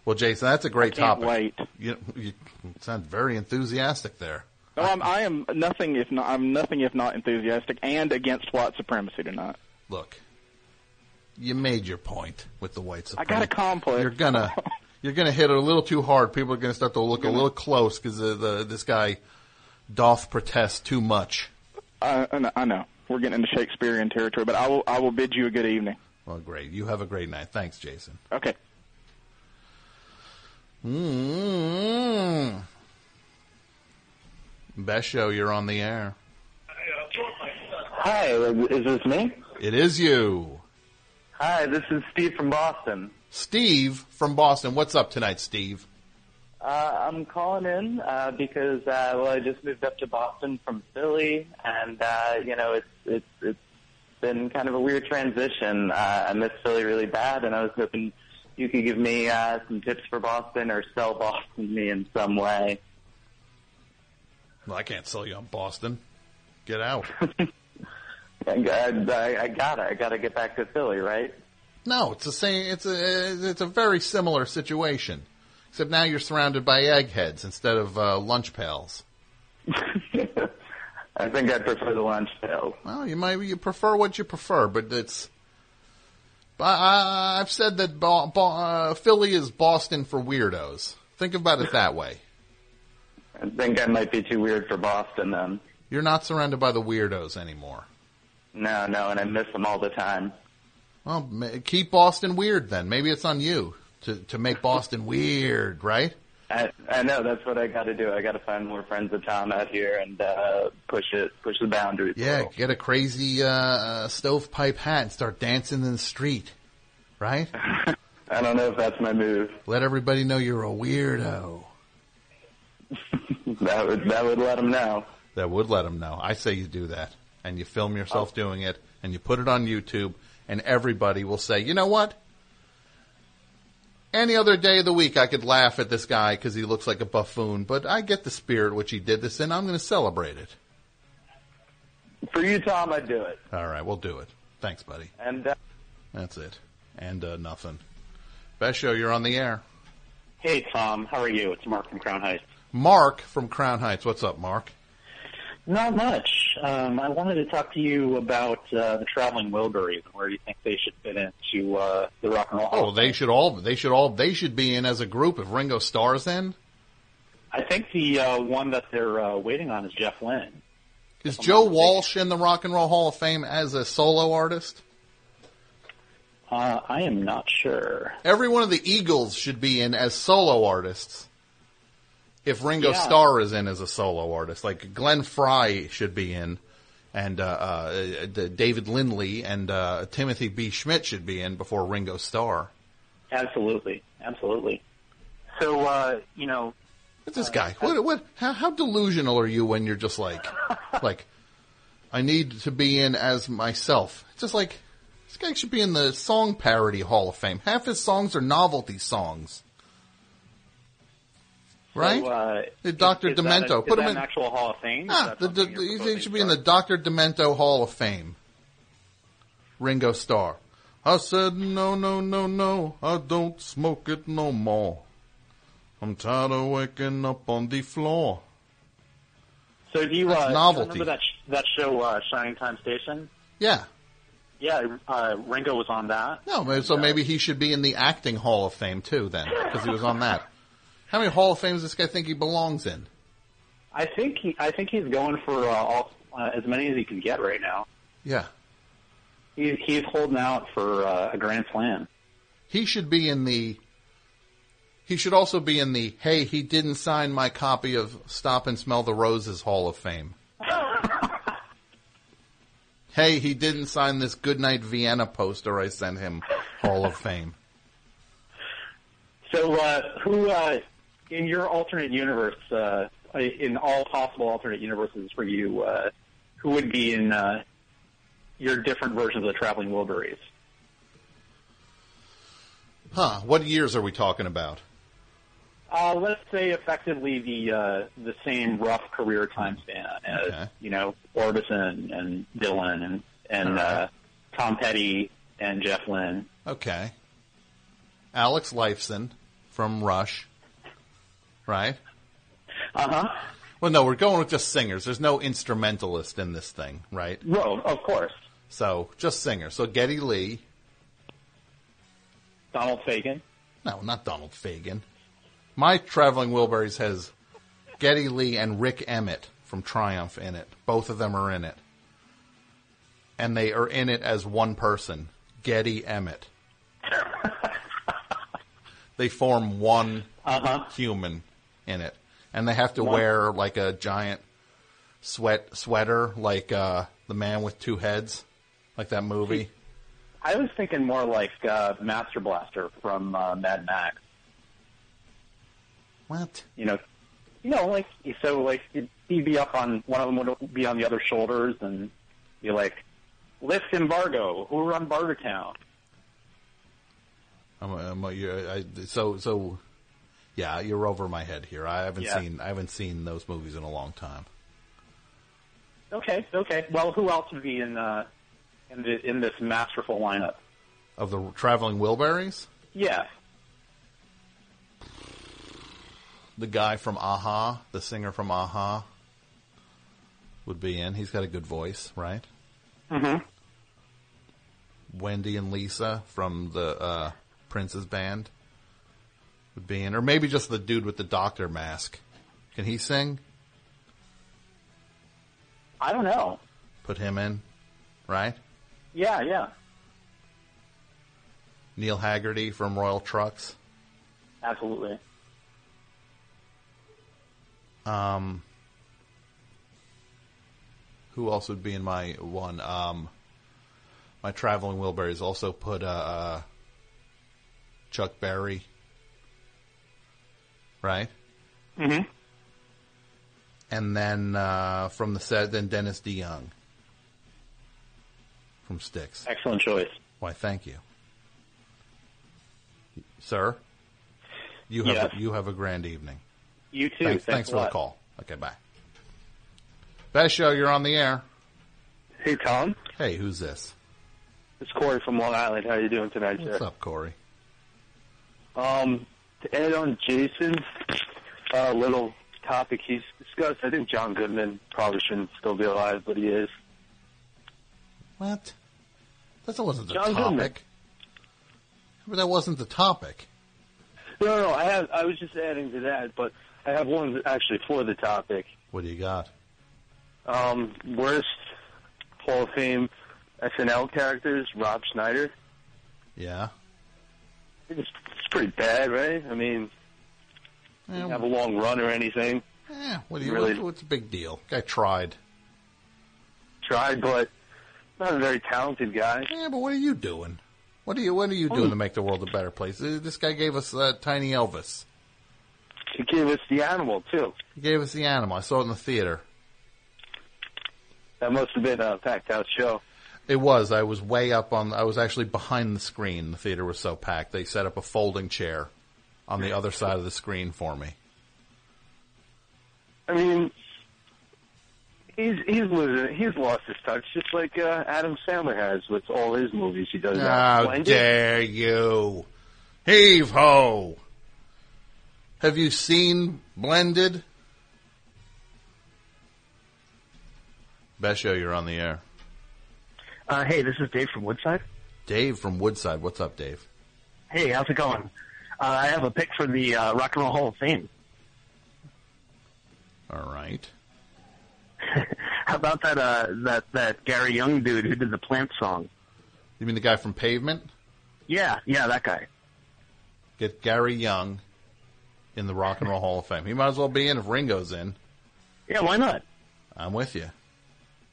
S1: Well, Jason, that's a great
S20: I can't
S1: topic.
S20: wait.
S1: You, you sound very enthusiastic there.
S20: No, Oh, I'm, I am nothing if not I'm nothing if not enthusiastic and against white supremacy tonight.
S1: Look, you made your point with the white
S20: I
S1: supremacy.
S20: got a complex.
S1: You're gonna, you're gonna hit it a little too hard. People are gonna start to look a little close because the, the, this guy doth protest too much.
S20: I, I know- I know. we're getting into Shakespearean territory. But I will I will bid you a good evening.
S1: Well, great. You have a great night. Thanks, Jason.
S20: Okay.
S1: mm Best show, you're on the air.
S21: Hi, is this me?
S1: It is you.
S21: Hi, this is Steve from Boston.
S1: Steve from Boston. What's up tonight, Steve?
S21: Uh, I'm calling in uh, because uh, well, I just moved up to Boston from Philly, and uh, you know it's it's it's been kind of a weird transition. Uh, I miss Philly really bad, and I was hoping you could give me uh, some tips for Boston or sell Boston to me in some way.
S1: Well, I can't sell you on Boston. Get out.
S21: I, I, I gotta I gotta get back to Philly, right?
S1: No, it's the same. It's a it's a very similar situation, except now you're surrounded by eggheads instead of uh, lunch pals.
S21: I think I prefer the lunch pail.
S1: Well, you might you prefer what you prefer, but it's. I- I, I've said that Bo, Bo, uh, Philly is Boston for weirdos. Think about it that way.
S21: I think I might be too weird for Boston then.
S1: You're not surrounded by the weirdos anymore.
S21: No, no, and I miss them all the time.
S1: Well, ma- keep Boston weird then. Maybe it's on you to to make Boston weird, right?
S21: I, I know that's what I got to do. I got to find more friends of town out here and uh, push it, push the boundaries.
S1: Yeah, get a crazy uh, uh, stovepipe hat and start dancing in the street, right?
S21: I don't know if that's my move.
S1: Let everybody know you're a weirdo.
S21: that would that would let them know.
S1: That would let them know. I say you do that, and you film
S21: Oh.
S1: yourself doing it, and you put it on YouTube, and everybody will say, you know what? Any other day of the week, I could laugh at this guy because he looks like a buffoon, but I get the spirit which he did this in. I'm going to celebrate it.
S21: For you, Tom, I'd do it.
S1: All right, we'll do it. Thanks, buddy.
S21: And uh,
S1: That's it. And uh, nothing. Best show, you're on the air.
S10: Hey, Tom. How are you? It's Mark from Crown Heights.
S1: Mark from Crown Heights. What's up, Mark?
S10: Not much. Um, I wanted to talk to you about uh, the traveling Wilburys and where you think they should fit into uh, the Rock and Roll Hall.
S1: Oh, they should all they should all they should be in as a group if Ringo Starr's in.
S10: I think the uh, one that they're uh, waiting on is Jeff Lynne.
S1: Is Joe Walsh in the Rock and Roll Hall of Fame as a solo artist?
S10: Uh, I am not sure.
S1: Every one of the Eagles should be in as solo artists. If Ringo
S10: Yeah.
S1: Starr is in as a solo artist, like Glenn Fry should be in, and uh, uh, uh, David Lindley and uh, Timothy B. Schmidt should be in before Ringo Starr.
S10: Absolutely, absolutely. So uh, you know,
S1: What's this guy? What? What? How, how delusional are you when you're just like, like, I need to be in as myself? It's just like this guy should be in the song parody Hall of Fame. Half his songs are novelty songs, right?
S10: So, uh,
S1: the Doctor
S10: is, is that
S1: Demento.
S10: a- is
S1: Put
S10: that
S1: him
S10: an
S1: in.
S10: actual Hall of Fame. Is
S1: Ah,
S10: that
S1: the, the,
S10: something you're
S1: he
S10: proposing?
S1: should be in the Doctor Demento Hall of Fame. Ringo Starr. I said no, no, no, no. I don't smoke it no more. I'm tired of waking up on the floor.
S10: So do you,
S1: That's
S10: uh, do you
S1: novelty.
S10: remember that sh- that show uh, Shining Time Station?
S1: Yeah.
S10: Yeah, uh, Ringo was on that.
S1: No, ma- so maybe he should be in the acting Hall of Fame too, then, because he was on that. How many Hall of Fames does this guy think he belongs in?
S10: I think he, I think he's going for uh, all uh, as many as he can get right now.
S1: Yeah.
S10: He's he's holding out for uh, a grand slam.
S1: He should be in the. He should also be in the. Hey, he didn't sign my copy of Stop and Smell the Roses Hall of Fame. hey, he didn't sign this Goodnight Vienna poster I sent him. Hall of Fame.
S10: So uh, who uh, in your alternate universe, uh, in all possible alternate universes for you, uh, who would be in uh, your different versions of the Traveling Wilburys?
S1: Huh? What years are we talking about?
S10: Uh, let's say effectively the uh, the same rough career time span as you know Orbison and Dylan and and uh, Tom Petty and Jeff Lynne.
S1: Okay. Alex Lifeson from Rush. Right?
S10: Uh huh.
S1: Well, no, we're going with just singers. There's no instrumentalist in this thing, right?
S10: No, of course.
S1: So, just singers. So, Getty Lee.
S10: Donald Fagen.
S1: No, not Donald Fagen. My Traveling Wilburys has Getty Lee and Rick Emmett from Triumph in it. Both of them are in it. and they are in it as one person, Getty Emmett. they form one human in it, and they have to
S2: One.
S1: wear like a giant sweat sweater, like uh, the man with two heads, like that movie.
S10: I was thinking more like uh, Master Blaster from uh, Mad Max.
S1: What?
S10: You know, you know, like so, like he'd be up on one of them would be on the other shoulders, and be like, "Lift embargo, who run Barter Town?"
S1: I'm, I'm, you're, I, so so, yeah, you're over my head here. I haven't
S10: Yeah.
S1: seen I haven't seen those movies in a long time.
S10: Okay, okay. Well, who else would be in uh, in the, in this masterful lineup?
S1: Of the traveling Wilburys,
S10: Yeah,
S1: the guy from Aha, the singer from Aha, would be in. He's got a good voice, right?
S10: Mm-hmm.
S1: Wendy and Lisa from the uh, Prince's band would be in, or maybe just the dude with the doctor mask. Can he sing?
S10: I don't know.
S1: Put him in, right?
S10: Yeah, yeah,
S1: Neil Haggerty from Royal Trucks.
S10: absolutely.
S1: Um, who else would be in my one? Um, my traveling Wilburys also put uh, uh, Chuck Berry, right?
S10: Mm-hmm.
S1: And then uh, from the set, then Dennis DeYoung from Styx.
S10: Excellent choice.
S1: Why? Thank you, sir. You have
S10: Yes.
S1: you have a grand evening.
S10: You too. Thanks
S1: Thanks, thanks
S10: a
S1: for the
S10: lot.
S1: call. Okay, bye. Best show, you're on the air.
S22: Hey, Tom.
S1: Hey, who's this?
S22: It's Corey from Long Island. How are you doing tonight, sir?
S1: What's up, Corey?
S22: Um, to add on Jason's uh, little topic he's discussed, I think John Goodman probably shouldn't still be alive, but he is.
S1: What? That wasn't the
S22: John
S1: topic.
S22: Goodman.
S1: But that wasn't the topic.
S22: No, no, I have. I was just adding to that, but I have one actually for the topic.
S1: What do you got?
S22: Um, worst Hall of Fame SNL characters: Rob Schneider.
S1: Yeah.
S22: It's, it's pretty bad, right? I mean, he
S1: Yeah.
S22: didn't have a long run or anything.
S1: Eh, what do you,
S22: Really?
S1: what- what's the big deal? Guy tried.
S22: Tried, but not a very talented guy.
S1: Yeah, but what are you doing? What are you What are
S18: Oh,
S22: Oh.
S1: you doing to make the world a better place? Uh, This guy gave us uh, Tiny Elvis.
S22: He gave us the animal too.
S1: He gave us the animal. I saw it in the theater.
S22: That must have been a packed out show.
S1: It was. I was way up on. I was actually behind the screen. The theater was so packed. They set up a folding chair on the other side of the screen for me.
S22: I mean, he's he's losing, he's lost his touch, just like uh, Adam Sandler has with all his movies he does. now.
S1: How
S22: Blinded.
S1: dare you? Heave ho! Have you seen Blended? Best show you're on the air.
S23: Uh, hey, this is Dave from Woodside.
S1: Dave from Woodside. What's up, Dave?
S23: Hey, how's it going? Uh, I have a pick for the uh, Rock and Roll Hall of Fame.
S1: All right.
S23: How about that uh, that that Gary Young dude who did the Plant song?
S1: You mean the guy from Pavement?
S23: Yeah, yeah, that guy.
S1: Get Gary Young in the Rock and Roll Hall of Fame. He might as well be in if Ringo's in.
S23: Yeah, why not?
S1: I'm with you.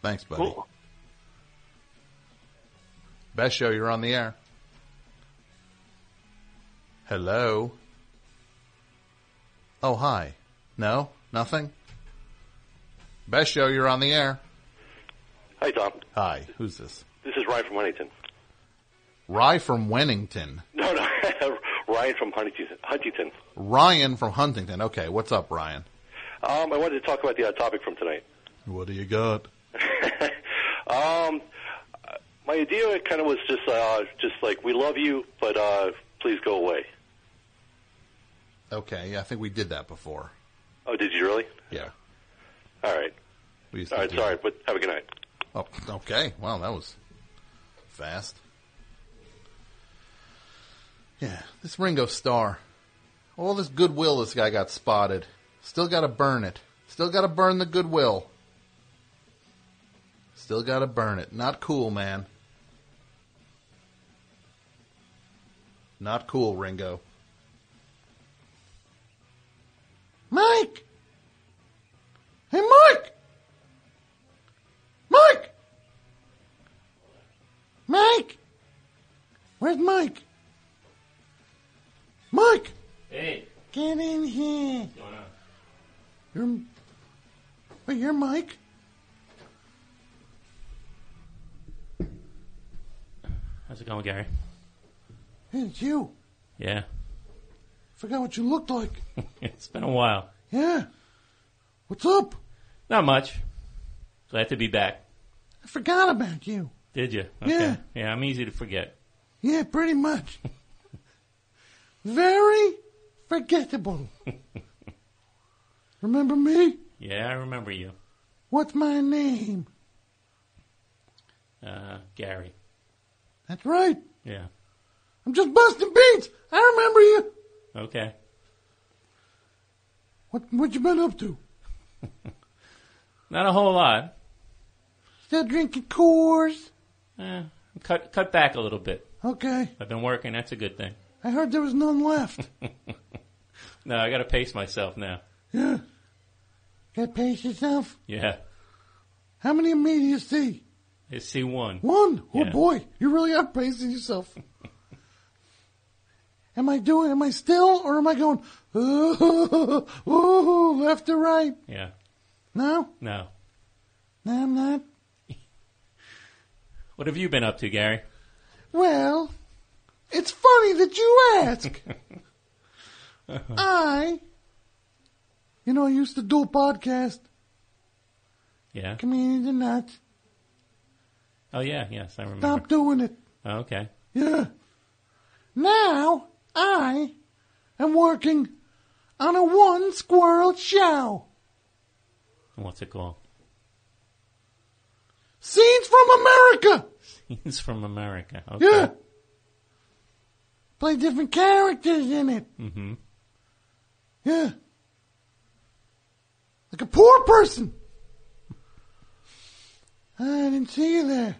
S1: Thanks, buddy. Best show you're on the air. Hello. Oh, hi. No, nothing. Best show you're on the air.
S24: Hi, Tom.
S1: Hi, who's this?
S24: This is Ryan from Huntington.
S1: Rye from Wennington.
S24: No, no, Ryan from Huntington. Huntington.
S1: Ryan from Huntington. Okay, what's up, Ryan?
S24: Um, I wanted to talk about the uh, topic from tonight.
S1: What do you got?
S24: Um, uh, my idea kind of was just, uh, just like we love you, but uh, please go away.
S1: Okay, yeah, I think we did that before.
S24: Oh, did you really?
S1: Yeah.
S24: All right.
S1: We used
S24: All
S1: to
S24: right.
S1: do
S24: Sorry, but have a good night.
S1: Oh, okay. Wow, that was fast. Yeah, this Ringo Starr. All this goodwill this guy got spotted. Still gotta burn it. Still gotta burn the goodwill.
S14: Still got to burn it. Not cool, man. Not cool, Ringo. Mike! Hey, Mike! Mike! Mike! Where's Mike? Mike!
S16: Hey.
S14: Get in here.
S16: Going on.
S14: You're. Wait, you're Mike?
S16: How's it going, Gary?
S14: Hey, it's you.
S16: Yeah.
S14: Forgot what you looked like.
S16: It's been a while.
S14: Yeah. What's up?
S16: Not much. Glad to be back.
S14: I forgot about you.
S16: Did you?
S14: Yeah.
S16: Yeah, I'm easy to forget.
S14: Yeah, pretty much. Very forgettable. Remember me?
S16: Yeah, I remember you.
S14: What's my name?
S16: Uh, Gary.
S14: That's right.
S16: Yeah.
S14: I'm just busting beats. I remember you.
S16: Okay.
S14: What what you been up to?
S16: Not a whole lot.
S14: Still drinking Coors?
S16: Eh, cut cut back a little bit.
S14: Okay.
S16: I've been working. That's a good thing.
S14: I heard there was none left.
S16: No, I got to pace myself now.
S14: yeah. Got pace yourself.
S16: Yeah.
S14: How many of me do you see?
S16: It's C1.
S14: One. Oh
S16: Yeah.
S14: boy, you really are pacing yourself. am I doing? Am I still, or am I going? Oh, left to right.
S16: Yeah.
S14: No,
S16: No.
S14: no, I'm not.
S16: What have you been up to, Gary?
S14: Well, it's funny that you ask. I, you know, I used to do a podcast,
S16: Yeah.
S14: comedians and nuts.
S16: Oh yeah. Yes, I remember.
S14: Stop doing it.
S16: Oh, okay.
S14: Yeah. Now I am working on a one squirrel show.
S16: What's it called?
S14: Scenes from America.
S16: Scenes from America. Okay.
S14: Yeah. Play different characters in it.
S16: Mm-hmm.
S14: Yeah. Like a poor person. I didn't see you there.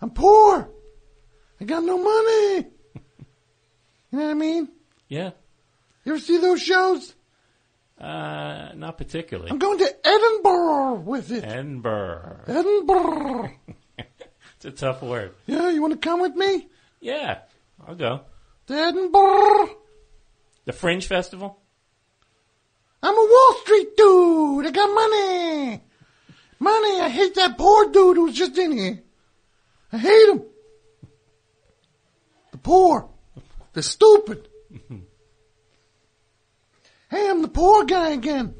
S14: I'm poor. I got no money. You know what I mean?
S16: Yeah.
S14: You ever see those shows?
S16: Uh, not particularly.
S14: I'm going to Edinburgh with it.
S16: Edinburgh.
S14: Edinburgh.
S16: It's a tough word.
S14: Yeah, you want to come with me?
S16: Yeah. I'll go.
S14: To Edinburgh.
S16: The Fringe Festival.
S14: I'm a Wall Street dude. I got money. Money. I hate that poor dude who's just in here. I hate him. The poor. They're stupid. Hey, I'm the poor guy again.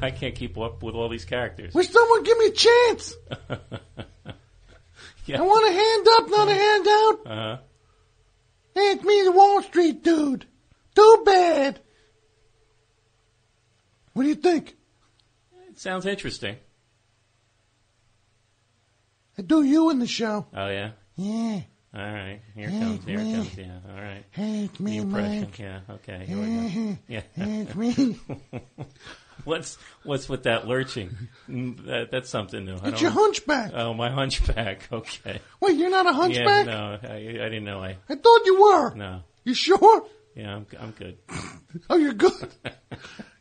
S16: I can't keep up with all these characters.
S14: Will someone give me a chance?
S16: Yeah.
S14: I want a hand up, not a hand out.
S16: Uh-huh.
S14: Hey, it's me, the Wall Street dude. Too bad. What do you think?
S16: It sounds interesting.
S14: I do you in the show.
S16: Oh yeah.
S14: Yeah.
S16: All right. Here it
S14: Hey,
S16: comes. Here it
S14: me.
S16: comes. Yeah. All right.
S14: Hey, it's me,
S16: the impression.
S14: Mike.
S16: Yeah. Okay. Here we go. Yeah.
S14: Hey, it's me.
S16: What's what's with that lurching? Mm, That, that's something new. I
S14: It's
S16: don't-
S14: your hunchback.
S16: Oh, my hunchback. Okay.
S14: Wait, you're not a hunchback?
S16: Yeah, no, I, I didn't know. I
S14: I thought you were.
S16: no.
S14: You sure?
S16: Yeah, I'm I'm good.
S14: Oh, you're good.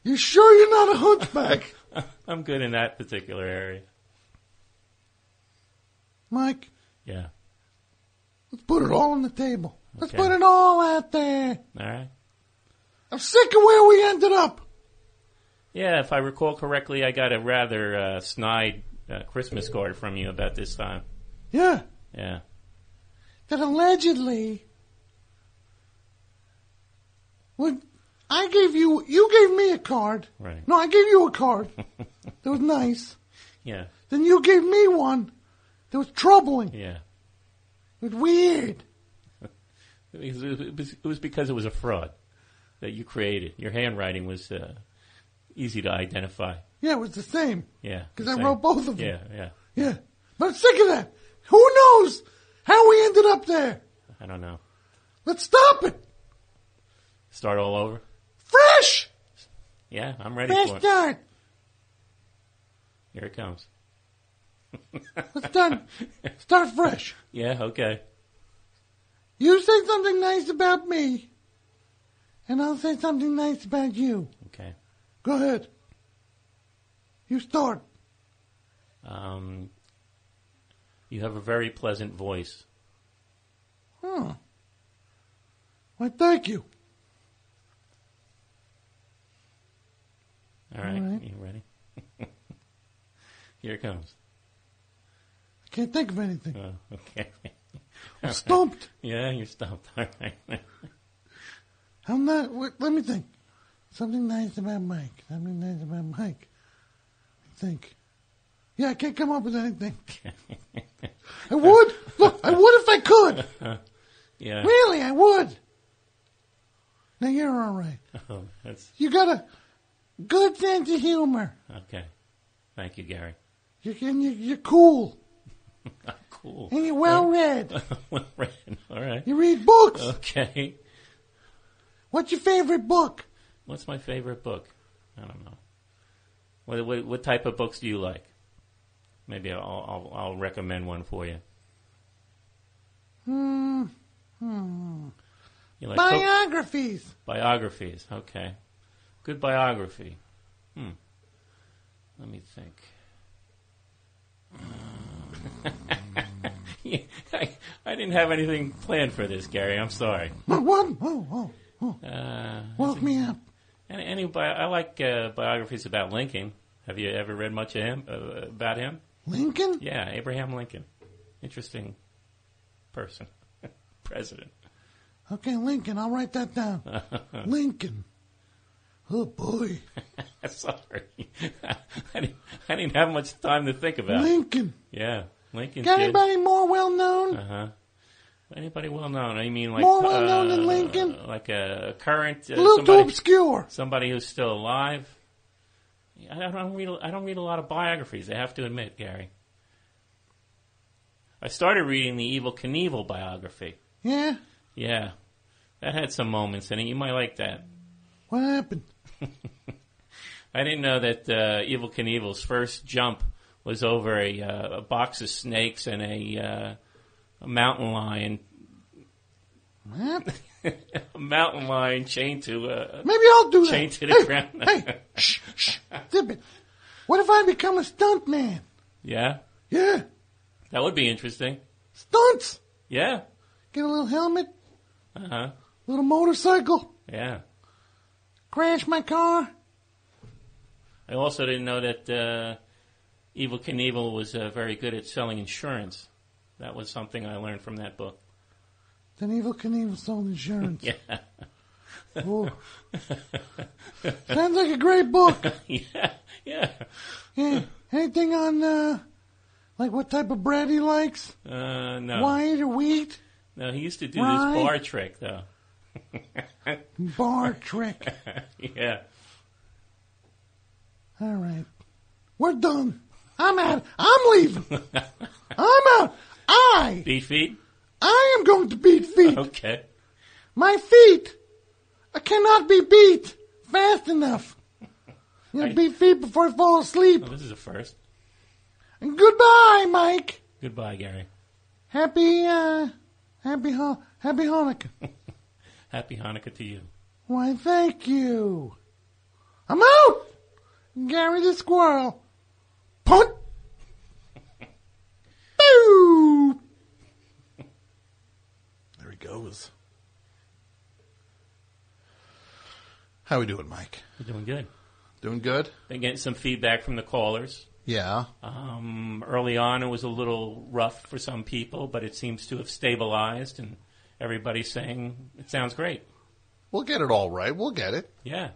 S14: you sure you're not a hunchback?
S16: I'm good in that particular area.
S14: Mike,
S16: Yeah.
S14: let's put it all on the table. Let's
S16: Okay.
S14: put it all out there.
S16: All right.
S14: I'm sick of where we ended up.
S16: Yeah, if I recall correctly, I got a rather uh, snide uh, Christmas card from you about this time.
S14: Yeah.
S16: Yeah.
S14: That allegedly. When I gave you, you gave me a card.
S16: Right.
S14: No, I gave you a card. that was nice.
S16: Yeah.
S14: Then you gave me one that was troubling.
S16: Yeah.
S14: It was weird.
S16: It was, it was- it was because it was a fraud that you created. Your handwriting was uh, easy to identify.
S14: Yeah, it was the same.
S16: Yeah.
S14: Because I
S16: Same.
S14: wrote both of them.
S16: Yeah, yeah.
S14: Yeah. But I'm sick of that. Who knows how we ended up there?
S16: I don't know.
S14: Let's stop it.
S16: Start all over.
S14: Fresh.
S16: Yeah, I'm ready
S14: Fresh
S16: for it.
S14: start.
S16: Here it comes.
S14: It's done. Start fresh.
S16: Yeah, okay.
S14: You say something nice about me, and I'll say something nice about you.
S16: Okay.
S14: Go ahead. You start.
S16: Um, you have a very pleasant voice.
S14: Huh. Why, thank you.
S16: All right.
S14: All right.
S16: You ready? Here it comes.
S14: I can't think of anything.
S16: Oh, okay.
S14: I'm stumped.
S16: Yeah, you're stumped. All right.
S14: I'm not. Wait, let me think. Something nice about Mike. Something nice about Mike. I think. Yeah, I can't come up with anything. I would. Look, I would if I could.
S16: yeah.
S14: Really, I would. Now you're all right.
S16: Oh, that's
S14: You got a good sense of humor.
S16: okay. Thank you, Gary. Ah,
S14: You can. You, you're cool.
S16: Cool.
S14: And you're well read.
S16: well read. All right.
S14: You read books.
S16: Okay.
S14: What's your favorite book?
S16: What's my favorite book? I don't know. What what, what type of books do you like? Maybe I'll, I'll I'll recommend one for you.
S14: Hmm. Hmm.
S16: You like cook-
S14: Biographies.
S16: biographies. Okay, good biography. Hmm. Let me think. Yeah, I, I didn't have anything planned for this, Gary. I'm sorry.
S14: Whoa, whoa, whoa, whoa.
S16: Uh,
S14: Woke me up.
S16: Any, any bi- I like uh, biographies about Lincoln. Have you ever read much of him uh, about him?
S14: Lincoln?
S16: Yeah, Abraham Lincoln. Interesting person, president.
S14: Okay, Lincoln. I'll write that down. Lincoln. Oh boy,
S16: Sorry, I, didn't, I didn't have much time to think about. it.
S14: Lincoln.
S16: Yeah, Lincoln.
S14: Got
S16: kid.
S14: anybody more well known?
S16: Uh huh. Anybody well known? I mean, like
S14: More well-known
S16: uh,
S14: than Lincoln?
S16: like a current, uh,
S14: A little too
S16: somebody,
S14: obscure.
S16: Somebody who's still alive. I don't, I don't read. I don't read a lot of biographies. I have to admit, Gary. I started reading the Evil Knievel biography.
S14: Yeah.
S16: Yeah, that had some moments in it. You might like that.
S14: What happened?
S16: I didn't know that uh, Evil Knievel's first jump was over a, uh, a box of snakes and a, uh, a mountain lion.
S14: What?
S16: a mountain lion chained to a
S14: Maybe I'll do that.
S16: chained to the
S14: Hey,
S16: ground.
S14: hey, shh, shh. Zip it. What if I become a stunt man?
S16: yeah,
S14: Yeah,
S16: that would be interesting.
S14: stunts.
S16: Yeah,
S14: Get a little helmet,
S16: uh huh,
S14: little motorcycle.
S16: yeah.
S14: Crash my car.
S16: I also didn't know that uh, Evil Knievel was uh, very good at selling insurance. That was something I learned from that book.
S14: Then Evil Knievel sold insurance.
S16: Yeah.
S14: Ooh. Sounds like a great book.
S16: yeah, yeah.
S14: Yeah. Anything on, uh, like what type of bread he likes?
S16: Uh, no.
S14: White or wheat?
S16: No, he used to do
S14: Why?
S16: this bar trick though.
S14: Bar trick.
S16: yeah.
S14: All right. We're done. I'm out. I'm leaving. I'm out. I,
S16: Beat feet?
S14: I am going to beat feet.
S16: Okay.
S14: My feet I cannot be beat fast enough. You know, beat feet before I fall asleep.
S16: This is a first.
S14: And goodbye, Mike.
S16: Goodbye, Gary.
S14: Happy, uh, happy, Hol- happy Hanukkah.
S16: Happy Hanukkah to you.
S14: Why, thank you. I'm out! Gary the Squirrel. Punt! Boo! There he goes. How we doing, Mike?
S16: You're doing good.
S14: Doing good?
S16: Been getting some feedback from the callers.
S14: Yeah.
S16: Um, early on, it was a little rough for some people, but it seems to have stabilized, and everybody's saying it sounds great.
S14: We'll get it all right. We'll get it.
S16: Yeah.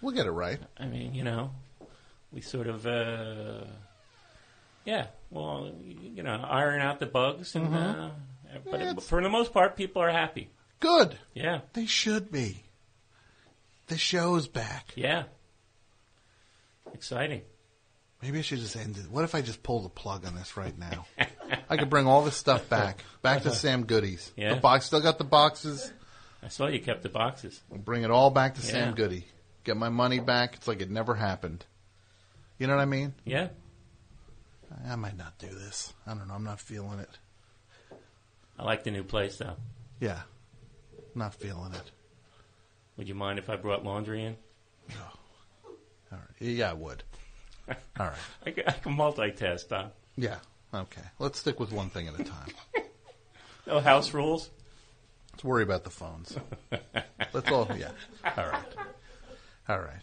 S14: We'll get it right.
S16: I mean, you know, we sort of, uh, yeah, well, you know, iron out the bugs, and
S14: Mhm.
S16: uh, but
S14: It's-
S16: for the most part, people are happy.
S14: Good.
S16: Yeah.
S14: They should be. The show's back.
S16: Yeah. Exciting.
S14: Maybe I should just end it. What if I just pull the plug on this right now? I could bring all this stuff back. Back to Sam Goody's.
S16: Yeah.
S14: The box still got the boxes.
S16: I saw you kept the boxes.
S14: I'll bring it all back to Sam
S16: Yeah.
S14: Goody. Get my money back. It's like it never happened.
S1: You know what I mean?
S16: Yeah.
S1: I might not do this. I don't know. I'm not feeling it.
S16: I like the new place though.
S1: Yeah. Not feeling it.
S16: Would you mind if I brought laundry in?
S1: All right. Yeah, I would. All right.
S16: I can, I can multitask, Don.
S1: Yeah. Okay. Let's stick with one thing at a time.
S16: No house rules.
S1: Let's worry about the phones. Let's all. Yeah. All right. All right.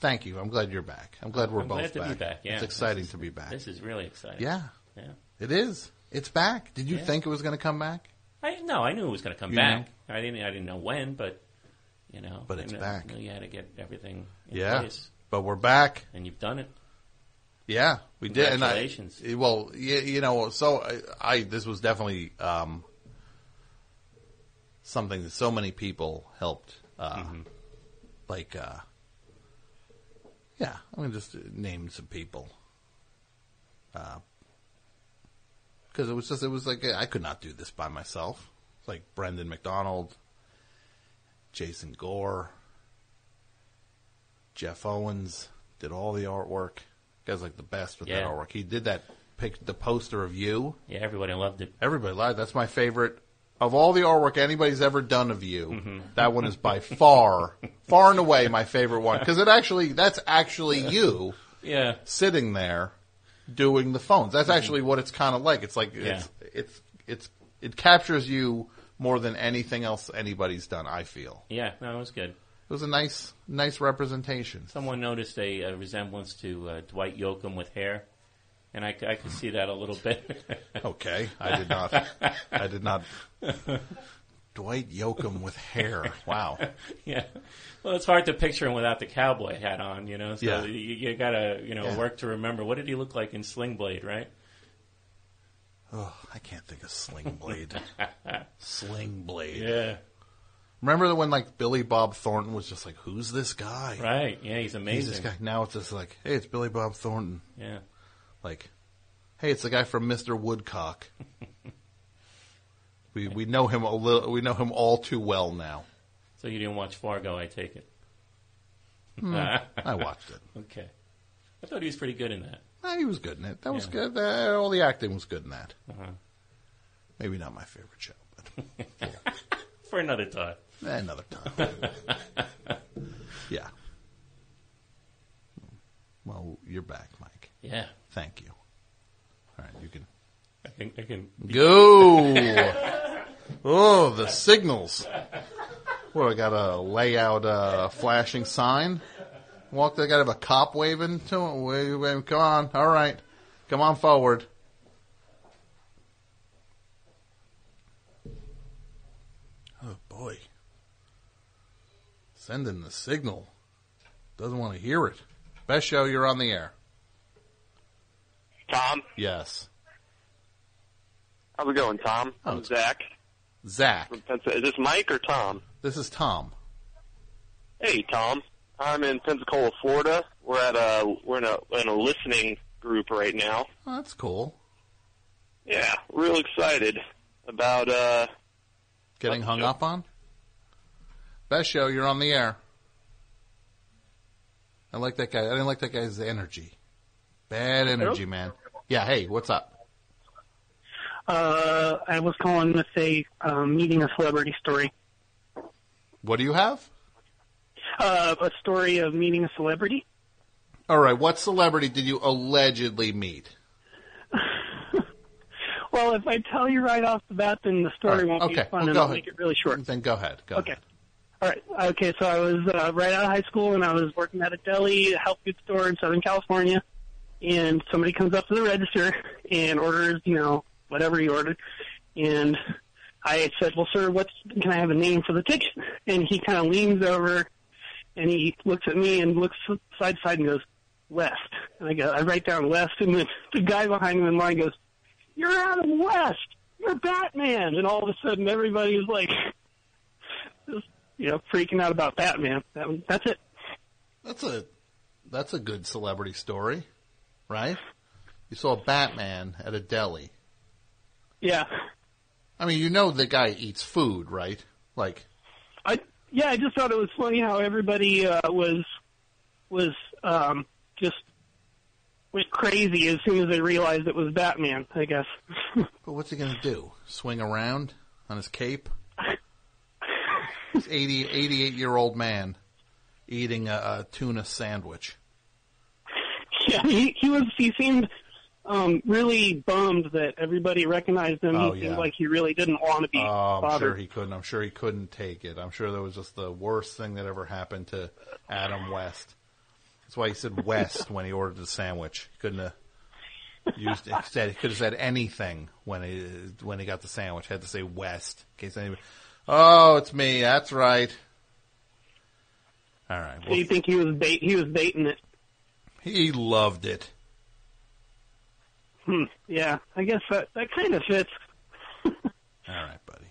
S1: Thank you. I'm glad you're back. I'm glad we're
S16: I'm
S1: both
S16: glad to
S1: back.
S16: be back. Yeah,
S1: It's
S16: This
S1: exciting
S16: is-
S1: to be back.
S16: This is really exciting.
S1: Yeah.
S16: Yeah.
S1: It is. It's back. Did you
S16: Yeah.
S1: think it was going to come back?
S16: I no, I knew it was going to come
S1: You
S16: back. I didn't. I didn't know when, but you know.
S1: But
S16: I
S1: it's
S16: knew-
S1: back.
S16: knew You had to get everything. In
S1: yeah.
S16: Place.
S1: But we're back.
S16: And you've done it.
S1: Yeah, we did. And I,
S16: Congratulations.
S1: well, you, you know, so I, I this was definitely um, something that so many people helped. Uh,
S16: Mm-hmm.
S1: Like, uh, yeah, I'm gonna just name some people. Uh, Because it was just, it was like I could not do this by myself. Like Brendan McDonald, Jason Gore, Jeff Owens did all the artwork. Guy's like the best with
S16: Yeah.
S1: that artwork. He did that pic, the poster of you.
S16: Yeah, everybody loved it.
S1: Everybody loved. it. That's my favorite of all the artwork anybody's ever done of you.
S16: Mm-hmm.
S1: That one is by far, far and away my favorite one because it actually that's actually you.
S16: Yeah.
S1: sitting there doing the phones. That's actually what it's kind of like. It's like it's, it's it's it captures you more than anything else anybody's done. I feel
S16: Yeah. No, it was good.
S1: it was a nice nice representation.
S16: Someone noticed a, uh resemblance to uh, Dwight Yoakam with hair, and I, c- I could see that a little bit.
S1: okay, I did not. I did not. Dwight Yoakam with hair. Wow.
S16: yeah. Well, it's hard to picture him without the cowboy hat on, you know. So
S1: Yeah.
S16: you, you gotta, you know,
S1: Yeah.
S16: work to remember. What did he look like in Sling Blade, right?
S1: Oh, I can't think of Sling Blade. Sling Blade.
S16: Yeah.
S1: Remember the when like Billy Bob Thornton was just like, "Who's this guy?"
S16: Right. Yeah, he's
S1: this
S16: amazing.
S1: guy. Now it's just like, "Hey, it's Billy Bob Thornton."
S16: Yeah.
S1: Like, "Hey, it's the guy from Mister Woodcock." we we know him a little. We know him all too well now.
S16: So you didn't watch Fargo, Oh, I take it.
S1: Hmm. I watched it.
S16: Okay. I thought he was pretty good in that.
S1: Nah, he was good in it. That was
S16: Yeah. Uh-huh.
S1: good. Uh, all the acting was good in that. Maybe not my favorite show, but
S16: For another time.
S1: another time. yeah. Well, you're back, Mike.
S16: Yeah.
S1: Thank you. All right, you can
S16: I can, I can
S1: Go. oh, the signals. What, I got a layout uh, flashing sign? Walk, I got to have a cop waving to him. Wait, wait, come on. All right. Come on forward. Oh, boy. Sending the signal. Doesn't want to hear it. Best show, you're on the air.
S2: Tom,
S1: Yes.
S2: how's it going, Tom?
S1: Oh,
S2: I'm
S1: it's-
S2: Zach.
S1: Zach.
S2: From Pensa- Is this Mike or Tom?
S1: This is Tom.
S2: Hey, Tom. I'm in Pensacola, Florida. We're at a we're in a in a listening group right now.
S1: Oh, that's cool.
S2: Yeah, real excited about uh
S1: Getting hung up on? Best show, you're on the air. I like that guy. I didn't like that guy's energy. Bad energy, man. Yeah, hey, what's up?
S4: Uh, I was calling with a um, meeting a celebrity story.
S1: What do you have?
S4: Uh, a story of meeting a celebrity.
S1: All right, what celebrity did you allegedly meet?
S4: Well, if I tell you right off the bat, then the
S1: All
S4: story
S1: right,
S4: won't
S1: okay,
S4: be fun,
S1: well,
S4: and
S1: go
S4: I'll
S1: ahead.
S4: make it really short.
S1: Then go ahead. Go
S4: okay. All right. Okay. So I was uh, right out of high school, and I was working at a deli, a health food store in Southern California. And somebody comes up to the register and orders, you know, whatever he ordered. And I said, "Well, sir, what's can I have a name for the ticket?" And he kind of leans over, and he looks at me and looks side to side and goes, "West." And I go, I write down West, and then the guy behind him in line goes, "You're Adam West. You're Batman." And all of a sudden, everybody's like you know, freaking out about Batman. That was, that's it.
S1: That's a that's a good celebrity story, right? You saw Batman at a deli.
S4: Yeah.
S1: I mean, you know the guy eats food, right? Like
S4: I yeah, I just thought it was funny how everybody uh, was was um, just went crazy as soon as they realized it was Batman. I guess.
S1: But what's he going to do? Swing around on his cape? He's 80, 88 year old man eating a, a tuna sandwich.
S4: Yeah, he, he was. He seemed um, really bummed that everybody recognized him.
S1: Oh,
S4: he seemed
S1: yeah.
S4: like he really didn't want to be
S1: Oh, I'm
S4: bothered.
S1: sure he couldn't. I'm sure he couldn't take it. I'm sure that was just the worst thing that ever happened to Adam West. That's why he said West when he ordered the sandwich. He couldn't have used he said he could have said anything when he when he got the sandwich. Had to say West in case anybody. Oh, it's me. That's right. All right.
S4: so you think he was bait? He was baiting it.
S1: He loved it.
S4: Hmm, yeah, I guess that that kind of fits.
S1: All right, buddy.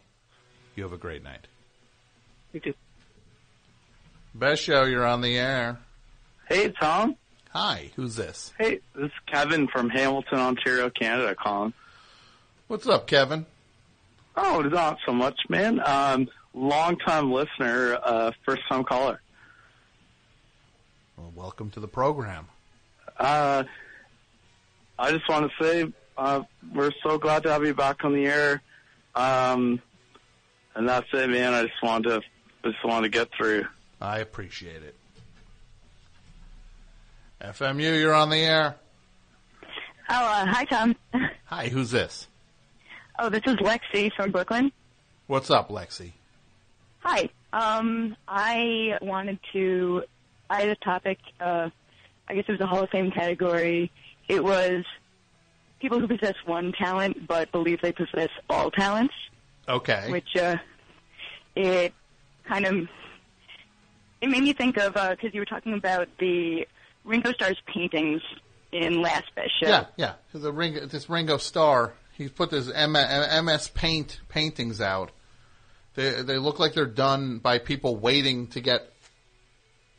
S1: You have a great night.
S4: You too.
S1: Best show. You're on the air.
S6: Hey, Tom.
S1: Hi. Who's this?
S6: Hey, this is Kevin from Hamilton, Ontario, Canada, calling.
S1: What's up, Kevin?
S6: Oh, not so much, man. Um, long time listener, uh, first time caller.
S1: Well, welcome to the program.
S6: Uh, I just want to say uh, we're so glad to have you back on the air. Um, and that's it, man. I just wanted to just wanted to get through.
S1: I appreciate it. FMU, you're on the air.
S8: Oh, uh, hi, Tom.
S1: Hi, who's this?
S8: Oh, this is Lexi from Brooklyn.
S1: What's up, Lexi?
S8: Hi. Um, I wanted to. I had a topic. Uh, I guess it was a Hall of Fame category. It was people who possess one talent but believe they possess all talents,
S1: Okay.
S8: which uh, it kind of it made me think of because you were talking about the Ringo Starr's paintings in last best show.
S1: Yeah, yeah. The Ringo, this Ringo Starr, he's put this M- M- MS Paint paintings out. They they look like they're done by people waiting to get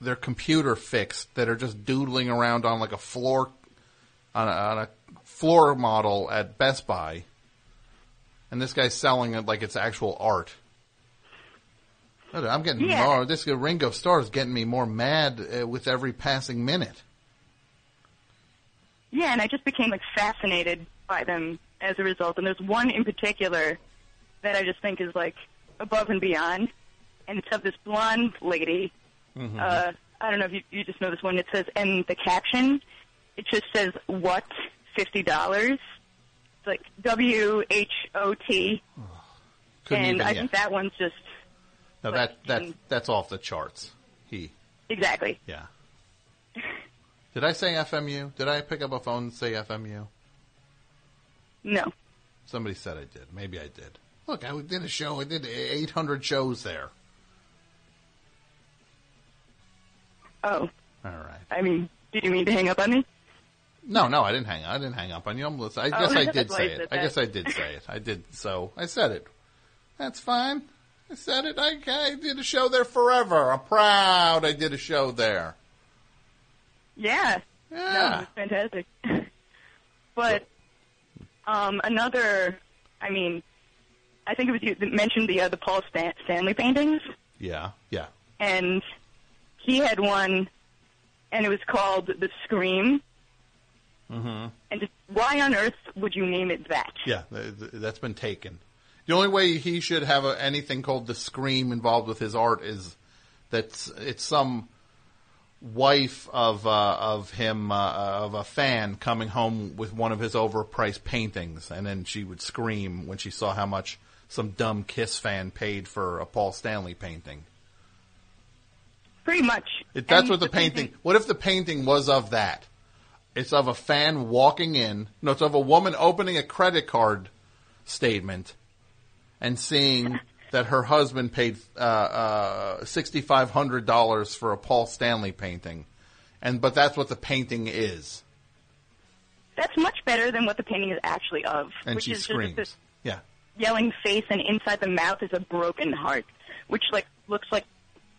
S1: their computer fixed that are just doodling around on like a floor on a, on a floor model at Best Buy. And this guy's selling it like it's actual art. I'm getting
S8: Yeah.
S1: more. This Ringo Starr is getting me more mad uh, with every passing minute.
S8: Yeah, and I just became like fascinated by them as a result. And there's one in particular that I just think is like above and beyond, and it's of this blonde lady.
S1: Mm-hmm.
S7: Mm-hmm.
S8: Uh, I don't know if you, you just know this one. It says, and the caption, it just says, "What fifty dollars?" It's like W H O T,
S1: Couldn't
S8: and
S1: even-
S8: I
S1: yeah.
S8: think that one's just
S1: No, that that that's off the charts. He,
S8: exactly.
S1: yeah. Did I say FMU? Did I pick up a phone and say FMU?
S8: No.
S1: Somebody said I did. Maybe I did. Look, I did a show. I did 800 shows there.
S8: Oh,
S1: All right.
S8: I mean, did you mean to hang up on me?
S1: No, no, I didn't hang. I didn't hang up on you. I'm listening. I
S8: Oh,
S1: guess I
S8: that's
S1: did
S8: why you
S1: say it.
S8: said
S1: I
S8: that.
S1: guess I did say it. I did. So I said it. That's fine. I said it. I, I did a show there forever. I'm proud. I did a show there.
S8: Yeah.
S1: Yeah.
S8: No, it's fantastic. but um, another, I mean, I think it was you that mentioned the uh, the Paul Stan- Stanley paintings,
S1: Yeah. Yeah.
S8: and he had one, and it was called The Scream.
S1: Mm-hmm.
S8: And just, why on earth would you name it that?
S1: Yeah, th- th- that's been taken. The only way he should have a, anything called the scream involved with his art is that it's some wife of uh, of him uh, of a fan coming home with one of his overpriced paintings, and then she would scream when she saw how much some dumb Kiss fan paid for a Paul Stanley painting.
S8: Pretty much.
S1: If that's
S8: And
S1: what the painting. What if the painting was of that? It's of a fan walking in. No, it's of a woman opening a credit card statement and seeing that her husband paid uh, uh, sixty five hundred dollars for a Paul Stanley painting, and but that's what the painting is,
S8: That's much better than what the painting is actually of,
S1: and
S8: which
S1: she
S8: is just
S1: screams.
S8: this
S1: yeah,
S8: yelling face, and inside the mouth is a broken heart, which like looks like,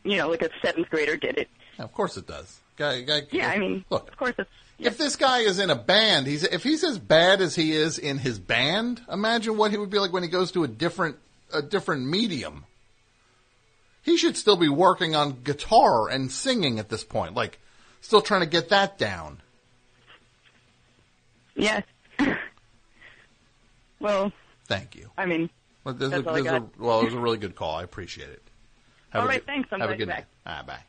S8: you know, like a seventh grader did it.
S1: Yeah, of course it does. Guy, guy,
S8: Yeah, I mean,
S1: look,
S8: of course it's
S1: If this guy is in a band, he's if he's as bad as he is in his band, imagine what he would be like when he goes to a different a different medium. He should still be working on guitar and singing at this point, like still trying to get that down.
S8: Yes. well,
S1: Thank you.
S8: I mean,
S1: Well, this is-
S8: That's all I
S1: this is
S8: got.
S1: a- well, it was a really good call. I appreciate it.
S8: All
S1: a
S8: right,
S1: good-
S8: thanks. I'm
S1: have a
S8: glad
S1: good
S8: you're
S1: night.
S8: back.
S1: All right, bye.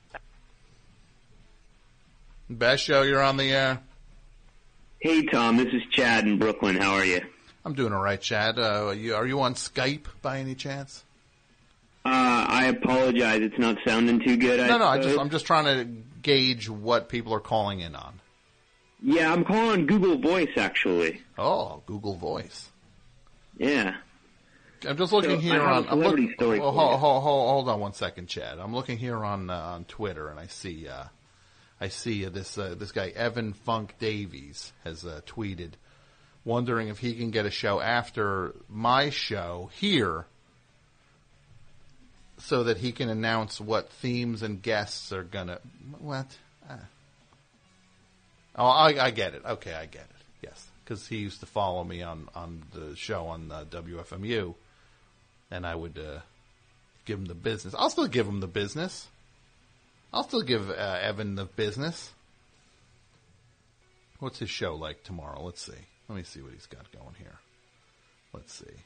S1: Best show, you're on the air.
S9: Hey, Tom, this is Chad in Brooklyn. How are you?
S1: I'm doing all right, Chad. Uh, are, you, are you on Skype by any chance?
S9: Uh, I apologize. It's not sounding too good. I
S1: no, no. I just,
S9: suppose.
S1: I'm just trying to gauge what people are calling in on.
S9: Yeah, I'm calling Google Voice, actually.
S1: Oh, Google Voice.
S9: Yeah.
S1: I'm just looking
S9: So,
S1: here
S9: I have a
S1: on. I'm
S9: celebrity
S1: looking,
S9: story
S1: oh,
S9: for
S1: hold,
S9: you.
S1: hold, hold, hold on one second, Chad. I'm looking here on uh, on Twitter, and I see uh, I see uh, this uh, this guy Evan Funk Davies has uh, tweeted, wondering if he can get a show after my show here, so that he can announce what themes and guests are gonna. What? Ah. Oh, I, I get it. Okay, I get it. Yes, because he used to follow me on on the show on uh, WFMU, and I would uh, give him the business. I'll still give him the business. I'll still give uh, Evan the business. What's his show like tomorrow? Let's see. Let me see what he's got going here. Let's see.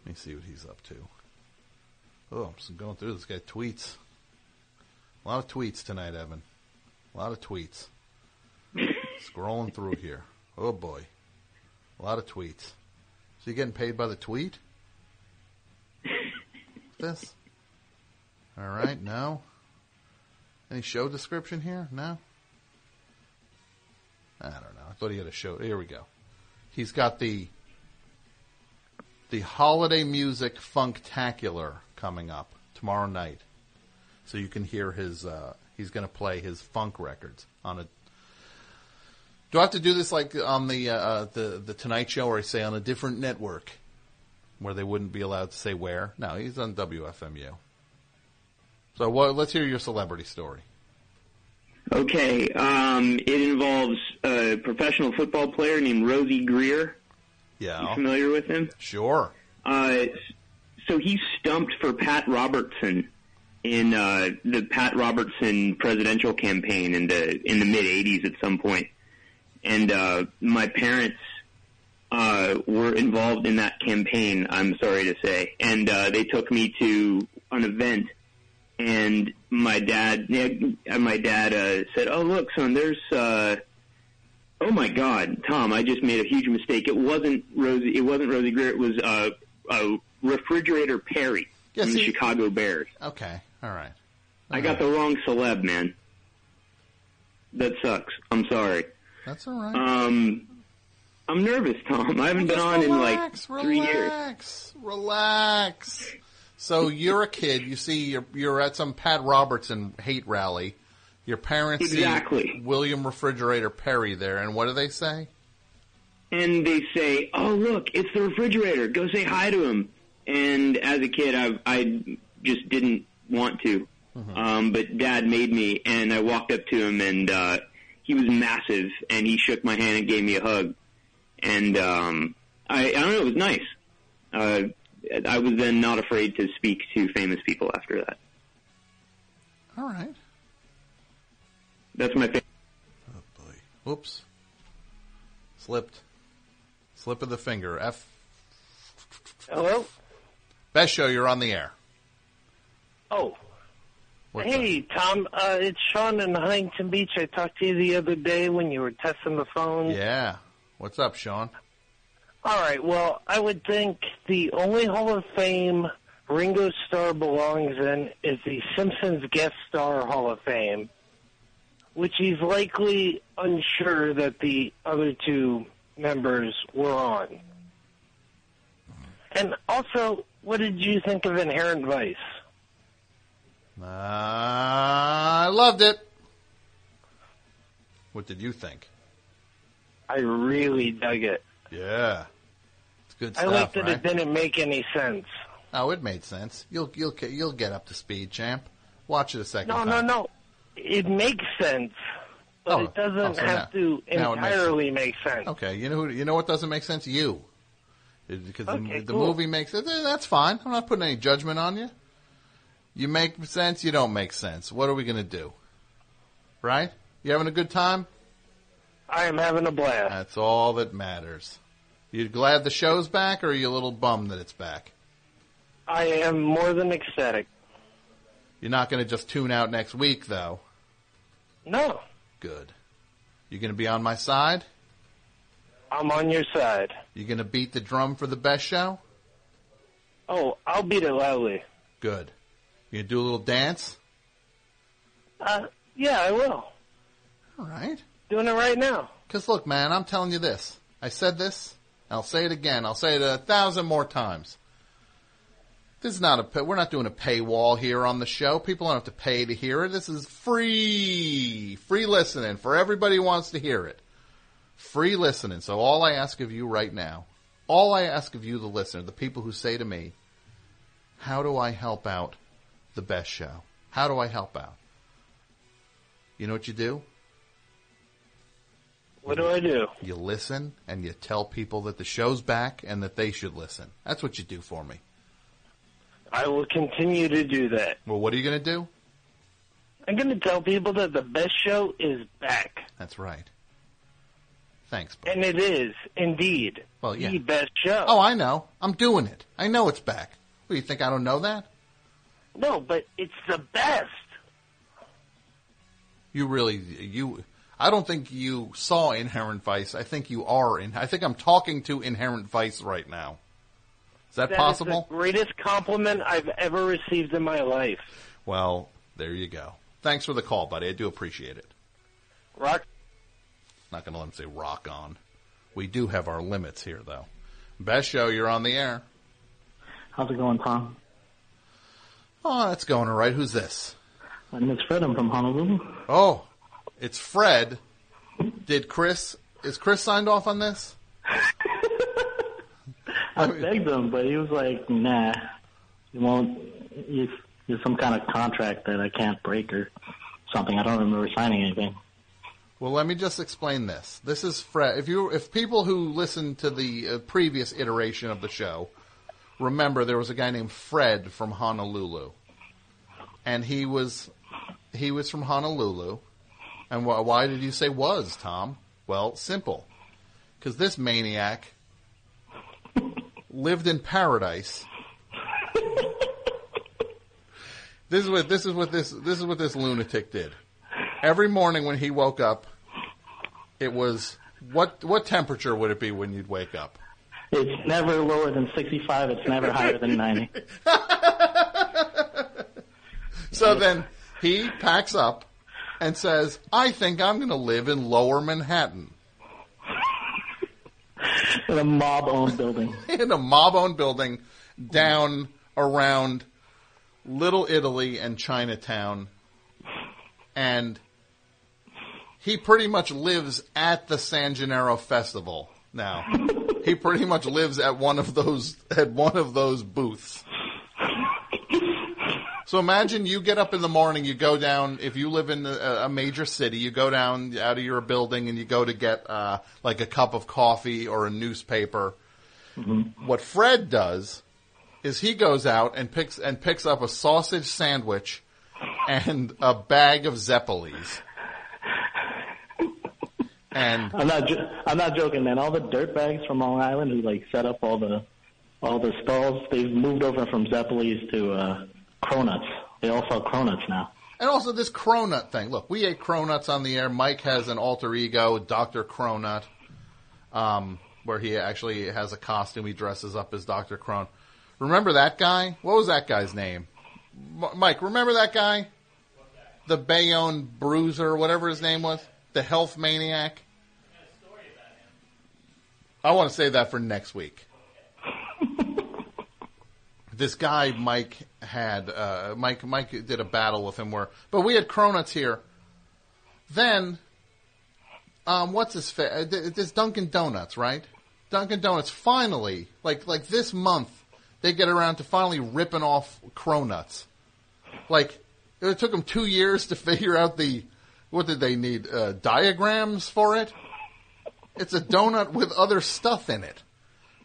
S1: Let me see what he's up to. Oh, I'm just going through this guy tweets. A lot of tweets tonight, Evan. A lot of tweets. Scrolling through here. Oh boy. A lot of tweets. So you getting paid by the tweet? this? All right, no. Any show description here? No. I don't know. I thought he had a show. Here we go. He's got the the holiday music funktacular coming up tomorrow night, so you can hear his. Uh, he's going to play his funk records on a. Do I have to do this like on the uh, the the Tonight Show, or I say on a different network, where they wouldn't be allowed to say where? No, he's on WFMU. So what, let's hear your celebrity story.
S9: Okay. Um, it involves a professional football player named Rosie Greer.
S1: Yeah.
S9: You familiar with him?
S1: Sure.
S9: Uh, so he stumped for Pat Robertson in uh, the Pat Robertson presidential campaign in the in the mid '80s at some point, and uh, my parents uh, were involved in that campaign. I'm sorry to say, and uh, they took me to an event, and my dad, yeah, my dad uh, said, "Oh look, son, there's." Uh, Oh my God, Tom! I just made a huge mistake. It wasn't Rosie. It wasn't Rosie Greer. It was uh, uh, refrigerator Perry
S1: Yeah,
S9: from the
S1: see-
S9: Chicago Bears.
S1: Okay. All right.
S9: I got the wrong celeb, man. That sucks. I'm sorry.
S1: That's all right.
S9: Um, I'm nervous, Tom. I haven't been on in like
S1: relax,
S9: three years.
S1: relax, relax. So you're a kid. You see, you're you're at some Pat Robertson hate rally. Your parents see
S9: Exactly.
S1: William Refrigerator Perry there, and what do they say?
S9: and they say, "Oh, look, it's the refrigerator. Go say hi to him." And as a kid, I I just didn't want to, um, but Dad made me, and I walked up to him, and uh, he was massive, and he shook my hand and gave me a hug, and um, I I don't know, it was nice. Uh, I was then not afraid to speak to famous people after that.
S1: All right.
S9: That's my favorite.
S1: Whoops. Slipped. Slip of the finger. F.
S11: Hello?
S1: Best show. You're on the air.
S11: Oh.
S1: What's
S11: hey, Tom. Uh, it's Sean in Huntington Beach. I talked to you the other day when you were testing the phone.
S1: Yeah. What's up, Sean?
S11: All right. Well, I would think the only Hall of Fame Ringo Starr belongs in is the Simpsons Guest Star Hall of Fame, which he's likely unsure that the other two members were on. And also, what did you think of Inherent Vice?
S1: I loved it. What did you think?
S11: I really dug it.
S1: Yeah. It's good
S11: I
S1: stuff,
S11: liked that
S1: right?
S11: it didn't make any sense.
S1: Oh, it made sense. You'll you'll get- you'll get up to speed, champ. Watch it a second
S11: No,
S1: time.
S11: no, no. It makes sense, but
S1: Oh,
S11: it doesn't
S1: oh, so
S11: have
S1: now-
S11: to
S1: now it makes sense.
S11: entirely make sense.
S1: Okay, you know who, you know what doesn't make sense? You, It- because
S11: Okay,
S1: the, the
S11: cool.
S1: movie makes it. Eh, That's fine. I'm not putting any judgment on you. You make sense. You don't make sense. What are we gonna do? Right? You having a good time? I am having a blast. That's all that matters. You glad the show's back, or are you a little bummed that it's back?
S23: I am more than ecstatic.
S1: You're not going to just tune out next week, though.
S23: No,
S1: Good. You going to be on my side?
S23: I'm on your side.
S1: You going to beat the drum for the best show?
S23: Oh, I'll beat it loudly.
S1: Good. You going to do a little dance?
S23: Uh, yeah, I will.
S1: All right.
S23: Doing it right now.
S1: Because look, man, I'm telling you this. I said this. I'll say it again. I'll say it a thousand more times. This is not a. pay- We're not doing a paywall here on the show. People don't have to pay to hear it. This is free, free listening for everybody who wants to hear it. Free listening. So all I ask of you right now, all I ask of you, the listener, the people who say to me, "How do I help out the best show? How do I help out?" You know what you do?
S23: What do I do?
S1: You listen and you tell people that the show's back and that they should listen. That's what you do for me.
S23: I will continue to do that.
S1: Well, what are you going to do?
S23: I'm going to tell people that the best show is back.
S1: That's right. Thanks.
S23: And it is, indeed.
S1: Well, yeah.
S23: The best show.
S1: Oh, I know. I'm doing it. I know it's back. What, you think I don't know that?
S23: No, but it's the best.
S1: You really, you, I don't think you saw Inherent Vice. I think you are in, I think I'm talking to Inherent Vice right now. Is that,
S23: That is
S1: possible?
S23: the greatest compliment I've ever received in my life.
S1: Well, there you go. Thanks for the call, buddy. I do appreciate it.
S23: Rock.
S1: Not going to let him say rock on. We do have our limits here, though. Best show, you're on the air.
S18: How's it going, Tom?
S1: Oh, that's going all right. Who's this?
S18: My name is Uh, Fred. I'm from Honolulu.
S1: Oh, it's Fred. Did Chris? Is Chris signed off on this? Oh,
S18: I begged him, but he was like, "Nah, you won't. It's, it's some kind of contract that I can't break or something. I don't remember signing anything."
S1: Well, let me just explain this. This is Fred. If you, if people who listened to the uh, previous iteration of the show remember, there was a guy named Fred from Honolulu, and he was, he was from Honolulu. And wh- why did you say was Tom? Well, simple, because this maniac lived in paradise. this is what this is what this this is what this lunatic did. Every morning when he woke up, it was what what temperature would it be when you'd wake up?
S18: It's never lower than 65. It's never higher than 90.
S1: So then he packs up and says, "I think I'm going to live in Lower Manhattan."
S18: In a mob-owned building.
S1: in a mob-owned building down around Little Italy and Chinatown, and he pretty much lives at the San Gennaro Festival now. he pretty much lives at one of those at one of those booths. So imagine you get up in the morning, you go down, if you live in a, a major city, you go down out of your building and you go to get, uh, like a cup of coffee or a newspaper.
S18: Mm-hmm.
S1: What Fred does is he goes out and picks, and picks up a sausage sandwich and a bag of Zeppelis. And
S18: I'm not. Jo- I'm not joking, man. All the dirtbags from Long Island who like set up all the all the stalls, they've moved over from Zeppelis to uh, Cronuts. They all sell Cronuts now.
S1: And also this Cronut thing. Look, we ate Cronuts on the air. Mike has an alter ego, Dr. Cronut, um, where he actually has a costume. He dresses up as Dr. Cron. Remember that guy? What was that guy's name? M- Mike, remember that guy? The Bayonne Bruiser, whatever his name was? The Health Maniac? I want to save that for next week. this guy Mike had uh, Mike Mike did a battle with him where, but we had Cronuts here. Then, um, what's his fa- this Dunkin' Donuts right? Dunkin' Donuts finally, like like this month, they get around to finally ripping off Cronuts. Like it took them two years to figure out the what did they need uh, diagrams for it. It's a donut with other stuff in it,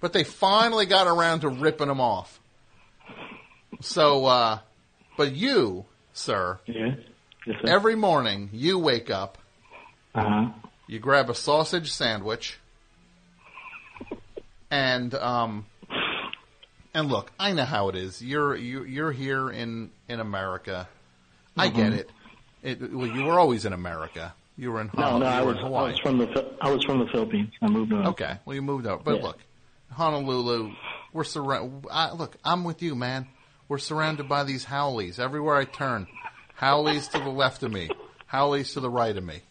S1: but they finally got around to ripping them off. So, uh, but you, sir,
S18: Yeah.
S1: every morning you wake up,
S13: Uh-huh.
S18: Uh huh.
S1: You grab a sausage sandwich, and um, and look, I know how it is. You're you, you're here in in America. I get
S13: Mhm.
S1: it. It well, you were always in America. You were in
S13: No,
S1: Honolulu,
S13: no, I
S1: Oh, you were
S13: was,
S1: in
S13: I
S1: Hawaii.
S13: was from the Phil- I was from the Philippines. I moved on.
S1: Okay, well, you moved out, but
S13: Yeah.
S1: look, Honolulu, we're surrounded. Look, I'm with you, man. We're surrounded by these howlies everywhere I turn. Howlies to the left of me, howlies to the right of me.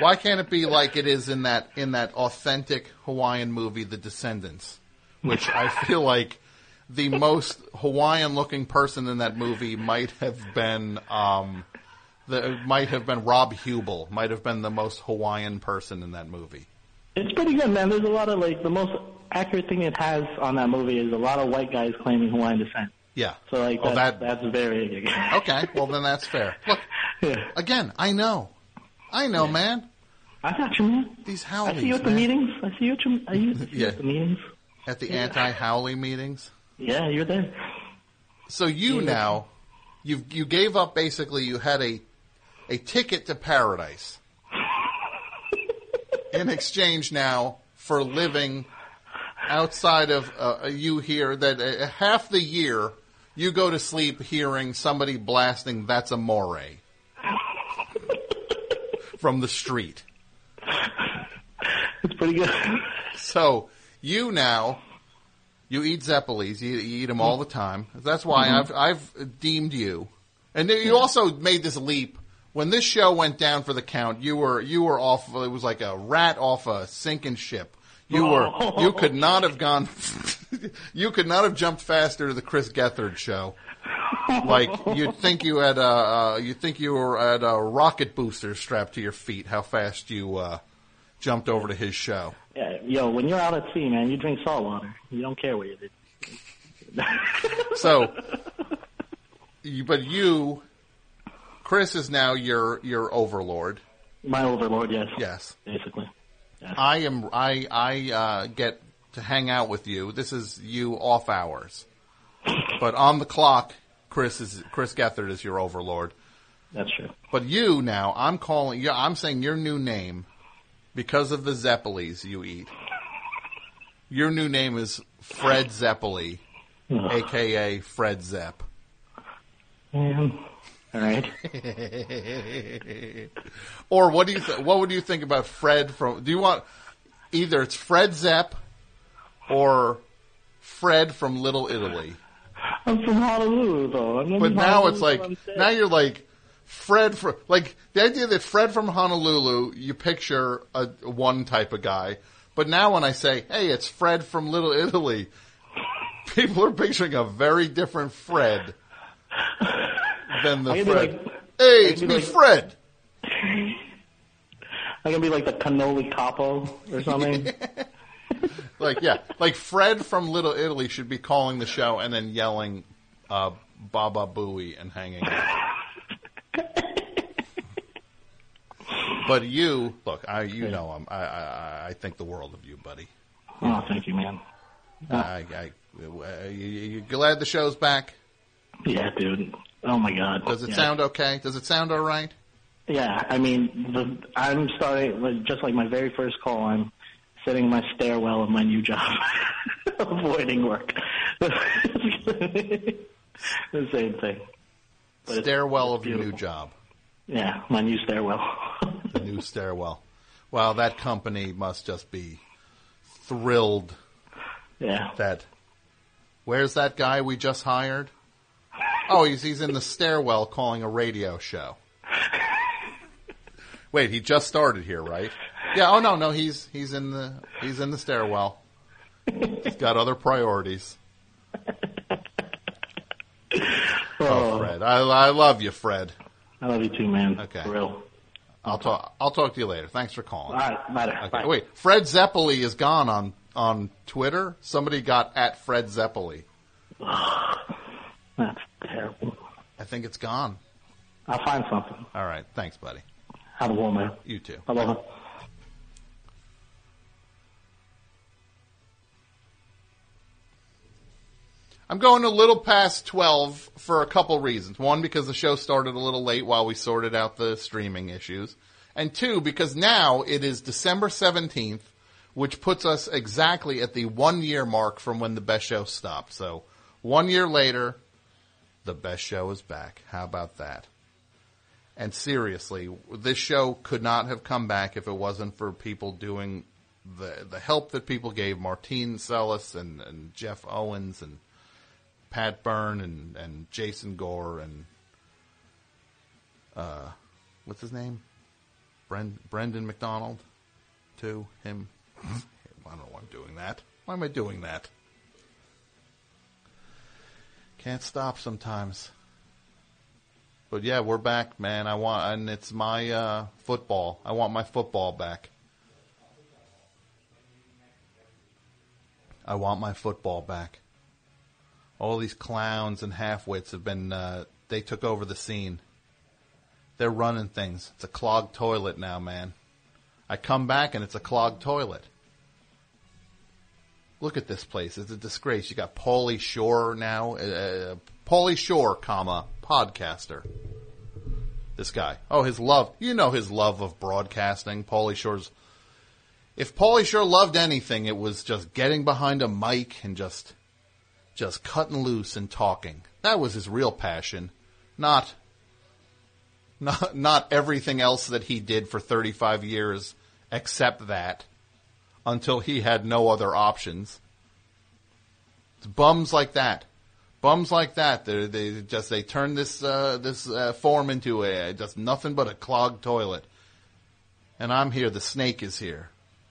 S1: Why can't it be like it is in that in that authentic Hawaiian movie, The Descendants, which I feel like the most Hawaiian looking person in that movie might have been um, the might have been Rob Hubel, might have been the most Hawaiian person in that movie.
S13: It's pretty good, man. There's a lot of like the most accurate thing it has on that movie is a lot of white guys claiming Hawaiian descent.
S1: Yeah.
S13: So like
S1: Oh,
S13: that's, that's very
S1: okay. Well, then that's fair. Look, again, I know, I know, man.
S13: I got you, man.
S1: These
S13: I
S1: howlies.
S13: see you at the
S1: man.
S13: meetings. I see you at, your, I used to see you
S1: Yeah.
S13: at the meetings.
S1: At the
S13: Yeah.
S1: anti-Howley meetings.
S13: Yeah, you're there.
S1: So you now, you you gave up basically. You had a a ticket to paradise in exchange now for living outside of uh, you here. That uh, half the year you go to sleep hearing somebody blasting "That's a More" from the street.
S13: It's pretty good.
S1: So you now, you eat Zeppelis. You, you eat them all the time. That's why
S13: Mhm.
S1: I've I've deemed you, and then you also made this leap when this show went down for the count. You were you were off. It was like a rat off a sinking ship. You were you could not have gone. you could not have jumped faster to the Chris Gethard show. Like you'd think you had uh, uh you think you were at a rocket booster strapped to your feet. How fast you uh jumped over to his show.
S13: Yeah, yo, when you're out at sea, man, you drink salt water. You don't care what you do.
S1: So, you, but you, Chris is now your your overlord.
S13: My overlord, yes.
S1: Yes,
S13: basically.
S1: I am. I I uh, get to hang out with you. This is you off hours, but on the clock, Chris is Chris Gethard is your overlord.
S13: That's true.
S1: But you now, I'm calling. Yeah, I'm saying your new name because of the Zeppelis you eat. Your new name is Fred Zeppeli, aka Fred Zepp.
S13: Man. All right.
S1: or what do you th- what would you think about Fred from? Do you want either it's Fred Zepp or Fred from Little Italy?
S13: I'm from Honolulu, though. I'm
S1: But
S13: from
S1: now
S13: Honolulu,
S1: it's like
S13: I'm sick.
S1: now you're like Fred from like the idea that Fred from Honolulu, you picture a one type of guy, but now when I say, "Hey, it's Fred from Little Italy," people are picturing a very different Fred than the
S13: I could be
S1: Fred.
S13: like-
S1: hey,
S13: I
S1: it's
S13: could
S1: me,
S13: be like-
S1: Fred.
S13: I can be like the cannoli capo or something.
S1: Like yeah, like Fred from Little Italy should be calling the show and then yelling, uh, "Baba Booey" and hanging. up. but you look, I you know I'm, I I I think the world of you, buddy.
S13: oh, thank you, man.
S1: I, I, uh, you, you glad the show's back?
S13: Yeah, dude. Oh my God.
S1: Does it
S13: Yeah.
S1: sound okay? Does it sound all right?
S13: Yeah, I mean, the, I'm starting with- just like my very first call. I'm sitting in my stairwell of my new job, avoiding work. the same thing.
S1: stairwell of your new job.
S13: Yeah, my new stairwell.
S1: the new stairwell. Wow, that company must just be thrilled.
S13: Yeah.
S1: That. Where's that guy we just hired? Oh, he's he's in the stairwell calling a radio show. Wait, he just started here, right? Yeah. Oh no, no, he's he's in the he's in the stairwell. He's got other priorities. Oh, Fred, I, I love you, Fred.
S13: I love you too, man.
S1: Okay,
S13: For real.
S1: I'll talk. I'll talk to you later. Thanks for calling.
S13: All right, later.
S1: Okay.
S13: Bye.
S1: Wait, Fred Zeppeli is gone on on Twitter. Somebody got at Fred Zeppeli.
S13: That's terrible.
S1: I think it's gone.
S13: I'll find something.
S1: All right. Thanks, buddy.
S13: Have a warm night.
S1: You too.
S13: Aloha.
S1: I'm going a little past 12 for a couple reasons. One, because the show started a little late while we sorted out the streaming issues. and two, because now it is December 17th, which puts us exactly at the one year mark from when the best show stopped. So one year later, the best show is back. How about that? And seriously, this show could not have come back if it wasn't for people doing the the help that people gave Martine Sellis and, and Jeff Owens and Pat Byrne and, and Jason Gore and uh, what's his name? Bren, Brendan McDonald, too. Him. I don't know why I'm doing that. Why am I doing that? Can't stop sometimes. But yeah, we're back, man. I want, and it's my uh, football. I want my football back. I want my football back. All these clowns and halfwits have been, uh, they took over the scene. They're running things. It's a clogged toilet now, man. I come back and it's a clogged toilet. Look at this place. It's a disgrace. You got Paulie Shore now, uh, Paulie Shore, comma, podcaster. This guy. Oh, his love. You know his love of broadcasting. Paulie Shore's if Paulie Shore loved anything, it was just getting behind a mic and just, just cutting loose and talking. That was his real passion, not, not, not everything else that he did for 35 years except that until he had no other options. It's bums like that. Bums like that, they, they just, they turn this, uh, this, uh, form into a, just nothing but a clogged toilet. And I'm here, the snake is here.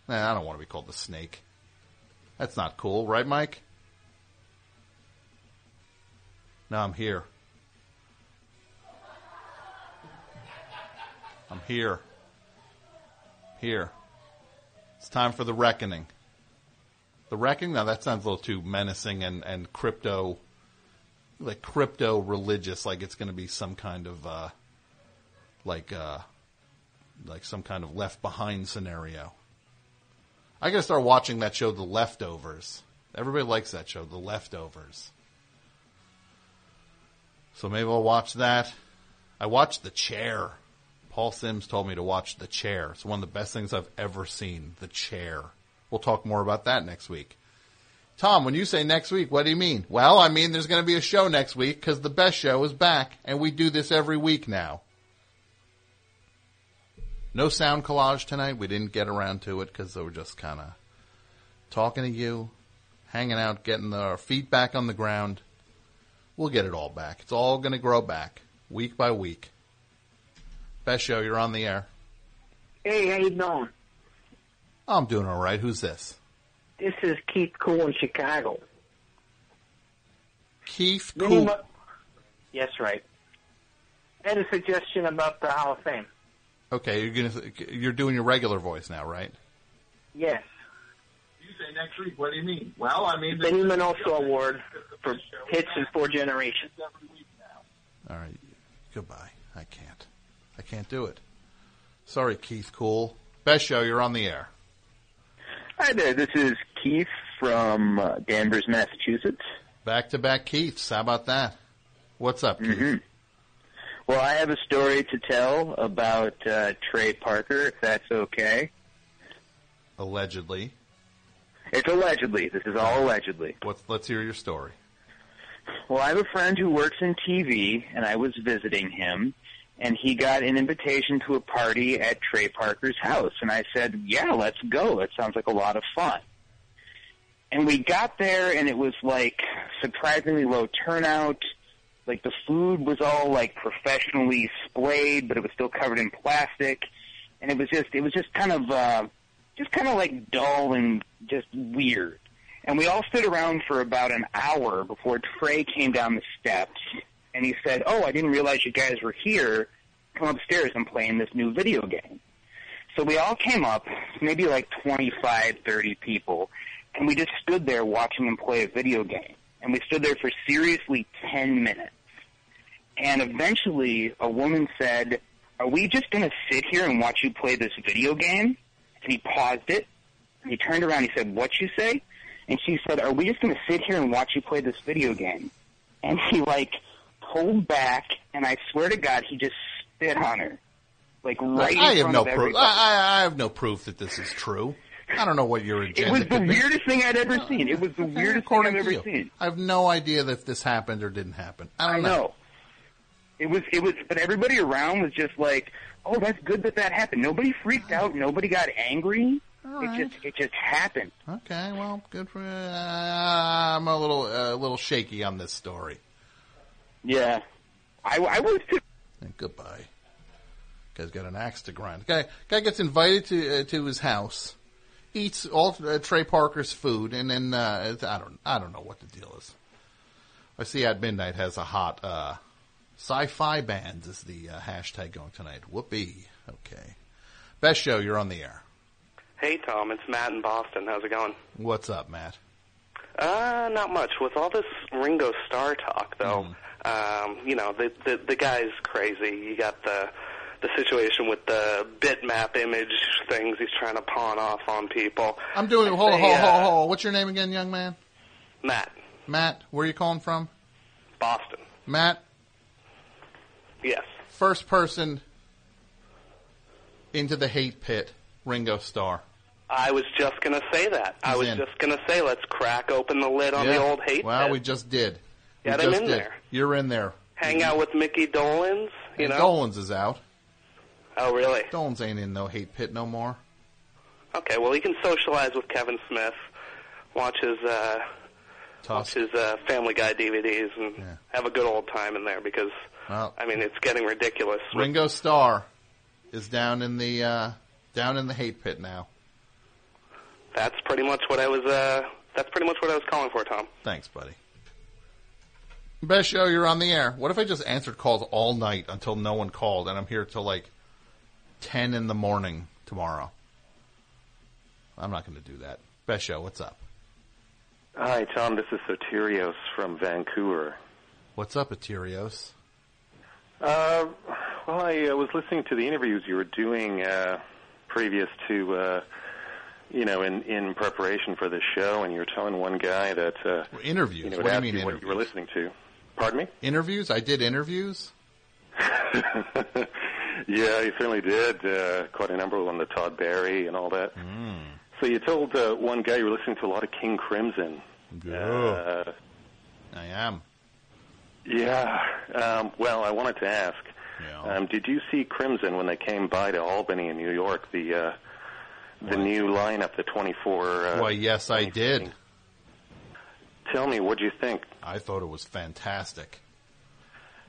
S1: Nah, I don't want to be called the snake. That's not cool, right, Mike? Now I'm here. I'm here. Here. It's time for the reckoning. The reckoning? Now that sounds a little too menacing and, and crypto, like crypto religious, like it's going to be some kind of, uh, like, uh, like some kind of left behind scenario. I gotta start watching that show, The Leftovers. Everybody likes that show, The Leftovers. So maybe I'll watch that. I watched The Chair. Paul Sims told me to watch The Chair. It's one of the best things I've ever seen. The Chair. We'll talk more about that next week. Tom, when you say next week, what do you mean? Well, I mean there's going to be a show next week because the best show is back, and we do this every week now. No sound collage tonight. We didn't get around to it because they were just kind of talking to you, hanging out, getting our feet back on the ground. We'll get it all back. It's all going to grow back week by week. Best show, you're on the air.
S14: Hey, how you doing?
S1: I'm doing all right. Who's this?
S14: This is Keith Cool in Chicago.
S1: Keith
S14: Vinny
S1: Cool.
S14: Mo- yes, right. I had a suggestion about the Hall of Fame.
S1: Okay, you're gonna you're doing your regular voice now, right?
S14: Yes.
S15: You say next week. What do you mean? Well, I mean,
S14: the Benny Minoso Award for hits in four generations.
S1: All right. Goodbye. I can't. I can't do it. Sorry, Keith Cool. Best show, you're on the air.
S25: Hi there, this is Keith from uh, Danvers, Massachusetts.
S1: Back to back Keiths. How about that? What's up, Keith?
S25: Mm-hmm. Well, I have a story to tell about uh, Trey Parker, if that's okay.
S1: Allegedly.
S25: It's allegedly. This is all allegedly.
S1: What's, let's hear your story.
S25: Well, I have a friend who works in TV, and I was visiting him, and he got an invitation to a party at Trey Parker's house. And I said, Yeah, let's go. That sounds like a lot of fun. And we got there, and it was like surprisingly low turnout. Like the food was all like professionally splayed, but it was still covered in plastic. And it was just, it was just kind of, uh, just kind of like dull and just weird. And we all stood around for about an hour before Trey came down the steps and he said, Oh, I didn't realize you guys were here. Come upstairs and play in this new video game. So we all came up, maybe like 25, 30 people, and we just stood there watching him play a video game. And we stood there for seriously 10 minutes. And eventually a woman said, Are we just going to sit here and watch you play this video game? And he paused it and he turned around and he said, What you say? And she said, Are we just gonna sit here and watch you play this video game? And he like pulled back and I swear to God he just spit on her. like right.
S1: I
S25: in
S1: have
S25: front
S1: no
S25: of
S1: proof.
S25: everybody.
S1: I, I have no proof that this is true. I don't know what your agenda
S25: It was the
S1: could be.
S25: weirdest thing I'd ever seen. It was the weirdest thing I've
S1: According to
S25: ever
S1: you.
S25: seen.
S1: I have no idea if this happened or didn't happen. I don't know.
S25: It was it was but everybody around was just like, Oh, that's good that that happened. Nobody freaked out, nobody got angry.
S1: Alright.
S25: It just it just happened.
S1: Okay, well, good for. Uh, I'm a little a little shaky on this story.
S25: Yeah, I, I was too.
S1: And goodbye. Guy's got an axe to grind. Guy guy gets invited to uh, to his house, eats all uh, Trey Parker's food, and then uh, it's- I don't I don't know what the deal is. I see at midnight has a hot uh, sci-fi bands is the uh, hashtag going tonight. Whoopee. Okay, best show. You're on the air.
S26: Hey, Tom, it's Matt in Boston. How's it going?
S1: What's up, Matt?
S26: Uh, not much. With all this Ringo Starr talk, though,
S1: Mm.
S26: um, you know the, the the guy's crazy. You got the the situation with the bitmap image things he's trying to pawn off on people.
S1: I'm doing. Hold on,
S26: Hey,
S1: hold on,
S26: uh,
S1: hold on, hold on. What's your name again, young man?
S26: Matt,
S1: Matt. Where are you calling from?
S26: Boston.
S1: Matt.
S26: Yes.
S1: First person into the hate pit, Ringo Starr.
S26: I was just gonna say that. I
S1: He's
S26: was
S1: in.
S26: just gonna say, let's crack open the lid on
S1: Yeah.
S26: the old hate.
S1: Wow,
S26: pit.
S1: we just did. We
S26: Get him
S1: just
S26: in
S1: did.
S26: there.
S1: You're in there.
S26: hang out with Mickey Dolans. You
S1: And
S26: know?
S1: Dolan's is out.
S26: Oh, really?
S1: Dolan's ain't in no hate pit no more.
S26: Okay, well, he can socialize with Kevin Smith, watch his uh,
S1: Toss.
S26: watch his uh, Family Guy DVDs, and have a good old time in there because
S1: Well,
S26: I mean it's getting ridiculous.
S1: Ringo Starr is down in the uh, down in the hate pit now.
S26: That's pretty much what I was. Uh, that's pretty much what I was calling for, Tom.
S1: Thanks, buddy. Best show you're on the air. What if I just answered calls all night until no one called and I'm here till like 10 in the morning tomorrow? I'm not going to do that. Best show, what's up?
S24: Hi, Tom. This is Soterios from Vancouver.
S1: What's up, Aterios?
S24: Uh, well, I uh, was listening to the interviews you were doing uh, previous to, uh, you know, in, in preparation for this show, and you were telling one guy that uh,
S1: interviews.
S24: You know,
S1: What do
S24: would
S1: you
S24: ask
S1: mean
S24: you what you were listening to. Pardon me.
S1: Interviews? I did interviews?
S24: Yeah, you certainly did. Uh, quite a number of them, the Todd Barry and all that.
S1: Mm.
S24: So you told uh, one guy you were listening to a lot of King Crimson. Uh,
S1: I am.
S24: Yeah. Um, well, I wanted to ask. Um, did you see Crimson when they came by to Albany in New York? The uh, the new lineup, the twenty four. Uh,
S1: Why, yes, I did.
S24: Tell me, what do you think?
S1: I thought it was fantastic.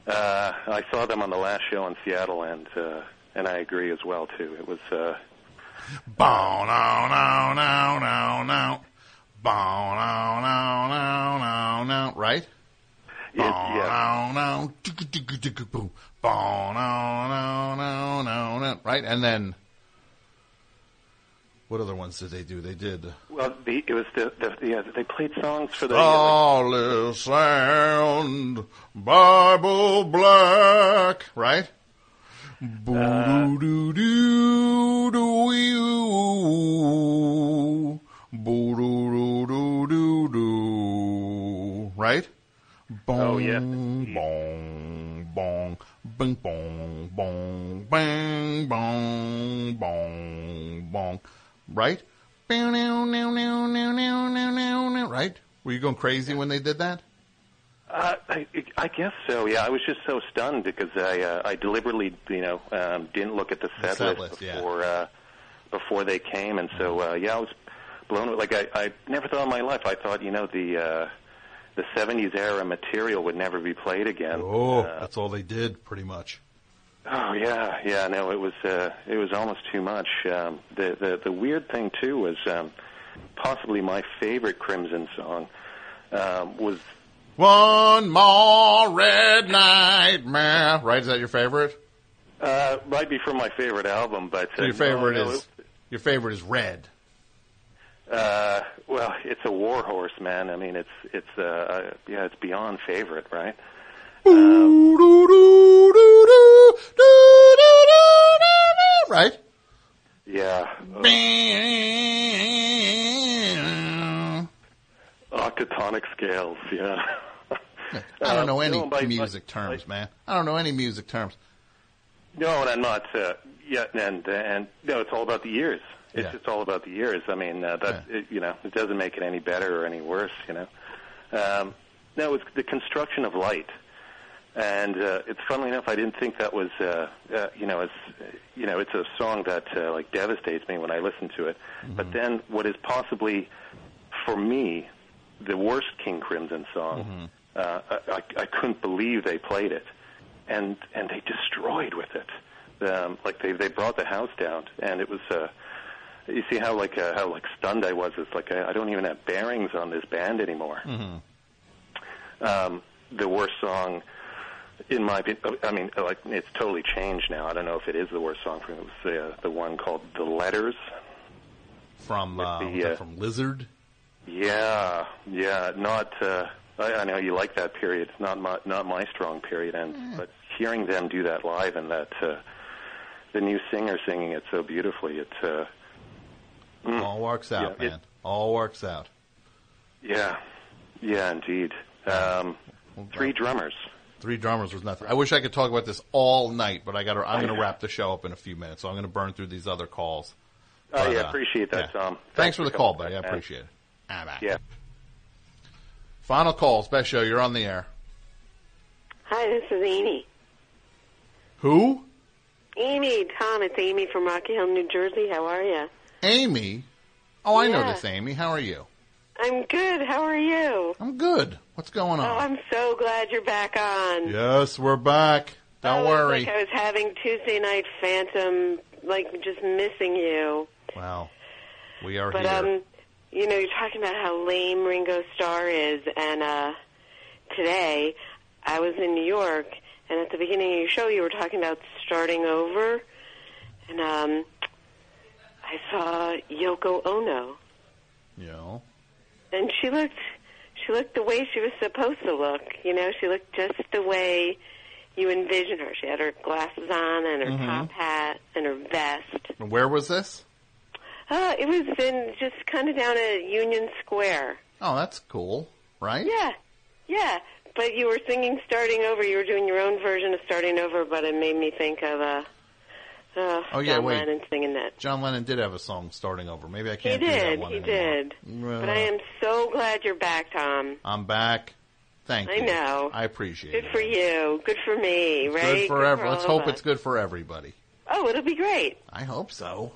S24: Uh, I saw them on the last show in Seattle, and uh, and I agree as well too. It was. Uh,
S1: Bow, no, no, no, no, no. Bow, no, no, no, no, no. Right? Bow, no, no. Digga, digga, digga, boom. Bow, no, no, no, no, no. Right? And then, what other ones did they do? They did.
S24: well, the, it was the, the yeah. They played songs for the.
S1: Oh. Starless sound, Bible black, right? Boo doo doo doo doo boo doo doo doo doo, right? Bong, oh yeah, bong bong bing bong bong bang bong bong bong, right? Bow, now, now, now, now, now, now, now, now, Right? Were you going crazy when they did that?
S24: Uh, I, I guess so. Yeah, I was just so stunned because I uh, I deliberately you know um, didn't look at the set,
S1: set
S24: list
S1: list, yeah.
S24: before uh, before they came, and so uh, yeah, I was blown. away. Like I, I never thought in my life I thought you know the uh, the '70s era material would never be played again. Uh,
S1: Oh, that's all they did, pretty much.
S24: Oh yeah, yeah. No, it was uh, it was almost too much. Um, the, the the weird thing too was um, possibly my favorite Crimson song um, was
S1: One more red nightmare. Right? Is that your favorite?
S24: Uh, might be from my favorite album, but uh,
S1: Your favorite
S24: no, no,
S1: is your favorite is red.
S24: uh, well, it's a war horse, man. I mean, it's it's uh, uh, yeah, it's beyond favorite, right?
S1: Right?
S24: Yeah. Uh, Octatonic scales, yeah.
S1: I don't know
S24: Uh,
S1: any
S24: no, by- by-
S1: music terms, man. I don't know any music terms.
S24: No, and I'm not. Uh, yeah, and and no, it's all about the years. It's
S1: Yeah.
S24: just all about the years. I mean, uh, that it, you know, it doesn't make it any better or any worse. You know, um, no, it's the construction of light, and uh, it's funnily enough, I didn't think that was uh, uh, you know, it's you know, it's a song that uh, like devastates me when I listen to it. But then, what is possibly for me the worst King Crimson song? Uh, I, I I couldn't believe they played it, and and they destroyed with it um, like they they brought the house down, and it was. Uh, you see how like uh, how like stunned I was. It's like I, I don't even have bearings on this band anymore.
S1: Mm-hmm.
S24: Um, the worst song, in my opinion, I mean, like it's totally changed now. I don't know if it is the worst song for me. It was uh, the one called "The Letters."
S1: From uh,
S24: the,
S1: was that
S24: uh,
S1: from Lizard.
S24: Yeah, yeah. Not. Uh, I, I know you like that period. It's not my not my strong period. And
S1: Mm.
S24: but hearing them do that live and that uh, the new singer singing it so beautifully, it's. Uh, mm,
S1: All works out,
S24: yeah, it-
S1: man. All works out.
S24: yeah, yeah, indeed. Um, three drummers.
S1: Three drummers was nothing. I wish I could talk about this all night, but I got. to I'm going to wrap the show up in a few minutes, so I'm going to burn through these other calls.
S24: Oh
S1: But,
S24: yeah,
S1: uh,
S24: appreciate that, Tom.
S1: Thanks for the call, buddy. I
S24: back.
S1: appreciate it. Ah, bye.
S24: Yeah.
S1: Final calls, best show. You're on the air.
S27: Hi, this is Amy.
S1: Who?
S27: Amy, Tom, it's Amy from Rocky Hill, New Jersey. How are you?
S1: Amy. Oh, I know
S27: Yeah.
S1: this Amy. How are you?
S27: I'm good. How are you?
S1: I'm good. What's going
S27: Oh,
S1: on?
S27: I'm so glad you're back on. Oh,
S1: yes, we're back. Don't worry.
S27: Like I was having Tuesday night phantom, like just missing you.
S1: Wow. We are
S27: but
S1: here.
S27: um, you know, you're talking about how lame Ringo Starr is, and uh, today I was in New York, and at the beginning of your show, you were talking about starting over, and um, I saw Yoko Ono,
S1: yeah.
S27: and she looked. She looked the way she was supposed to look, you know. She looked just the way you envision her. She had her glasses on and her
S1: Mhm.
S27: top hat and her vest.
S1: And Where was this?
S27: Uh, it was in just kind of down at Union Square.
S1: Oh, that's cool, right?
S27: Yeah, yeah. But you were singing "Starting Over." You were doing your own version of "Starting Over," but it made me think of uh, uh,
S1: Oh, yeah,
S27: John
S1: wait.
S27: Lennon singing that.
S1: John Lennon did have a song starting over. Maybe I
S27: He
S1: can't do that
S27: did.
S1: one
S27: He
S1: anymore. Uh.
S27: did.
S1: Well,
S27: But I am so glad you're back, Tom.
S1: I'm back. Thank
S27: I
S1: you.
S27: know.
S1: I appreciate
S27: Good
S1: it.
S27: for you. Good for me. Right?
S1: Good for everyone. Let's
S27: all of
S1: hope
S27: us.
S1: it's good for everybody.
S27: Oh, it'll be great.
S1: I hope so.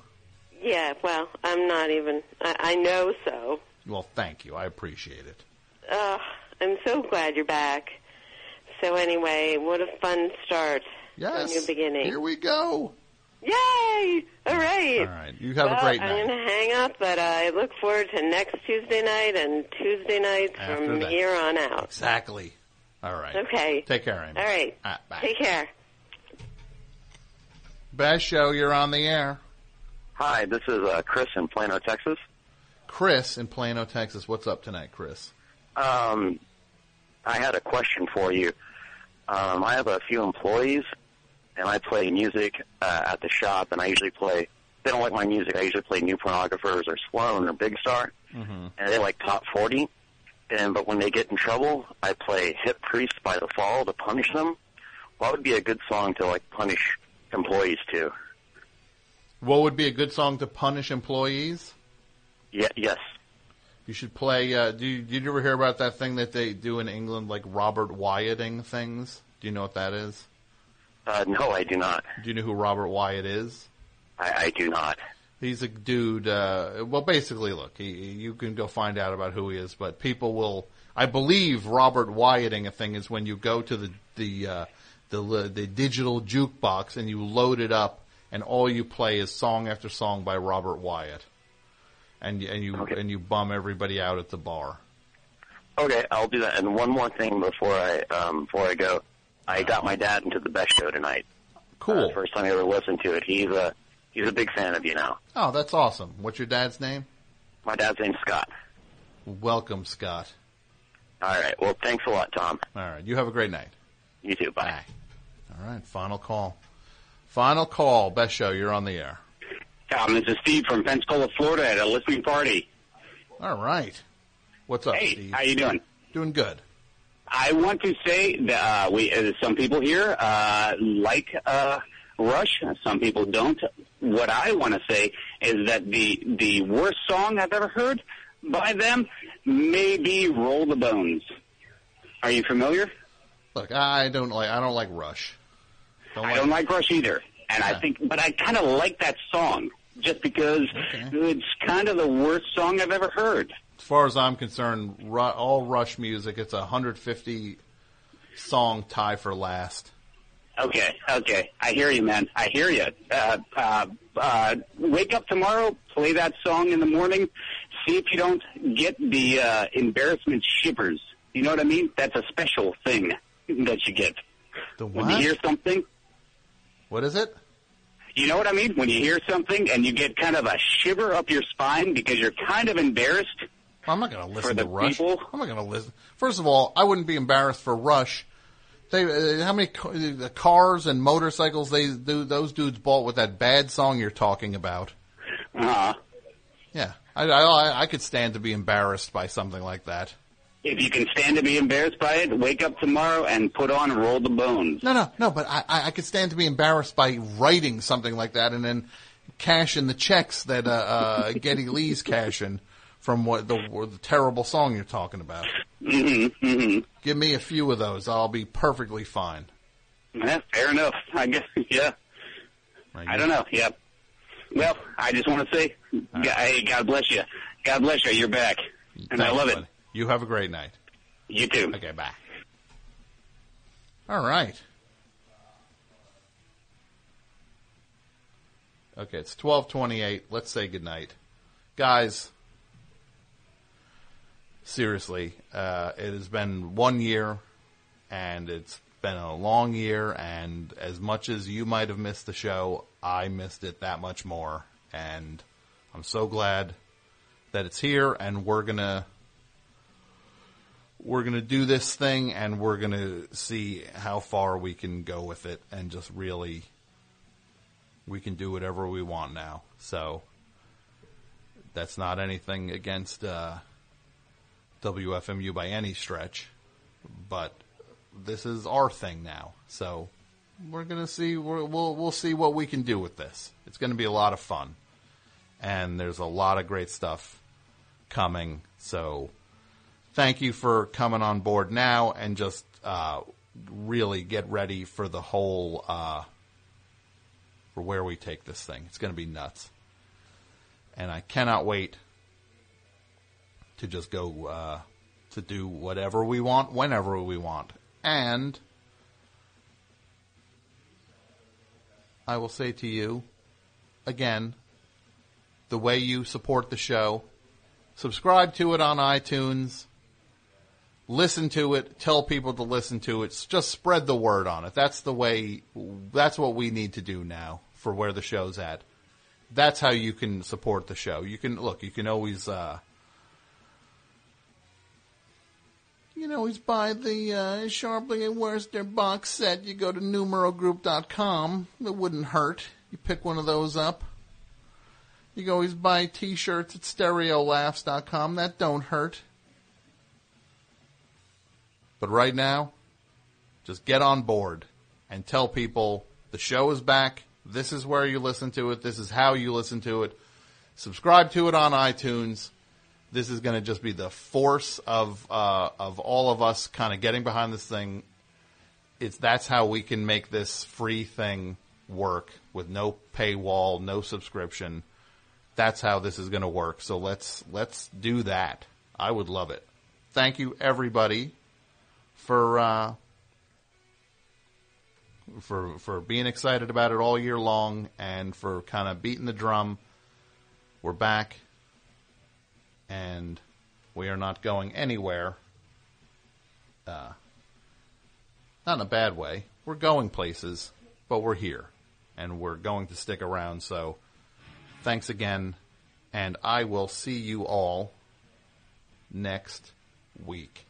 S27: Yeah. Well, I'm not even. I, I know so.
S1: Well, thank you. I appreciate it.
S27: Oh, I'm so glad you're back. So anyway, what a fun start.
S1: Yes.
S27: A new beginning.
S1: Here we go.
S27: Yay! All right.
S1: All right. You have
S27: well,
S1: a great
S27: I'm going
S1: night.
S27: to hang up, but uh, I look forward to next Tuesday night and Tuesday nights
S1: After
S27: from
S1: that.
S27: here on out.
S1: Exactly. All right.
S27: Okay.
S1: Take care, Amy.
S27: All right.
S1: Ah, bye.
S27: Take care.
S1: Best show. You're on the air.
S11: Hi, this is uh, Chris in Plano, Texas.
S1: Chris in Plano, Texas. What's up tonight, Chris?
S11: Um, I had a question for you. Um, I have a few employees, and I play music uh, at the shop, and I usually play. They don't like my music. I usually play New Pornographers or Sloan or Big Star, and they like Top 40. And but when they get in trouble, I play Hip Priest by The Fall to punish them. What would be a good song to like punish employees to?
S1: What would be a good song to punish employees?
S11: Yeah, yes.
S1: You should play. Uh, do you, did you ever hear about that thing that they do in England, like Robert Wyatting things? Do you know what that is?
S11: Uh, no, I do not.
S1: Do you know who Robert Wyatt is?
S11: I, I do not.
S1: He's a dude. Uh, well, basically, look, he, you can go find out about who he is, but people will. I believe Robert Wyatting a thing is when you go to the the uh, the li- the digital jukebox and you load it up, and all you play is song after song by Robert Wyatt, and and you and you bum everybody out at the bar.
S11: Okay, I'll do that. And one more thing before I um, before I go, I got my dad into the best show tonight.
S1: Cool.
S11: Uh, first time he ever listened to it. He's a he's a big fan of you now.
S1: Oh, that's awesome. What's your dad's name?
S11: My dad's name's Scott.
S1: Welcome, Scott.
S11: All right. Well, thanks a lot, Tom.
S1: All right. You have a great night.
S11: You too. Bye.
S1: All right. Final call. Final call. Best show. You're on the air.
S19: Tom, this is Steve from Pensacola, Florida, at a listening party.
S1: All right. What's up,
S19: hey,
S1: Steve?
S19: how you doing?
S1: Doing good.
S19: I want to say that uh, we, uh, some people here, uh, like uh, Rush. Some people don't. What I want to say is that the the worst song I've ever heard by them may be "Roll the Bones." Are you familiar?
S1: Look, I don't like I don't like Rush.
S19: I don't like Rush either, and I think, but I kind of like that song just because it's kind of the worst song I've ever heard.
S1: As far as I'm concerned, Ru- all Rush music, it's a 150 song tie for last.
S19: Okay, okay, I hear you, man. I hear you. Uh, uh, uh, wake up tomorrow, play that song in the morning, see if you don't get the uh, embarrassment shivers. You know what I mean? That's a special thing that you get.
S1: The
S19: When you hear something,
S1: What is it?
S19: You know what I mean? When you hear something and you get kind of a shiver up your spine because you're kind of embarrassed.
S1: I'm not going to listen
S19: the
S1: to Rush.
S19: people.
S1: I'm not going to listen. First of all, I wouldn't be embarrassed for Rush. They uh, how many ca- the cars and motorcycles they do those dudes bought with that bad song you're talking about?
S19: Uh,
S1: Yeah, I, I I could stand to be embarrassed by something like that.
S19: if you can stand to be embarrassed by it, wake up tomorrow and put on Roll the Bones.
S1: No, no, no. But I, I I could stand to be embarrassed by writing something like that and then cashing the checks that uh, uh, Getty Lee's cashing from what the, the terrible song you're talking about.
S19: Mm-hmm, mm-hmm.
S1: Give me a few of those. I'll be perfectly fine.
S19: Yeah, fair enough. I guess, yeah. I don't know, yeah. Well, I just want to say, g hey, God bless you. God bless you. You're back. And I
S1: Thanks,
S19: love it.
S1: buddy. You have a great night.
S19: You too.
S1: Okay, bye. All right. Okay, it's 12:28. Let's say goodnight. Guys, seriously, uh, it has been 1 year and it's been a long year and as much as you might have missed the show, I missed it that much more and I'm so glad that it's here and we're going to we're going to do this thing and we're going to see how far we can go with it and just really we can do whatever we want now. So that's not anything against uh, WFMU by any stretch, but this is our thing now. So we're going to see we're, we'll we'll see what we can do with this. It's going to be a lot of fun. And there's a lot of great stuff coming. So thank you for coming on board now and just uh, really get ready for the whole uh, for where we take this thing. It's going to be nuts, and I cannot wait to just go uh, to do whatever we want, whenever we want, and I will say to you again the way you support the show. Subscribe to it on iTunes. Listen to it. Tell people to listen to it. Just spread the word on it. That's the way, that's what we need to do now for where the show's at. That's how you can support the show. You can, look, you can always, uh, You know, he's by the uh, Sharply and Worcester box set. You go to numerogroup.com. It wouldn't hurt. You pick one of those up. You can always buy t-shirts at stereolaughs.com. That don't hurt. But right now, just get on board and tell people the show is back. This is where you listen to it. This is how you listen to it. Subscribe to it on iTunes. This is going to just be the force of uh, of all of us kind of getting behind this thing. It's that's how we can make this free thing work with no paywall, no subscription. That's how this is going to work. So let's let's do that. I would love it. Thank you everybody for uh, for for being excited about it all year long and for kind of beating the drum. We're back and we are not going anywhere. Uh, not in a bad way. We're going places, but we're here and we're going to stick around. So thanks again, and I will see you all next week.